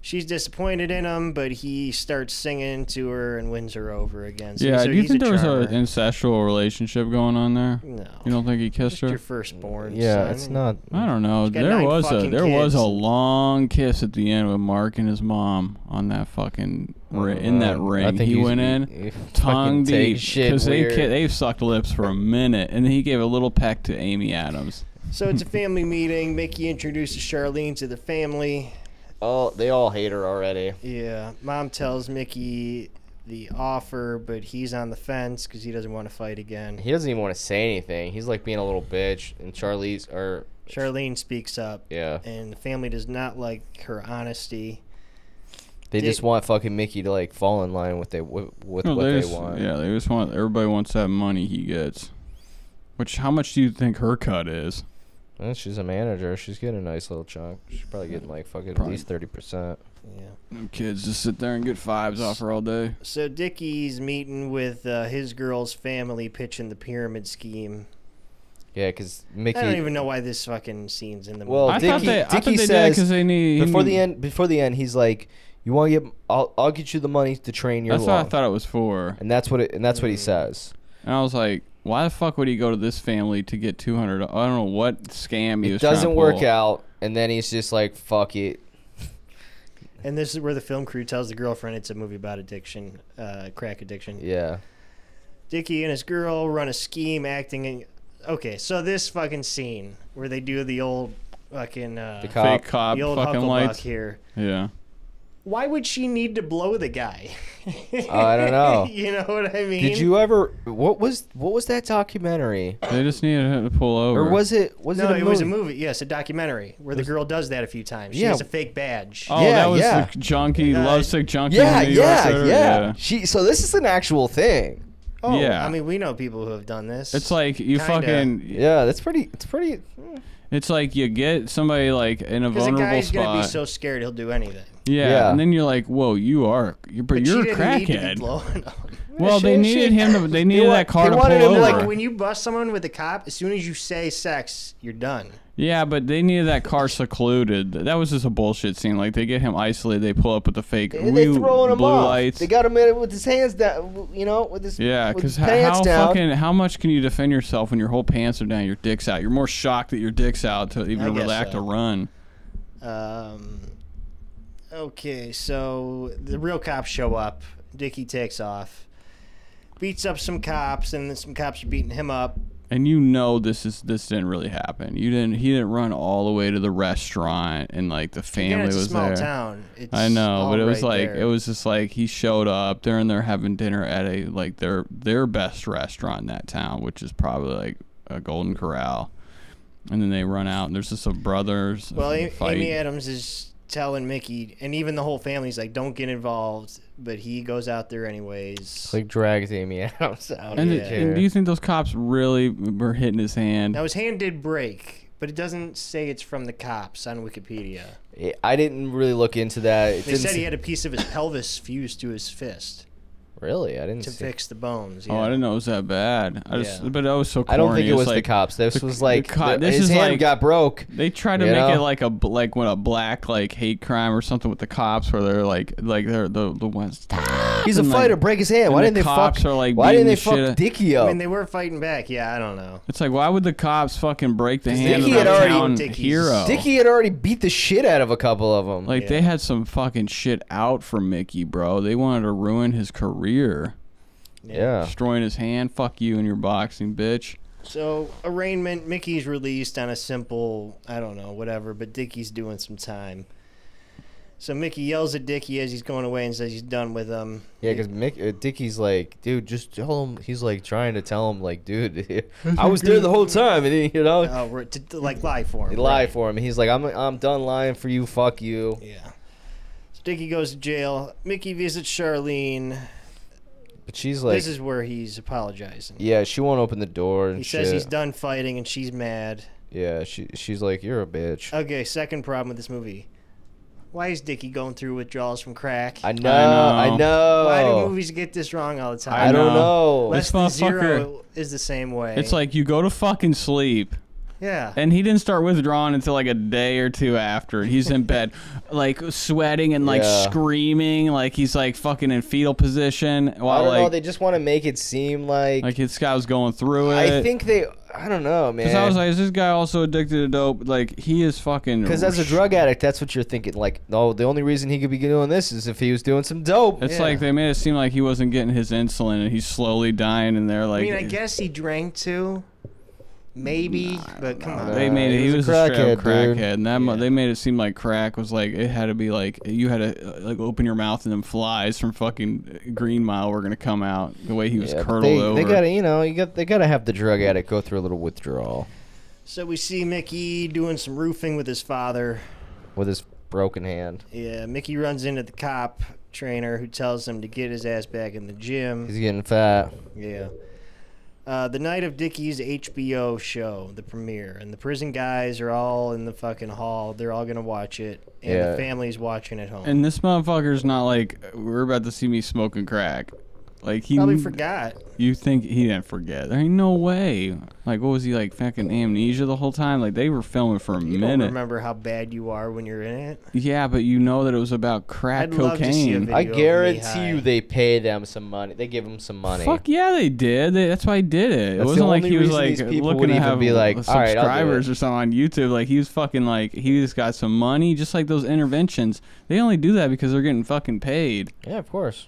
G: She's disappointed in him, but he starts singing to her and wins her over again. So,
E: yeah,
G: so
E: do you
G: he's
E: think
G: a
E: there was
G: charmer.
E: an incestual relationship going on there?
G: no?
E: You don't think he kissed
G: Just your
E: her?
G: firstborn.
F: Yeah,
G: son.
F: it's not.
E: I don't know.
G: got
E: There
G: nine
E: was a
G: fucking
E: there was a
G: kids.
E: long kiss at the end with Mark and his mom on that fucking ri- in that
F: Uh,
E: ring.
F: I think
E: he
F: he's-
E: went in.
F: he- he fucking
E: tongue
F: take
E: deep
F: shit
E: because they
F: weird.
E: ki- they've sucked lips for a minute, and then he gave a little peck to Amy Adams.
G: So it's a family meeting. Mickey introduces Charlene to the family.
F: Oh, they all hate her already.
G: Yeah, mom tells Mickey the offer, but he's on the fence because he doesn't want to fight again.
F: He doesn't even want to say anything. He's like being a little bitch. And Charlie's or
G: Charlene speaks up.
F: yeah,
G: and the family does not like her honesty.
F: they just
G: Dick.
F: want fucking Mickey to like fall in line with they with, with
E: No,
F: what
E: they
F: they
E: just-
F: want.
E: Yeah, they just want everybody wants that money he gets. Which how much do you think her cut is?
F: Well, she's a manager. She's getting a nice little chunk. She's probably getting like fucking at
E: Probably.
F: least thirty percent.
G: Yeah.
E: Them kids just sit there and get fives off her all day.
G: So Dickie's meeting with uh, his girl's family, pitching the pyramid scheme.
F: Yeah, because Mickey.
G: I don't even know why this fucking scene's in the movie.
F: Well,
E: I thought
F: Dickie-
E: they I thought
F: Dickie
E: they
F: says
E: because they need
F: before the
E: he-
F: end before the end he's like you want to get I'll, I'll get you the money to train your
E: That's what I
F: lung
E: thought Mm. it was for,
F: and that's what it, and that's what he says
E: and I was like, why the fuck would he go to this family to get two hundred? I don't know what scam he
F: it
E: was trying to
F: doesn't work
E: pull.
F: out and then he's just like fuck it
G: and this is where the film crew tells the girlfriend it's a movie about addiction, uh, crack addiction.
F: yeah
G: Dickie and his girl run a scheme, acting. In... Okay, so this fucking scene where they do the old fucking uh,
F: the
G: the,
F: cop
E: Fake cop
G: old
E: fucking
G: hucklebuck
E: lights.
G: here.
E: Yeah.
G: Why would she need to blow the guy?
F: I
E: [LAUGHS]
F: don't know.
G: [LAUGHS] you know what I mean?
F: did you ever what was what was that documentary
E: They just needed him to pull over.
F: or was it was
G: No,
F: it a
G: it
F: movie?
G: was a movie. Yes, a documentary where the girl does that a few times. She
F: Yeah.
G: has a fake badge.
E: Oh,
F: Yeah,
E: that was
F: yeah.
E: the junkie,
G: Uh,
E: lovesick junkie.
F: yeah
E: in New York
F: yeah yeah,
E: City?
F: she so this is an actual thing
G: Oh,
E: yeah.
G: I mean, we know people who have done this.
E: It's like you
G: Kinda.
E: fucking.
F: yeah that's pretty it's pretty
E: It's like you get somebody like in a
G: because a
E: vulnerable
G: guy's gonna
E: spot.
G: be so scared he'll do anything.
E: yeah,
F: Yeah.
E: and then you're like, whoa, you are, you're, but
G: But
E: you're
G: she
E: a
G: didn't need to be
E: crackhead.
G: [LAUGHS] blowing up. give
E: Well,
G: a shit.
E: they needed him to. They needed
F: wa-
E: that car
F: they
E: to pull
F: wanted him
E: over.
F: to, like,
G: Like when you bust someone with a cop, as soon as you say sex, you're done.
E: yeah, but they needed that car secluded. That was just a bullshit scene. Like they get him isolated. They pull up with the fake
F: And they
E: woo,
F: throwing him
E: blue
F: off.
E: lights.
F: They got him in it with his hands down. You know, with his
E: yeah,
F: with
E: because
F: his
E: how,
F: pants down.
E: fucking how much can you defend yourself when your whole pants are down, your dick's out? You're more shocked that your dick's out to
G: I
E: even
G: guess
E: relax
G: so.
E: to run.
G: Um, okay, so the real cops show up. Dickie takes off, beats up some cops, and then some cops are beating him up.
E: And you know this is this didn't really happen. You didn't. He didn't run all the way to the restaurant, and like the family
G: Again, it's a
E: was
G: small
E: there.
G: town. It's
E: I know,
G: all
E: but it was
G: right
E: like
G: there.
E: it was just like he showed up. They're in there having dinner at a like their their best restaurant in that town, which is probably like a Golden Corral. And then they run out, and there's just a brothers.
G: Well,
E: a
G: A-
E: fight.
G: Amy Adams is telling Mickey, and even the whole family's like, "Don't get involved," but he goes out there anyways.
F: like drags Amy [LAUGHS] Adams out.
E: and,
F: of the
E: the-
G: yeah.
E: and
F: chair.
E: do you think those cops really were hitting his hand?
G: now his hand did break, but it doesn't say it's from the cops on Wikipedia.
F: Yeah, I didn't really look into that. It
G: They
F: didn't
G: said he
F: s-
G: had a piece of his pelvis fused to his fist
F: really. I didn't.
G: to
F: see.
G: fix the bones.
E: Oh, I
G: yeah.
E: didn't know it was that bad. I just,
G: Yeah.
E: but that was so. Corny.
F: I don't think it
E: It's
F: was the
E: like-
F: cops. This
E: the-
F: was
E: the
F: like
E: co-
F: the-
E: this
F: his
E: is
F: hand
E: like-
F: got broke.
E: They try to
F: You
E: make it
F: know?
E: like a bl- like when a black like hate crime or something with the cops, where they're like like they're the the ones.
F: He's a
E: and, like-
F: fighter. break his hand.
E: and
F: Why
E: the
F: didn't they
E: cops
F: fuck?
E: are, like,
F: why didn't they
E: beating the shit
F: fuck
E: out-
F: Dickie up?
G: I mean, they were fighting back. Yeah, I don't know.
E: It's like why would the cops fucking break the hand
F: Dickie
E: of
F: had
E: a
F: already-
E: town
G: Dickie's-
E: hero?
F: Dickie had already beat the shit out of a couple of them.
E: Like they had some fucking shit out for Mickey, bro. They wanted to ruin his career,
F: yeah.
E: destroying his hand. Fuck you and your boxing, bitch.
G: So arraignment, Mickey's released on a simple, I don't know, whatever, but Dickie's doing some time. So Mickey yells at Dickie as he's going away and says he's done with him.
F: Yeah, because Mick, uh, Dickie's like, dude, just tell him. He's like trying to tell him, like, dude, [LAUGHS] I was there the whole time, and he, you know,
G: Oh, we're- to, to, like lie for
F: he
G: him.
F: lied for him. He's like, I'm, I'm done lying for you. Fuck you.
G: Yeah. So Dickie goes to jail. Mickey visits Charlene.
F: But she's like,
G: this is where he's apologizing.
F: yeah, she won't open the door and
G: He
F: shit.
G: says he's done fighting and she's mad.
F: Yeah, she, she's like, you're a bitch.
G: Okay, second problem with this movie. Why is Dickie going through withdrawals from crack?
F: I know, I know.
E: know.
G: Why do movies get this wrong all the time?
F: I don't
E: know.
F: know.
G: Less
E: This
G: than
E: motherfucker-
G: zero is the same way.
E: It's like you go to fucking sleep.
G: yeah.
E: And he didn't start withdrawing until like a day or two after. He's in bed, [LAUGHS] like sweating and like
F: Yeah.
E: screaming, like he's like fucking in fetal position.
F: I
E: While
F: don't
E: like
F: know. They just want to make it seem like.
E: like this guy was going through it.
F: I think they. I don't know, man.
E: because I was like, is this guy also addicted to dope? Like he is fucking.
F: Because as a drug addict, that's what you're thinking. Like, no, the only reason he could be doing this is if he was doing some dope.
E: It's
G: Yeah.
E: like they made it seem like he wasn't getting his insulin and he's slowly dying, and they're like,
G: I mean, I guess he drank too. Maybe, but come on.
E: They made
F: Uh, He
E: it. He
F: was
E: was
F: a
E: a straight up
F: crackhead, dude.
E: crackhead, and that mo- they made it seem like crack was like it had to be like you had to uh, like open your mouth and then flies from fucking uh, Green Mile were gonna come out the way he was
F: Yeah, but
E: curdled
F: they,
E: over.
F: they gotta, you know, you got they gotta have the drug addict go through a little withdrawal
G: So we see Mickey doing some roofing with his father.
F: with his broken hand.
G: Yeah, Mickey runs into the cop trainer who tells him to get his ass back in the gym.
F: He's getting fat.
G: Yeah. Uh, the night of Dickie's HBO show, the premiere, and the prison guys are all in the fucking hall. They're all gonna watch it, and
F: Yeah.
G: the family's watching at home.
E: and this motherfucker's not like we're about to see me smoking crack. Like he
G: Probably forgot.
E: You think he didn't forget? There ain't no way. Like what was he like fucking amnesia the whole time? Like they were filming for a
G: You don't
E: minute.
G: remember how bad you are when you're in it.
E: Yeah, but you know that it was about crack
G: I'd love
E: cocaine.
G: to see a
F: I
G: Video of
F: guarantee
G: Lehigh.
F: you, they pay them some money. They give him some money.
E: Fuck yeah, they did. They, that's why he did it.
F: That's the
E: it wasn't like
F: only
E: he was
F: reason
E: like
F: these people
E: looking
F: would
E: to
F: even
E: have
F: be like, "All right, I'll do
E: subscribers
F: it."
E: or something on YouTube. Like he was fucking like he just got some money, just like those interventions. They only do that because they're getting fucking paid.
F: Yeah, of course.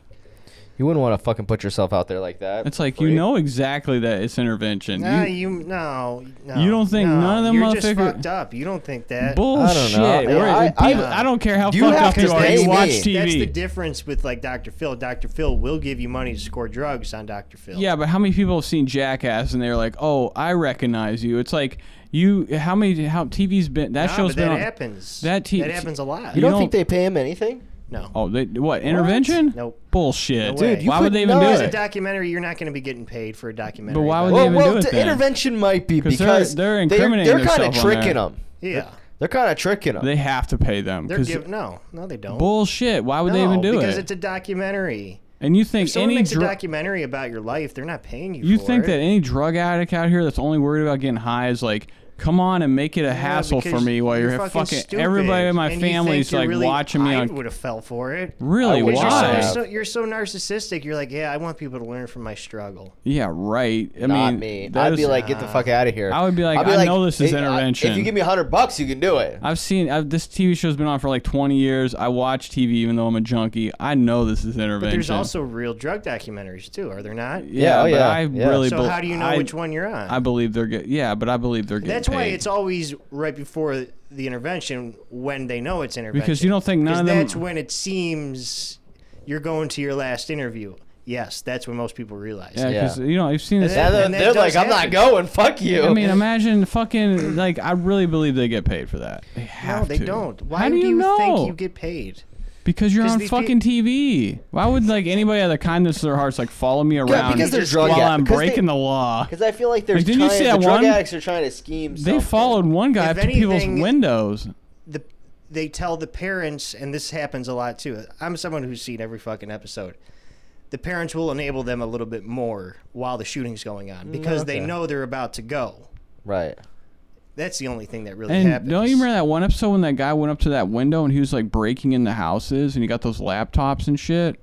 F: You wouldn't want to fucking put yourself out there like that.
E: It's
F: for
E: like
F: free.
E: you know exactly that it's intervention.
G: Nah,
E: you,
G: you, no, no.
E: You don't think
G: no.
E: none of them
G: You're just
E: motherfucker-
G: fucked up. You don't think that.
E: bullshit.
F: I-
E: We're-
F: I-
E: people- I,
F: I-
E: don't care how
F: You
E: fucked
F: have
E: up
F: to
E: you are.
F: pay
E: You
F: me.
E: watch
F: That's
E: TV.
G: That's the difference with like Dr. Phil. Dr. Phil will give you money to score drugs on Dr. Phil.
E: Yeah, but how many people have seen Jackass and they're like, "Oh, I recognize you." It's like you. How many? How TV's been that
G: Nah,
E: show's
G: but that
E: been. on-
G: happens.
E: that te-
G: that happens a lot.
F: You
E: You
F: don't think
E: don't-
F: they pay him anything?
G: no,
E: Oh, they, what intervention?
G: Nope.
E: Bullshit.
G: No way. Dude, you
E: why
F: could
E: would they even
F: not.
E: do
G: a
E: it?
G: documentary. You're not going to be getting paid for a documentary.
E: But why would
G: about-
E: they
F: Well,
E: even
F: well,
E: do it
F: the
E: then?
F: intervention might be
E: 'Cause they're-
F: because
E: they're
F: they're,
E: incriminating
F: kind of
E: themselves on
F: tricking
E: there.
F: them.
G: Yeah,
F: They're kind of tricking them.
E: They have to pay them
G: they're
E: because
G: giving. No, no, they don't.
E: bullshit. Why would
G: no,
E: they even do
G: because
E: it?
G: it's a documentary.
E: And you think
G: If someone
E: any
G: makes a
E: dr-
G: documentary about your life, they're not paying you.
E: you
G: for
E: think
G: it.
E: that any drug addict out here that's only worried about getting high is like, come on and make it a hassle for
G: because
E: me while you're,
G: you're fucking,
E: fucking,
G: stupid.
E: everybody in my
G: And you think
E: family's
G: you're
E: like
G: really,
E: watching me
G: I
E: on.
G: would have fell for it.
E: Really?
F: I would-
E: Why?
G: You're
F: Why?
G: so, so, you're so narcissistic. You're like, yeah, I want people to learn from my struggle.
E: Yeah, right. I
F: Not
E: mean,
F: me.
E: that
F: I'd be
E: is-
F: like, get the fuck out of here.
E: I would be like,
F: I'd
E: I know this is
F: "Hey, I-
E: intervention."
F: If you give me a hundred bucks, you can do it.
E: I've seen I've, this TV show's been on for like 20 years. I watch TV even though I'm a junkie. I know this is intervention.
G: But there's also real drug documentaries too, are there not?
E: yeah,
F: Yeah, oh,
E: but
F: yeah,
E: I
F: yeah.
E: really.
G: So
E: bel-
G: how do you know
E: I,
G: which one you're on?
E: I believe they're getting. Yeah, but I believe they're getting.
G: That's why
E: paid.
G: it's always right before the intervention when they know it's intervention.
E: you don't think none
G: 'Cause
E: of them-
G: That's when it seems you're going to your last interview. Yes, that's when most people realize.
E: Yeah,
G: it.
E: because
F: Yeah.
E: you know I've seen this.
F: Yeah,
G: And
F: they're,
G: that
F: they're
G: does
F: like, I'm not
G: happen.
F: going. Fuck you.
E: I mean, imagine fucking like I really believe they get paid for that. They have
G: No, they
E: to.
G: don't. Why
E: How do you, know?
G: think you get paid?
E: because you're
G: 'Cause
E: on
G: these
E: fucking TV. Why would like anybody out of the kindness of their hearts like follow me around
F: because they're drug
E: while
F: ad-
E: I'm
F: because they-
E: breaking the law?
F: Because I feel like they're
E: Like, didn't you
F: trying.
E: see
F: the
E: that
F: drug
E: one?
F: addicts are trying to scheme.
E: They
F: something.
E: followed one guy
G: If
E: up to people's
G: anything-
E: windows.
G: The they tell the parents, and this happens a lot too. I'm someone who's seen every fucking episode. The parents will enable them a little bit more while the shooting's going
E: Mm,
G: on because they
F: okay.
G: know they're about to go.
F: Right.
G: That's the only thing that really
E: And
G: happens.
E: don't you remember that one episode when that guy went up to that window and he was like breaking in the houses and he got those laptops and shit?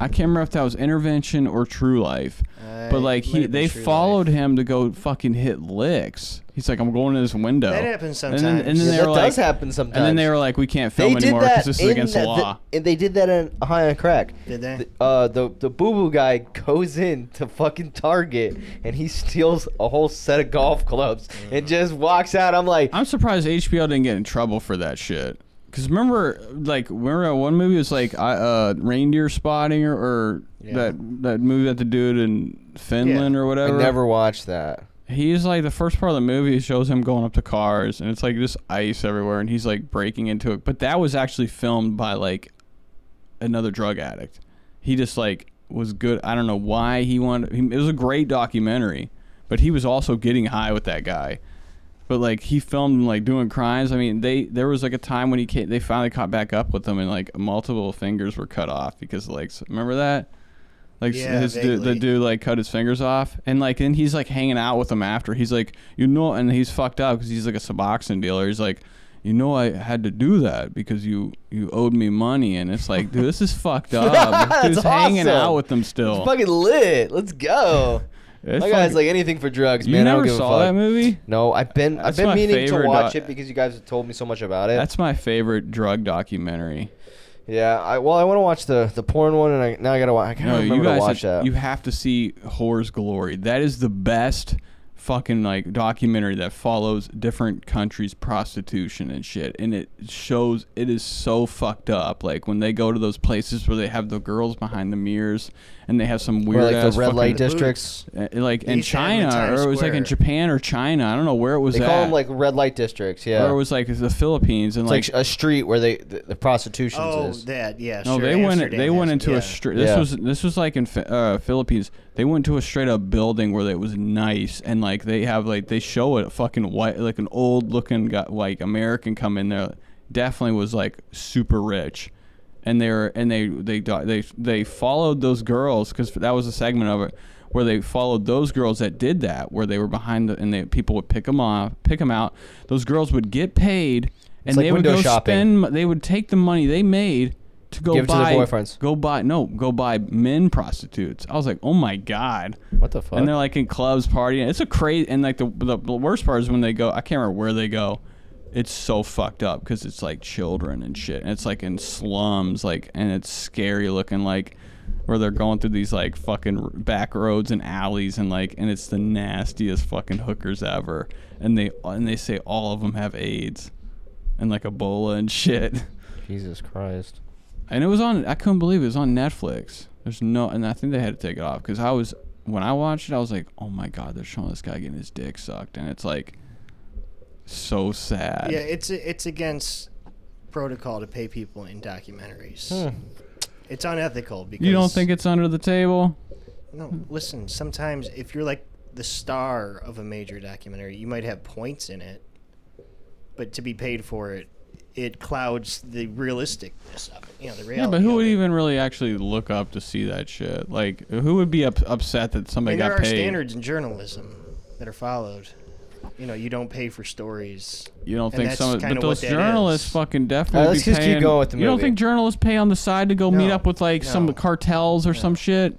E: I can't remember if that was intervention or True Life,
G: Uh,
E: but like
G: it might
E: he
G: have been
E: they
G: True
E: followed him to go fucking hit licks. He's like, I'm going to this window.
G: That happens
E: And then, and
G: sometimes.
E: then
G: Yeah,
E: they
F: that
E: were
F: does
E: like,
F: happen sometimes.
E: and then they were like, we can't film anymore because this is against the law.
F: and they did that in High on Crack.
G: Did they?
F: The, uh, the the boo boo guy goes in to fucking Target and he steals a whole set of golf clubs and just walks out. I'm like,
E: I'm surprised HBO didn't get in trouble for that shit. Cause remember, like, remember that one movie was like I- uh, reindeer spotting or, or that that movie that the dude in Finland or
F: I
E: whatever.
F: never watched that.
E: He's like the first part of the movie shows him going up to cars and it's like just ice everywhere and he's like breaking into it. But that was actually filmed by like another drug addict. He just like was good. I don't know why he wanted. He, it was a great documentary, but he was also getting high with that guy. But like he filmed him like doing crimes. I mean, they there was like a time when he ca they finally caught back up with him and like multiple fingers were cut off because like s- remember that. Like s-
G: Yeah,
E: his du- the
G: vaguely.
E: dude like cut his fingers off, and like then he's like hanging out with him after. He's like, you know, and he's fucked up because he's like a Suboxone dealer. He's like, you know, I had to do that because you you owed me money, and it's like, dude, this is [LAUGHS] fucked up. This
F: That's
E: Um, dude's hanging
F: awesome.
E: out with them still.
F: It's fucking lit. Let's go.
E: Oh. [LAUGHS] It's
F: That guy's
E: fucking-
F: like anything for drugs,
E: you
F: man. I
E: never
F: don't give
E: saw
F: a fuck.
E: that movie?
F: No, I've been
E: That's
F: I've been
E: my
F: meaning to
E: favorite
F: watch
E: doc-
F: it because you guys have told me so much about it.
E: That's my favorite drug documentary.
F: yeah. I, well, I want to watch the the porn one, and I, now I gotta watch. I can't
E: No,
F: remember
E: you guys
F: to watch
E: have,
F: that.
E: you have to see Horror's Glory. That is the best fucking like documentary that follows different countries prostitution and shit and it shows it is so fucked up like when they go to those places where they have the girls behind the mirrors and they have some weird
F: or like
E: ass
F: the red
E: fucking-
F: light districts.
E: Uh, like in
G: East End
E: China,
G: and Times
E: or it was like in
G: Square.
E: Japan or China. I don't know where it was
F: They
E: at.
F: call them like red light districts. Yeah.
E: or it was like the Philippines and
F: It's
E: like,
F: like, a street where they the, the prostitution
G: Oh,
F: is.
G: that yeah.
E: no,
G: sure,
E: they went
G: Amsterdam
E: they went
G: has it,
E: into
G: yeah.
E: a straight. This
F: Yeah.
E: was this was like in Fi- uh, Philippines. They went to a straight up building where it was nice and like they have like they show a fucking white like an old looking guy, like American come in there. Definitely was like super rich. And they were, and they they do- they they followed those girls because that was a segment of it where they followed those girls that did that where they were behind the, and they people would pick them off pick them out those girls would get paid and
F: like
E: they would
F: window
E: go
F: shopping.
E: spend m- they would take the money they made to go
F: Give it to their
E: buy
F: boyfriends.
E: Go buy no, go buy men prostitutes. I was like, oh my god.
F: What the fuck?
E: And they're like in clubs partying. It's a crazy and like the the worst part is when they go. I can't remember where they go. It's so fucked up because it's like children and shit, and it's like in slums, like and it's scary looking, like where they're going through these like fucking r- back roads and alleys and like and it's the nastiest fucking hookers ever, and they and they say all of them have AIDS, and like Ebola and shit. [LAUGHS]
F: Jesus Christ.
E: And it was on. I couldn't believe it was on Netflix. There's no, and I think they had to take it off because I was when I watched it, I was like, oh my god, they're showing this guy getting his dick sucked, and it's like so sad.
G: Yeah, it's it's against protocol to pay people in documentaries. It's unethical because
E: you don't think it's under the table?
G: No, listen. Sometimes if you're like the star of a major documentary, you might have points in it, but to be paid for it it clouds the realisticness of it. You know, the reality.
E: Yeah, but who
G: of
E: would
G: it.
E: even really actually look up to see that shit? Like, who would be up, upset that somebody
G: And there
E: got
G: are
E: paid?
G: standards in journalism that are followed. You know, you don't pay for stories.
E: You don't
G: and
E: think
G: that's
E: some? But
G: kinda
E: those
G: what that
E: journalists
G: is.
E: fucking definitely.
F: let's
E: be
F: just keep
E: paying-
F: going with the
E: You don't
F: movie.
E: think journalists pay on the side to go meet
G: No,
E: up with like some
G: no.
E: cartels or some shit?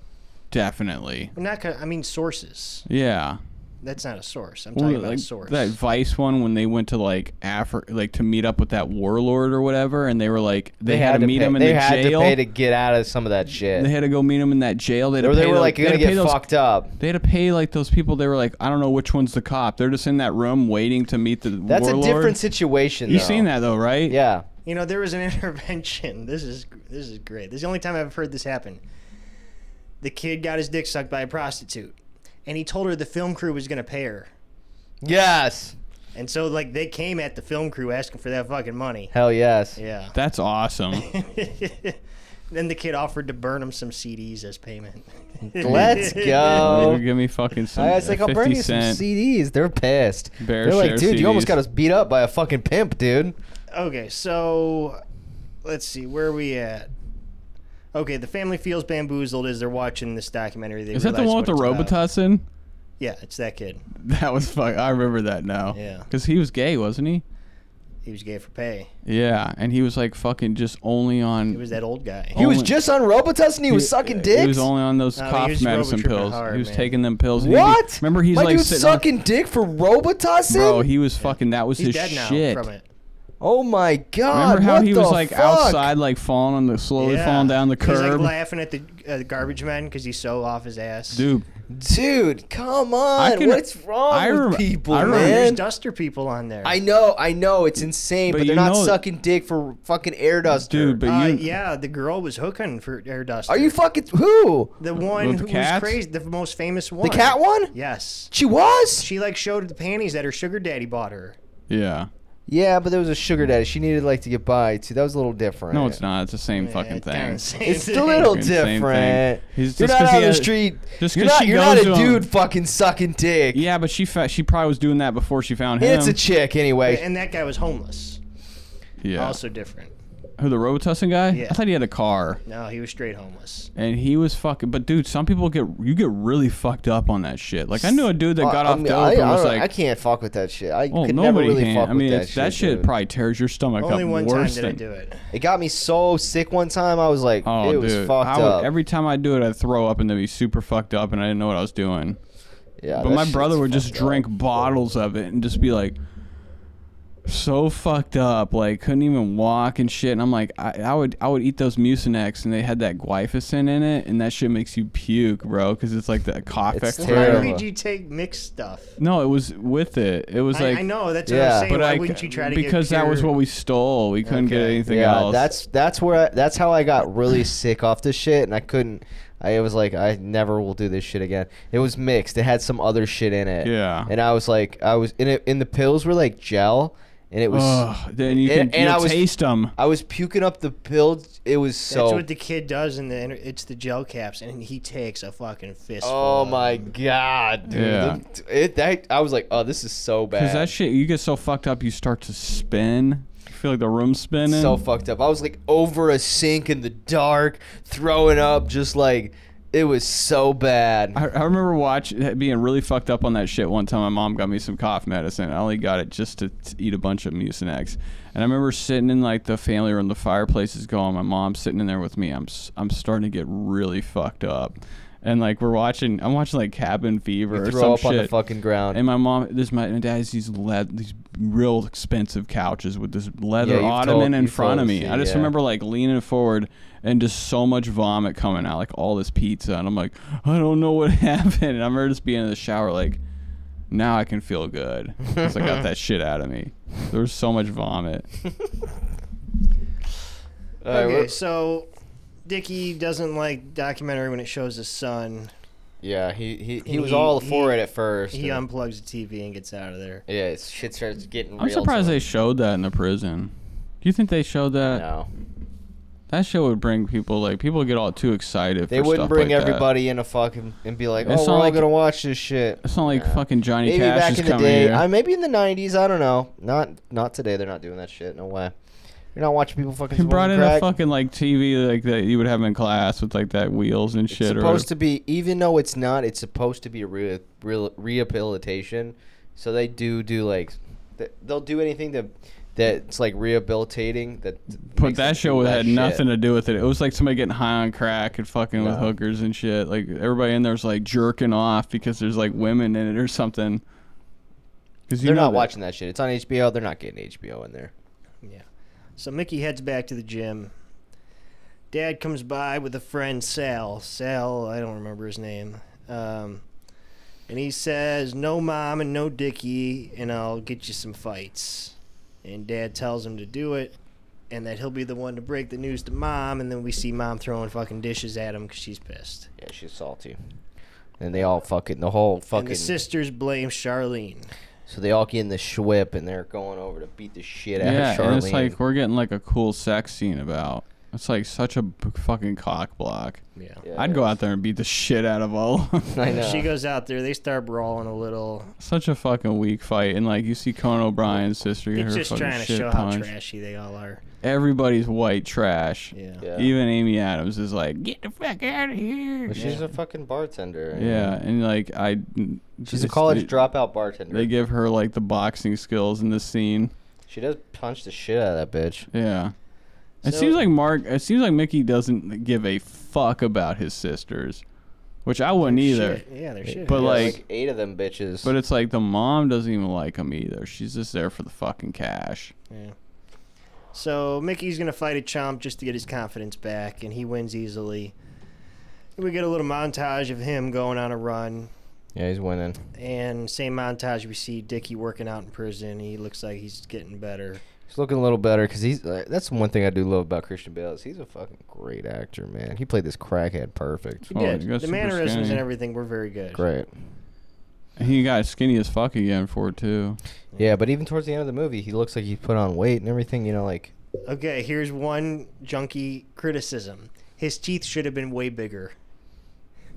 E: Definitely.
G: Well, not. co- I mean, sources.
E: Yeah.
G: That's not a source. I'm
E: Well,
G: talking about
E: like,
G: a source.
E: That Vice one when they went to like Africa, like to meet up with that warlord or whatever, and they were like they, had, to meet
F: pay,
E: him in
F: they
E: the
F: had
E: jail.
F: to pay to get out of some of that shit.
E: they had to go meet him in that jail. They had
F: or
E: to
F: they
E: pay
F: were
E: those-
F: like
E: they had
F: gonna
E: to pay
F: get
E: those-
F: fucked up.
E: They had to pay like those people. They were like, I don't know which one's the cop. They're just in that room waiting to meet the
F: That's
E: warlord.
F: a different situation.
E: You've
F: though.
E: seen that though, right?
F: Yeah.
G: You know, there was an [LAUGHS] intervention. This is this is great. This is the only time I've heard this happen. The kid got his dick sucked by a prostitute, and he told her the film crew was gonna pay her.
F: Yes.
G: And so, like, they came at the film crew asking for that fucking money.
F: Hell yes.
G: Yeah.
E: That's
F: [LAUGHS]
E: awesome.
G: then the kid offered to burn him some CDs as payment.
F: Let's
E: Dude,
F: go.
E: give me fucking some.
F: Oh. I was like, I'll
E: 50
F: burn you
E: cent.
F: some CDs. They're pissed.
E: Bear
F: They're like,
E: share
F: dude, you almost
E: CDs.
F: got us beat up by a fucking pimp, dude.
G: [LAUGHS] Okay, so let's see where are we at. Okay, the family feels bamboozled as they're watching this documentary. They
E: Is that the
G: realize
E: one with
G: what
E: the
G: it's about.
E: Robitussin? [LAUGHS]
G: Yeah, it's that kid.
E: That was fuck. I remember that now.
G: Yeah.
E: Because he was gay, wasn't he?
G: He was gay for pay.
E: Yeah, and he was like fucking just only on
G: It was that old guy.
F: He was
E: Only-
F: just on Robitussin. He was sucking dicks.
E: He was only on those
G: No, he
E: cough
G: was
E: medicine
G: robo-tripping
E: pills.
G: hard,
E: he was
G: man.
E: taking them pills. and he'd be-
F: what?
E: remember, he's
F: My
E: like
F: dude
E: sitting
F: sucking dick for Robitussin.
E: On, bro, he was fucking. That was
G: He's
E: his
G: dead now
E: shit.
G: from it.
F: oh my god.
E: Remember how
F: what
E: he
F: the
E: was like
F: fuck?
E: outside, like falling on the slowly
G: Yeah.
E: falling down the
G: He was, like
E: curb.
G: laughing at the uh, the garbage man because he's so off his ass.
E: Dude,
F: Dude, come on.
E: I can-
F: What's wrong
E: I rem-
F: with people,
E: I remember-
G: Oh, there's
F: man?
G: duster people on there.
F: I know, I know, it's insane,
E: But
F: but, they're
E: you
F: not
E: know-
F: sucking dick for fucking air duster.
E: dude, but
G: Uh,
E: you,
G: yeah, the girl was hooking for air duster.
F: are you fucking who?
G: the one
E: With the
G: who was
E: cats?
G: crazy? The most famous one.
F: The cat one?
G: Yes.
F: She was.
G: She like showed the panties that her sugar daddy bought her.
E: yeah.
F: Yeah, but there was a sugar daddy. She needed like to get by too. That was a little different.
E: No, it's not. It's the same
G: Yeah,
E: fucking
G: kinda
E: thing.
G: [LAUGHS] same
F: It's
G: thing.
F: a little
E: Fucking same
F: different.
E: thing. He's-
F: you're
E: just
F: not
E: 'cause
F: out
E: he
F: on the
E: has-
F: street.
E: just
F: you're
E: 'cause
F: not.
E: she
F: You're not a
E: goes to him-
F: dude fucking sucking dick.
E: Yeah, but she fa- she probably was doing that before she found him.
F: It's a chick anyway.
G: And that guy was homeless.
E: yeah.
G: Also different.
E: Who the Robitussin guy?
G: Yeah.
E: I thought he had a car,
G: No, he was straight homeless.
E: and he was fucking. But dude, some people get you get really fucked up on that shit. Like I knew a dude that got
F: I,
E: off
F: mean,
E: dope
F: I,
E: and
F: I
E: was
F: don't-
E: like,
F: I can't fuck with that shit. I
E: Well,
F: could never
E: Oh, nobody
F: really
E: can.
F: fuck
E: I mean,
F: with
E: it's, that shit
F: dude.
E: probably tears your stomach
G: Only
E: up
G: one time
E: worse
G: did I
E: than.
G: do it.
F: It got me so sick one time. I was like,
E: Oh,
F: it was
E: dude!
F: fucked
E: I would,
F: up.
E: Every time I do it, I'd throw up and then be super fucked up, and I didn't know what I was doing.
F: yeah,
G: Ah,
E: But
F: that
E: my
F: shit's
E: brother would just
F: fucked up.
E: drink bottles of it and just be like, so fucked up, like couldn't even walk and shit. And I'm like, I, I would, I would eat those Mucinex, and they had that guaifenesin in it, and that shit makes you puke, bro, because it's like that cough
F: It's
E: exhale.
G: Why
F: Terrible.
G: would you take mixed stuff?
E: No, it was with it. It was
G: I,
E: like,
G: I know that's what
F: Yeah.
G: I'm saying.
E: but
G: Why
E: I
G: wouldn't you try to
E: because
G: get
E: that was
G: pure-
E: what we stole. We couldn't get
G: Okay.
E: anything
F: yeah,
E: else.
F: that's that's where I, that's how I got
E: [LAUGHS]
F: really sick off this shit, and I couldn't. I was like, I never will do this shit again. It was mixed. It had some other shit in it.
E: Yeah.
F: And I was like, I was in it. In the pills were like gel, and it was.
E: Ugh, then you can
F: and- and
E: you'll
F: I was-
E: taste them.
F: I was puking up the pills. It was
G: That's
F: so.
G: what the kid does in the inter- it's the gel caps, and he takes a fucking fistful.
F: oh
G: of
F: my god, dude!
E: Yeah.
F: It that I was like, oh, this is so bad.
E: Because that shit, you get so fucked up, you start to spin. You feel like the room's spinning.
F: so fucked up. I was like over a sink in the dark, throwing up, just like it was so bad.
E: I, I remember watch being really fucked up on that shit one time. My mom got me some cough medicine. I only got it just to t- eat a bunch of Mucinex. And I remember sitting in like the family room, the fireplace is going. My mom's sitting in there with me. I'm s- I'm starting to get really fucked up. And like we're watching, I'm watching like Cabin Fever or some
F: throw up
E: shit.
F: on the fucking ground.
E: And my mom, this my, my dad has these leather, these real expensive couches with this leather
F: Yeah, you've
E: ottoman
F: told-
E: in
F: you've told
E: front of
F: us
E: me.
F: that,
E: I just
F: yeah.
E: remember like leaning forward and just so much vomit coming out, like all this pizza, and I'm like, I don't know what [LAUGHS] happened. And I remember just being in the shower, like, now I can feel good 'cause
F: [LAUGHS]
E: I got that shit out of me. There was so much vomit.
F: All right,
G: Okay,
F: we're-
G: so Dickie doesn't like documentary when it shows his son.
F: yeah, he he, he was
G: He-
F: all
G: he-
F: for it at first.
G: He um
F: and-
G: unplugs the TV and gets out of there.
F: yeah, it's, shit starts getting.
E: I'm
F: real to
E: surprised they
F: him.
E: showed that in the prison. Do you think they showed that?
F: no,
E: That show would bring people like people get all too excited.
F: they
E: for
F: wouldn't
E: stuff
F: bring
E: like that.
F: everybody in a fucking and be like,
E: It's
F: oh,
E: not
F: we're all
E: like-
F: gonna watch this shit.
E: It's not like
F: Nah.
E: fucking Johnny
F: Maybe
E: Cash
F: back
E: is
F: in the
E: coming
F: day,
E: here.
F: I maybe in the '90s. I don't know. Not not today. They're not doing that shit. No way. You're not watching people fucking
E: He
F: smoking
E: brought in
F: crack.
E: a fucking like TV like that you would have in class with like that wheels and
F: It's
E: shit. Or
F: supposed to be, even though it's not, it's supposed to be a re- re- rehabilitation. So they do do like, th- they'll do anything that that's like rehabilitating. That
E: but that show had nothing
F: To-
E: to do with it. It was like somebody getting high on crack and fucking with
F: No.
E: hookers and shit. Like everybody in there's like jerking off because there's like women in it or something. Because
F: they're not watching that shit. It's on HBO. They're not getting HBO in there.
G: So Mickey heads back to the gym. Dad comes by with a friend, Sal. Sal, I don't remember his name. Um, and he says, No mom and no Dickie, and I'll get you some fights. And Dad tells him to do it, and that he'll be the one to break the news to mom. And then we see mom throwing fucking dishes at him because she's pissed.
F: Yeah, she's salty. And they all fucking the whole
G: And
F: fucking
G: the sisters blame Charlene.
F: so they all get in the schwip and they're going over to beat the shit out
E: Yeah,
F: of Charlene.
E: and it's like we're getting like a cool sex scene about. It's like such a b- fucking cock block.
G: Yeah.
F: Yeah,
E: I'd go out there and beat the shit out of all.
F: [LAUGHS]
E: of 'em.
F: I know.
G: She goes out there, they start brawling a little.
E: such a fucking weak fight, and like you see Conan O'Brien's sister get
G: It's
E: her
G: just
E: fucking
G: trying to
E: shit
G: show how
E: punched.
G: trashy they all are.
E: Everybody's white trash.
G: Yeah.
F: yeah.
E: Even Amy Adams is like, get the fuck out of here.
F: Well, she's a fucking bartender.
E: Yeah, and like I,
F: She's a college
E: they,
F: dropout bartender.
E: They give her like the boxing skills in this scene.
F: she does punch the shit out of that bitch.
E: Yeah. It
G: So-
E: seems like Mark. It seems like Mickey doesn't give a fuck about his sisters, which I wouldn't either.
G: Shit. Yeah, they're shit.
E: But
F: Yeah,
E: like,
F: eight of them bitches.
E: but it's like the mom doesn't even like him either. She's just there for the fucking cash.
G: So Mickey's gonna fight a chomp just to get his confidence back, and he wins easily. And we get a little montage of him going on a run,
F: yeah, he's winning.
G: and same montage we see Dickie working out in prison. He looks like he's getting better.
F: He's looking a little better because he's. Uh, that's one thing I do love about Christian Bale is he's a fucking great actor, man. He played this crackhead perfect.
G: He
E: Oh,
G: did.
E: he got
G: the
E: super
G: mannerisms
E: skinny.
G: and everything were very good.
F: Great.
E: And he got skinny as fuck again for it too.
F: Yeah, but even towards the end of the movie, he looks like he put on weight and everything. You know, like
G: Okay, here's one junkie criticism: his teeth should have been way bigger.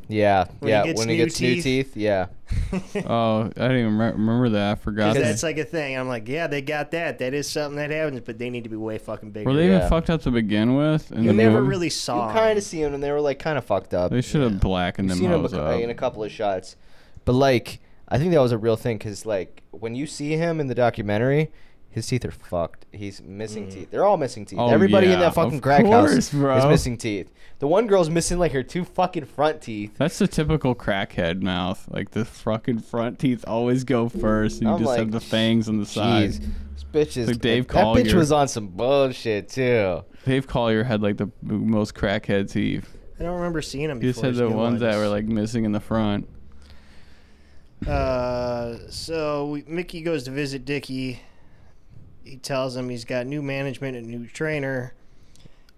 F: yeah,
G: When he
F: yeah.
G: gets
F: when he
G: new
F: gets new
G: teeth.
F: teeth, yeah.
G: [LAUGHS]
E: Oh, I didn't even re- remember that. I
G: 'Cause
E: forgot. that.
G: that's like a thing. I'm like, yeah, they got that. That is something that happens, but they need to be way fucking bigger.
E: Were they
F: Yeah.
E: even fucked up to begin with? And
G: you never
E: they-
G: really
F: You
G: saw.
F: kind
G: him.
F: of see them, and they were like kind of fucked up.
E: They should have blackened
F: You've
E: them
F: seen him
E: hoes
F: a-
E: up.
F: in a couple of shots, but like I think that was a real thing because like when you see him in the documentary, his teeth are fucked. He's
G: Mm.
F: missing teeth. They're all missing teeth.
E: Oh,
F: Everybody in
E: yeah,
F: that fucking
E: of
F: crack house
E: course, bro.
F: is missing teeth. The one girl's missing like her two fucking front teeth.
E: That's the typical crackhead mouth. Like the fucking front teeth always go first, and you
F: I'm
E: just
F: like,
E: have the fangs on the side.
F: Jeez, this bitch is
E: Like Dave
F: that bitch
E: Collier.
F: was on some bullshit too.
E: Dave Collier had like the b- most crackhead teeth.
G: I don't remember seeing him.
E: He just
G: before
E: had
G: his
E: the
G: new
E: ones that were like missing in the front.
G: Uh, so we, Mickey goes to visit Dickie. He tells him he's got new management and new trainer,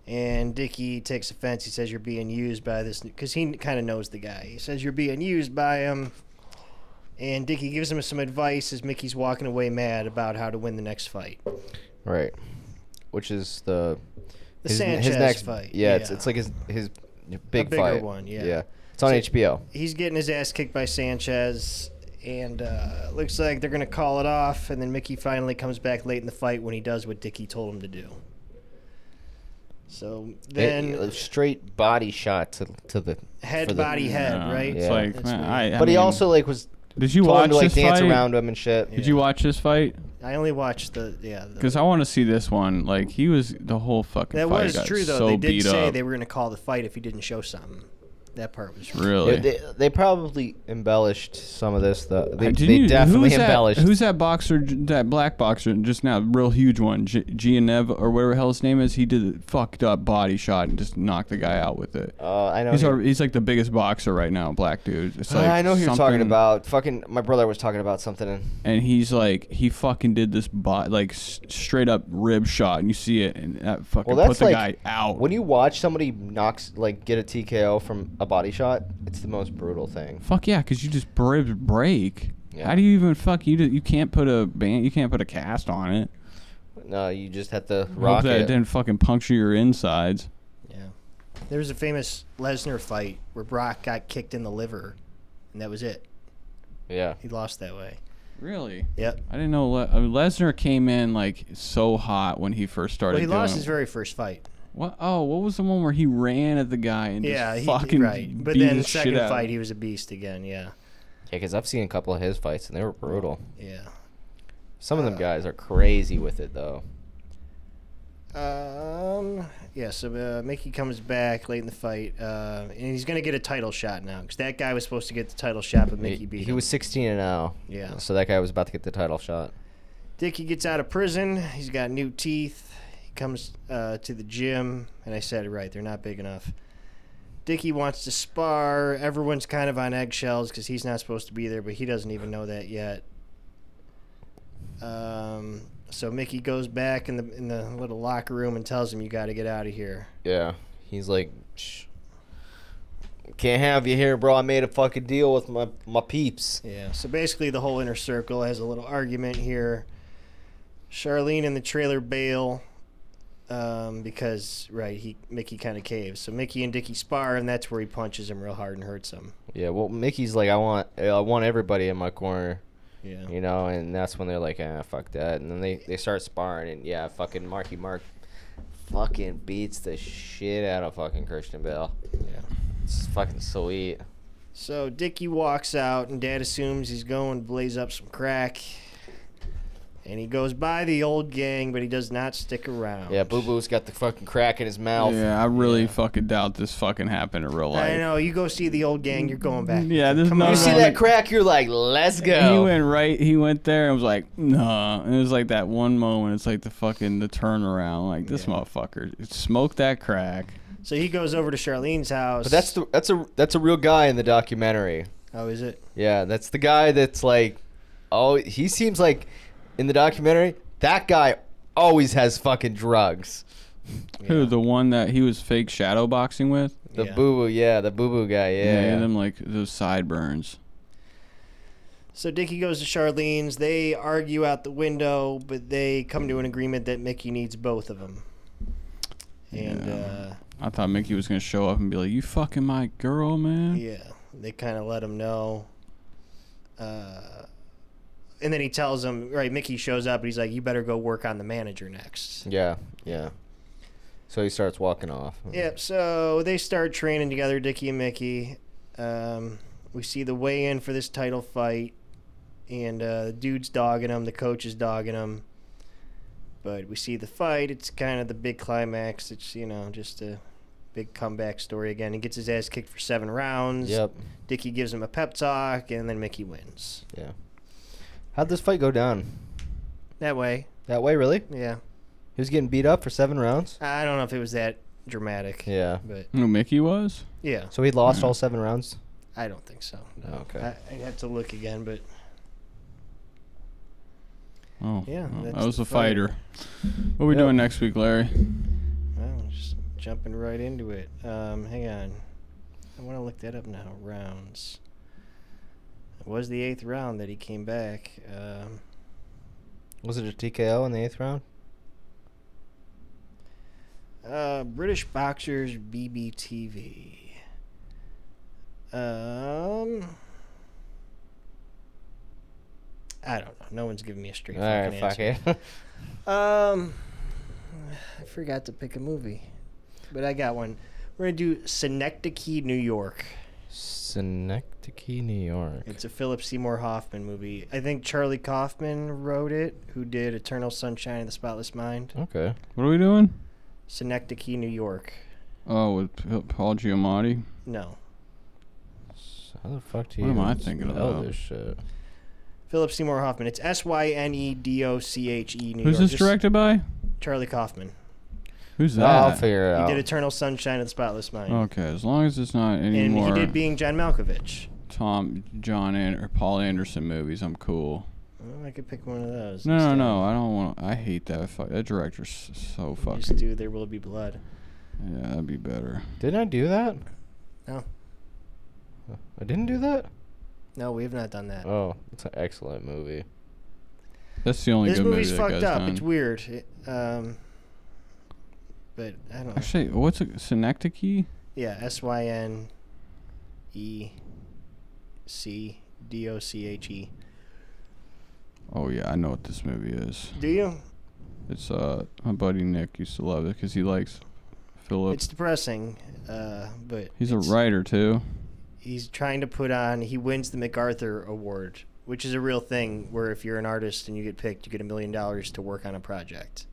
G: and Dickie takes offense. He says you're being used by this because he kind of knows the guy. He says you're being used by him, and Dickie gives him some advice as Mickey's walking away mad about how to win the next fight,
F: Right, which is the
G: the
F: his,
G: Sanchez
F: his next
G: fight.
F: Yeah, It's, it's like his his big
G: bigger
F: fight.
G: one, yeah.
F: yeah. It's on HBO.
G: he's getting his ass kicked by Sanchez, and uh, looks like they're gonna call it off. And then Mickey finally comes back late in the fight when he does what Dickie told him to do. So then
F: a straight body shot to to the
G: head,
F: for the-
G: body, head,
E: Yeah,
G: right?
E: It's
F: Yeah.
E: like,
G: That's
E: man,
G: weird.
E: I, I
F: But he
E: mean,
F: also like was
E: did you
F: told him
E: watch
F: to like
E: this
F: dance
E: fight?
F: around him and shit.
E: Did you watch this fight?
G: I only watched the yeah. the-
E: Because I want to see this one. Like he was the whole fucking.
G: that
E: fight
G: was
E: got
G: true though.
E: So
G: they did
E: beat
G: say
E: up.
G: they were gonna call the fight if he didn't show something. That part was
E: really.
F: They, they, they probably embellished some of this though. They,
E: Uh, did
F: they
E: you-
F: definitely
E: who's
F: embellished.
E: That, who's that boxer? j- That black boxer just now, real huge one, G- Gianev or whatever the hell his name is. He did a fucked up body shot and just knocked the guy out with it.
F: uh, I know.
E: he's
F: who-
E: our, he's like the biggest boxer right now, black dude. It's
F: Uh,
E: like
F: I know who you're talking
E: something-
F: about. Fucking, my brother was talking about something. And
E: And he's like, he fucking did this bo- like s- straight up rib shot, and you see it, and that fucking
F: well, that's
E: put the
F: like
E: guy out.
F: when you watch somebody knocks like get a TKO from a body shot. It's the most brutal thing.
E: Fuck yeah, because you just ribs break.
F: Yeah.
E: How do you even fuck you? d- You can't put a band, you can't put a cast on it.
F: No, Uh, you just have to
E: Hope
F: rock
E: that it
F: it.
E: didn't fucking puncture your insides.
G: yeah. There was a famous Lesnar fight where Brock got kicked in the liver, and that was it.
F: Yeah,
G: He lost that way.
E: Really?
G: Yep.
E: I didn't know Le- I mean, Lesnar came in like so hot when he first started.
G: Well, he
E: doing
G: lost
E: it.
G: his very first fight.
E: What? Oh, what was the one where he ran at the guy and
G: Yeah,
E: just
G: he,
E: fucking
G: right. But
E: beat
G: then the
E: his
G: second
E: shit out of
G: fight,
E: him?
G: he was a beast again. Yeah,
F: because I've seen a couple of his fights and they were brutal.
G: yeah.
F: Some of them guys are crazy with it though.
G: Um, yeah. So uh, Mickey comes back late in the fight, uh, and he's gonna get a title shot now because that guy was supposed to get the title shot, but Mickey
F: He,
G: beat
F: he
G: him.
F: was 16 and 0.
G: Yeah.
F: So that guy was about to get the title shot.
G: Dickie gets out of prison. He's got new teeth. He comes uh, to the gym, and I said it right. They're not big enough. Dickie wants to spar. Everyone's kind of on eggshells because he's not supposed to be there, but he doesn't even know that yet. Um, so Mickey goes back in the in the little locker room and tells him, "You got to get out of here."
F: Yeah. He's like, Shh. can't have you here, bro. I made a fucking deal with my my peeps.
G: Yeah. So basically, the whole inner circle has a little argument here. Charlene and the trailer bail um, because right, he Mickey kind of caves. So Mickey and Dickie spar, and that's where he punches him real hard and hurts him.
F: Yeah. Well, Mickey's like, I want I want everybody in my corner,
G: Yeah.
F: you know. And that's when they're like, ah, fuck that. And then they they start sparring, and yeah, fucking Marky Mark, fucking beats the shit out of fucking Christian Bell.
G: Yeah.
F: It's fucking sweet.
G: So Dickie walks out, and Dad assumes he's going to blaze up some crack. And he goes by the old gang, but he does not stick around.
F: Yeah, Boo Boo's got the fucking crack in his mouth.
E: Yeah, I really fucking doubt this fucking happened in real life.
G: I know. You go see the old gang, you're going back.
E: Yeah, there's
G: Come
E: no
G: on.
F: You see
E: Well,
F: that crack? You're like, let's
E: He
F: go.
E: went right. He went there and was like, "Nah." And it was like that one moment. It's like the fucking the turnaround. Like this motherfucker smoked that crack.
G: So he goes over to Charlene's house.
F: But that's the that's a that's a real guy in the documentary.
G: how Oh, is it?
F: Yeah, that's the guy that's like, oh, he seems like in the documentary that guy always has fucking drugs.
E: Who the one that he was fake shadow boxing with?
F: The
G: Yeah.
F: boo boo, yeah, the boo boo guy, yeah.
E: Yeah,
F: yeah.
E: them like those sideburns.
G: So Dickie goes to Charlene's. They argue out the window, but they come to an agreement that Mickey needs both of them. And yeah, uh,
E: I thought Mickey was gonna show up and be like, "You fucking my girl, man."
G: yeah they kind of let him know. Uh, and then he tells him, right? Mickey shows up, and he's like, "You better go work on the manager next."
F: yeah, yeah. So he starts walking off.
G: Yep. So they start training together, Dickie and Mickey. Um, we see the weigh-in for this title fight, and uh, the dude's dogging him. The coach is dogging him. But we see the fight. It's kind of the big climax. It's you know just a big comeback story again. He gets his ass kicked for seven rounds.
F: Yep.
G: Dickie gives him a pep talk, and then Mickey wins.
F: Yeah. How'd this fight go down?
G: That way,
F: That way, really?
G: yeah.
F: He was getting beat up for seven rounds.
G: I don't know if it was that dramatic.
F: Yeah.
G: But
E: Who Mickey was?
G: yeah,
F: So he lost all seven rounds.
G: I don't think so. No.
F: Okay.
G: I, I have to look again, but
E: Oh,
G: Yeah,
E: well,
G: that's
E: I was
G: the
E: a
G: fight.
E: fighter. What are we
F: Yep.
E: doing next week, Larry?
G: Wow, just jumping right into it. Um, hang on. I want to look that up now. Rounds. It was the eighth round that he came back. Um,
F: Was it a TKO in the eighth round?
G: uh, British Boxers BBTV. Um, I don't know. No one's giving me a straight
F: All right,
G: fucking
F: fuck
G: answer.
F: it. [LAUGHS]
G: Um, I forgot to pick a movie, but I got one. We're gonna do Synecdoche, New York.
F: Synecdoche, New York.
G: It's a Philip Seymour Hoffman movie. I think Charlie Kaufman wrote it, who did Eternal Sunshine of the Spotless Mind.
F: Okay.
E: What are we doing?
G: Synecdoche, New York.
E: Oh, with P- Paul Giamatti.
G: No.
F: So how the fuck do
E: What
F: you
E: am I
F: even
E: thinking
F: spell
E: about?
F: this shit?
G: Philip Seymour Hoffman. It's S Y N E D O C H E New York.
E: Who's this
G: Just
E: directed by?
G: Charlie Kaufman.
E: Who's that?
F: I'll figure it
G: He
F: out.
G: did Eternal Sunshine of the Spotless Mind.
E: Okay, as long as it's not any
G: and
E: more
G: he did Being John Malkovich.
E: Tom, John, and or Paul Anderson movies, I'm cool.
G: Well, I could pick one of those.
E: No, no,
G: instead.
E: no. I don't want. I hate that. Fu- that director's s- so
G: Just
E: fucking.
G: do There Will Be Blood.
E: Yeah, that'd be better.
F: Didn't I do that?
G: No.
F: I didn't do that?
G: No, we have not done that.
F: Oh, it's an excellent movie.
E: That's the only
G: this
E: good
G: movie's
E: movie that
G: fucked
E: guy's
G: up.
E: done.
G: It's weird. It- um, but I don't know.
E: Actually, what's a synecdoche?
G: Yeah, S Y N E C D O C H E.
E: Oh yeah, I know what this movie is.
G: Do you?
E: It's uh my buddy Nick used to love it because he likes Philip.
G: It's depressing, uh, but
E: He's a
G: it's-
E: writer too.
G: He's trying to put on. He wins the MacArthur Award, which is a real thing where if you're an artist and you get picked, you get a million dollars to work on a project.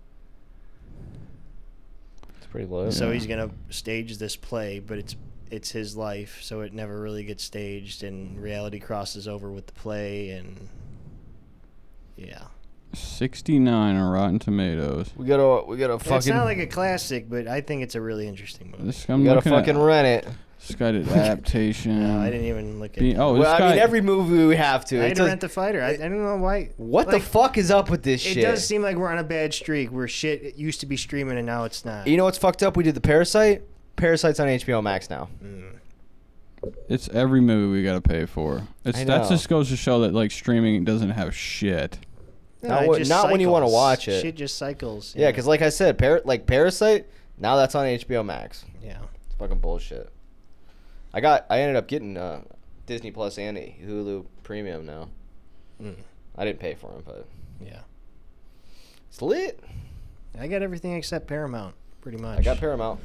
F: It's pretty low.
G: So he's gonna stage this play, but it's it's his life, so it never really gets staged, and reality crosses over with the play, and yeah,
E: Sixty nine on Rotten Tomatoes.
F: we gotta we gotta
G: it's
F: fucking
G: not like a classic, but I think it's a really interesting movie.
E: This I'm
F: we gotta
E: looking
F: fucking
E: at.
F: rent it.
E: This
G: [LAUGHS]
E: guy did adaptation.
G: No, I didn't even look at.
E: Be- oh, this
F: Well,
E: guy.
F: I mean, every movie we have to.
G: I
F: It
G: had to
F: does-
G: rent the fighter. I, I don't know why.
F: what
G: like,
F: the fuck is up with this
G: It
F: shit?
G: does seem like we're on a bad streak where shit it used to be streaming and now it's not.
F: you know what's fucked up? We did the Parasite. Parasite's on HBO Max now.
G: Mm.
E: it's every movie we gotta pay for. It's
F: I
E: that
F: know.
E: just goes to show that like streaming doesn't have shit.
G: No,
F: Not
G: it
F: when-
G: just
F: not when you wanna
G: cycles.
F: watch it.
G: Shit just cycles.
F: Yeah, because like I said, par- like Parasite, now that's on HBO Max.
G: yeah,
F: It's fucking bullshit. I got. I ended up getting uh, Disney Plus and Hulu Premium now.
G: Mm.
F: I didn't pay for them, but
G: yeah.
F: it's lit.
G: I got everything except Paramount, pretty much.
F: I got Paramount.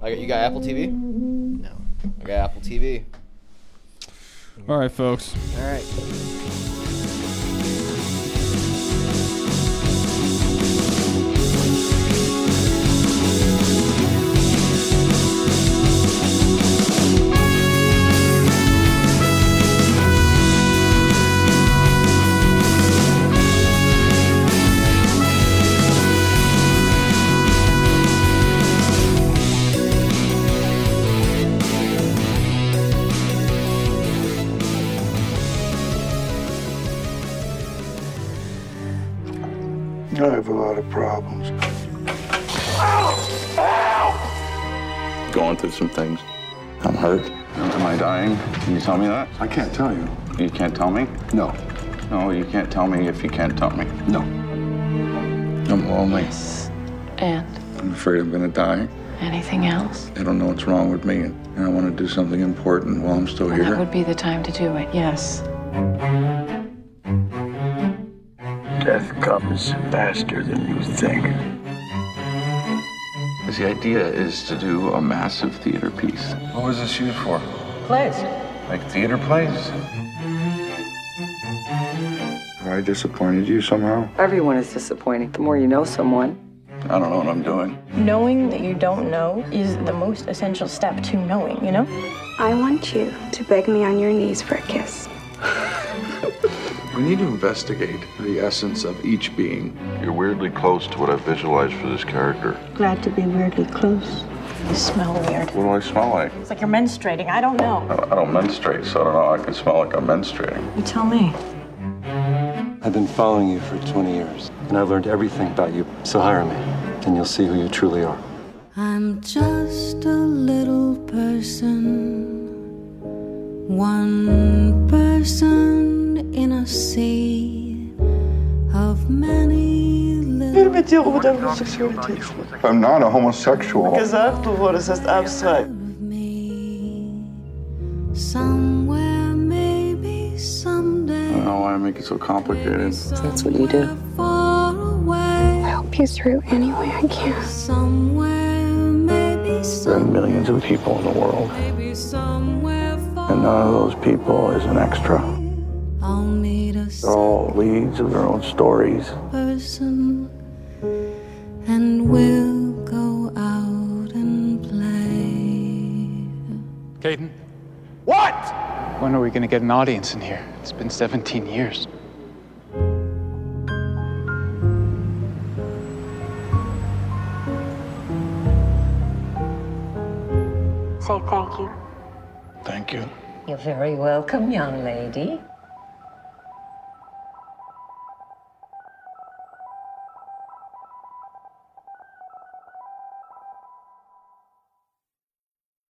F: I got you. Got Apple TV.
G: no.
F: I got Apple TV.
E: All right, folks.
G: All right.
H: I have a lot of problems.
I: going through some things. I'm hurt. Am I dying? Can you tell me that?
H: I can't tell you.
I: You can't tell me?
H: No,
I: No, you can't tell me if you can't tell me.
H: no.
I: I'm lonely.
J: And
I: I'm afraid I'm gonna die.
J: anything else?
I: I don't know what's wrong with me, and I want to do something important while I'm still
J: Well, that
I: here.
J: would be the time to do it, yes.
H: Death comes faster than you think.
I: The idea is to do a massive theater piece. What was this used for?
J: Plays.
I: Like theater plays?
H: Have I disappointed you somehow?
K: Everyone is disappointing. The more you know someone,
I: I don't know what I'm doing.
J: Knowing that you don't know is the most essential step to knowing, you know?
K: I want you to beg me on your knees for a kiss.
I: We need to investigate the essence of each being. You're weirdly close to what I visualized for this character.
K: Glad to be weirdly close.
J: You smell weird.
I: What do I smell like?
J: It's like you're menstruating. I don't know.
I: I I don't menstruate, so I don't know. I can smell like I'm menstruating.
J: You tell me.
H: I've been following you for 20 years, and I've learned everything about you. So hire me, and you'll see who you truly are.
K: I'm just a little person, one person in a sea of many little.
H: I'm not a homosexual.
K: of me. Somewhere, maybe someday.
I: I don't know why I make it so complicated.
K: That's what you do. Far away. I help you through any way I can. Somewhere, maybe
I: There are
K: some,
I: millions of people in the world,
K: maybe somewhere
I: and
K: far.
I: none of those people is an extra.
K: I'll meet a
I: They're all leads of their own stories.
K: person, and we'll go out and play.
L: Caden? What? When are we gonna get an audience in here? It's been 17 years.
J: Say thank you.
I: Thank you.
J: You're very welcome, young lady.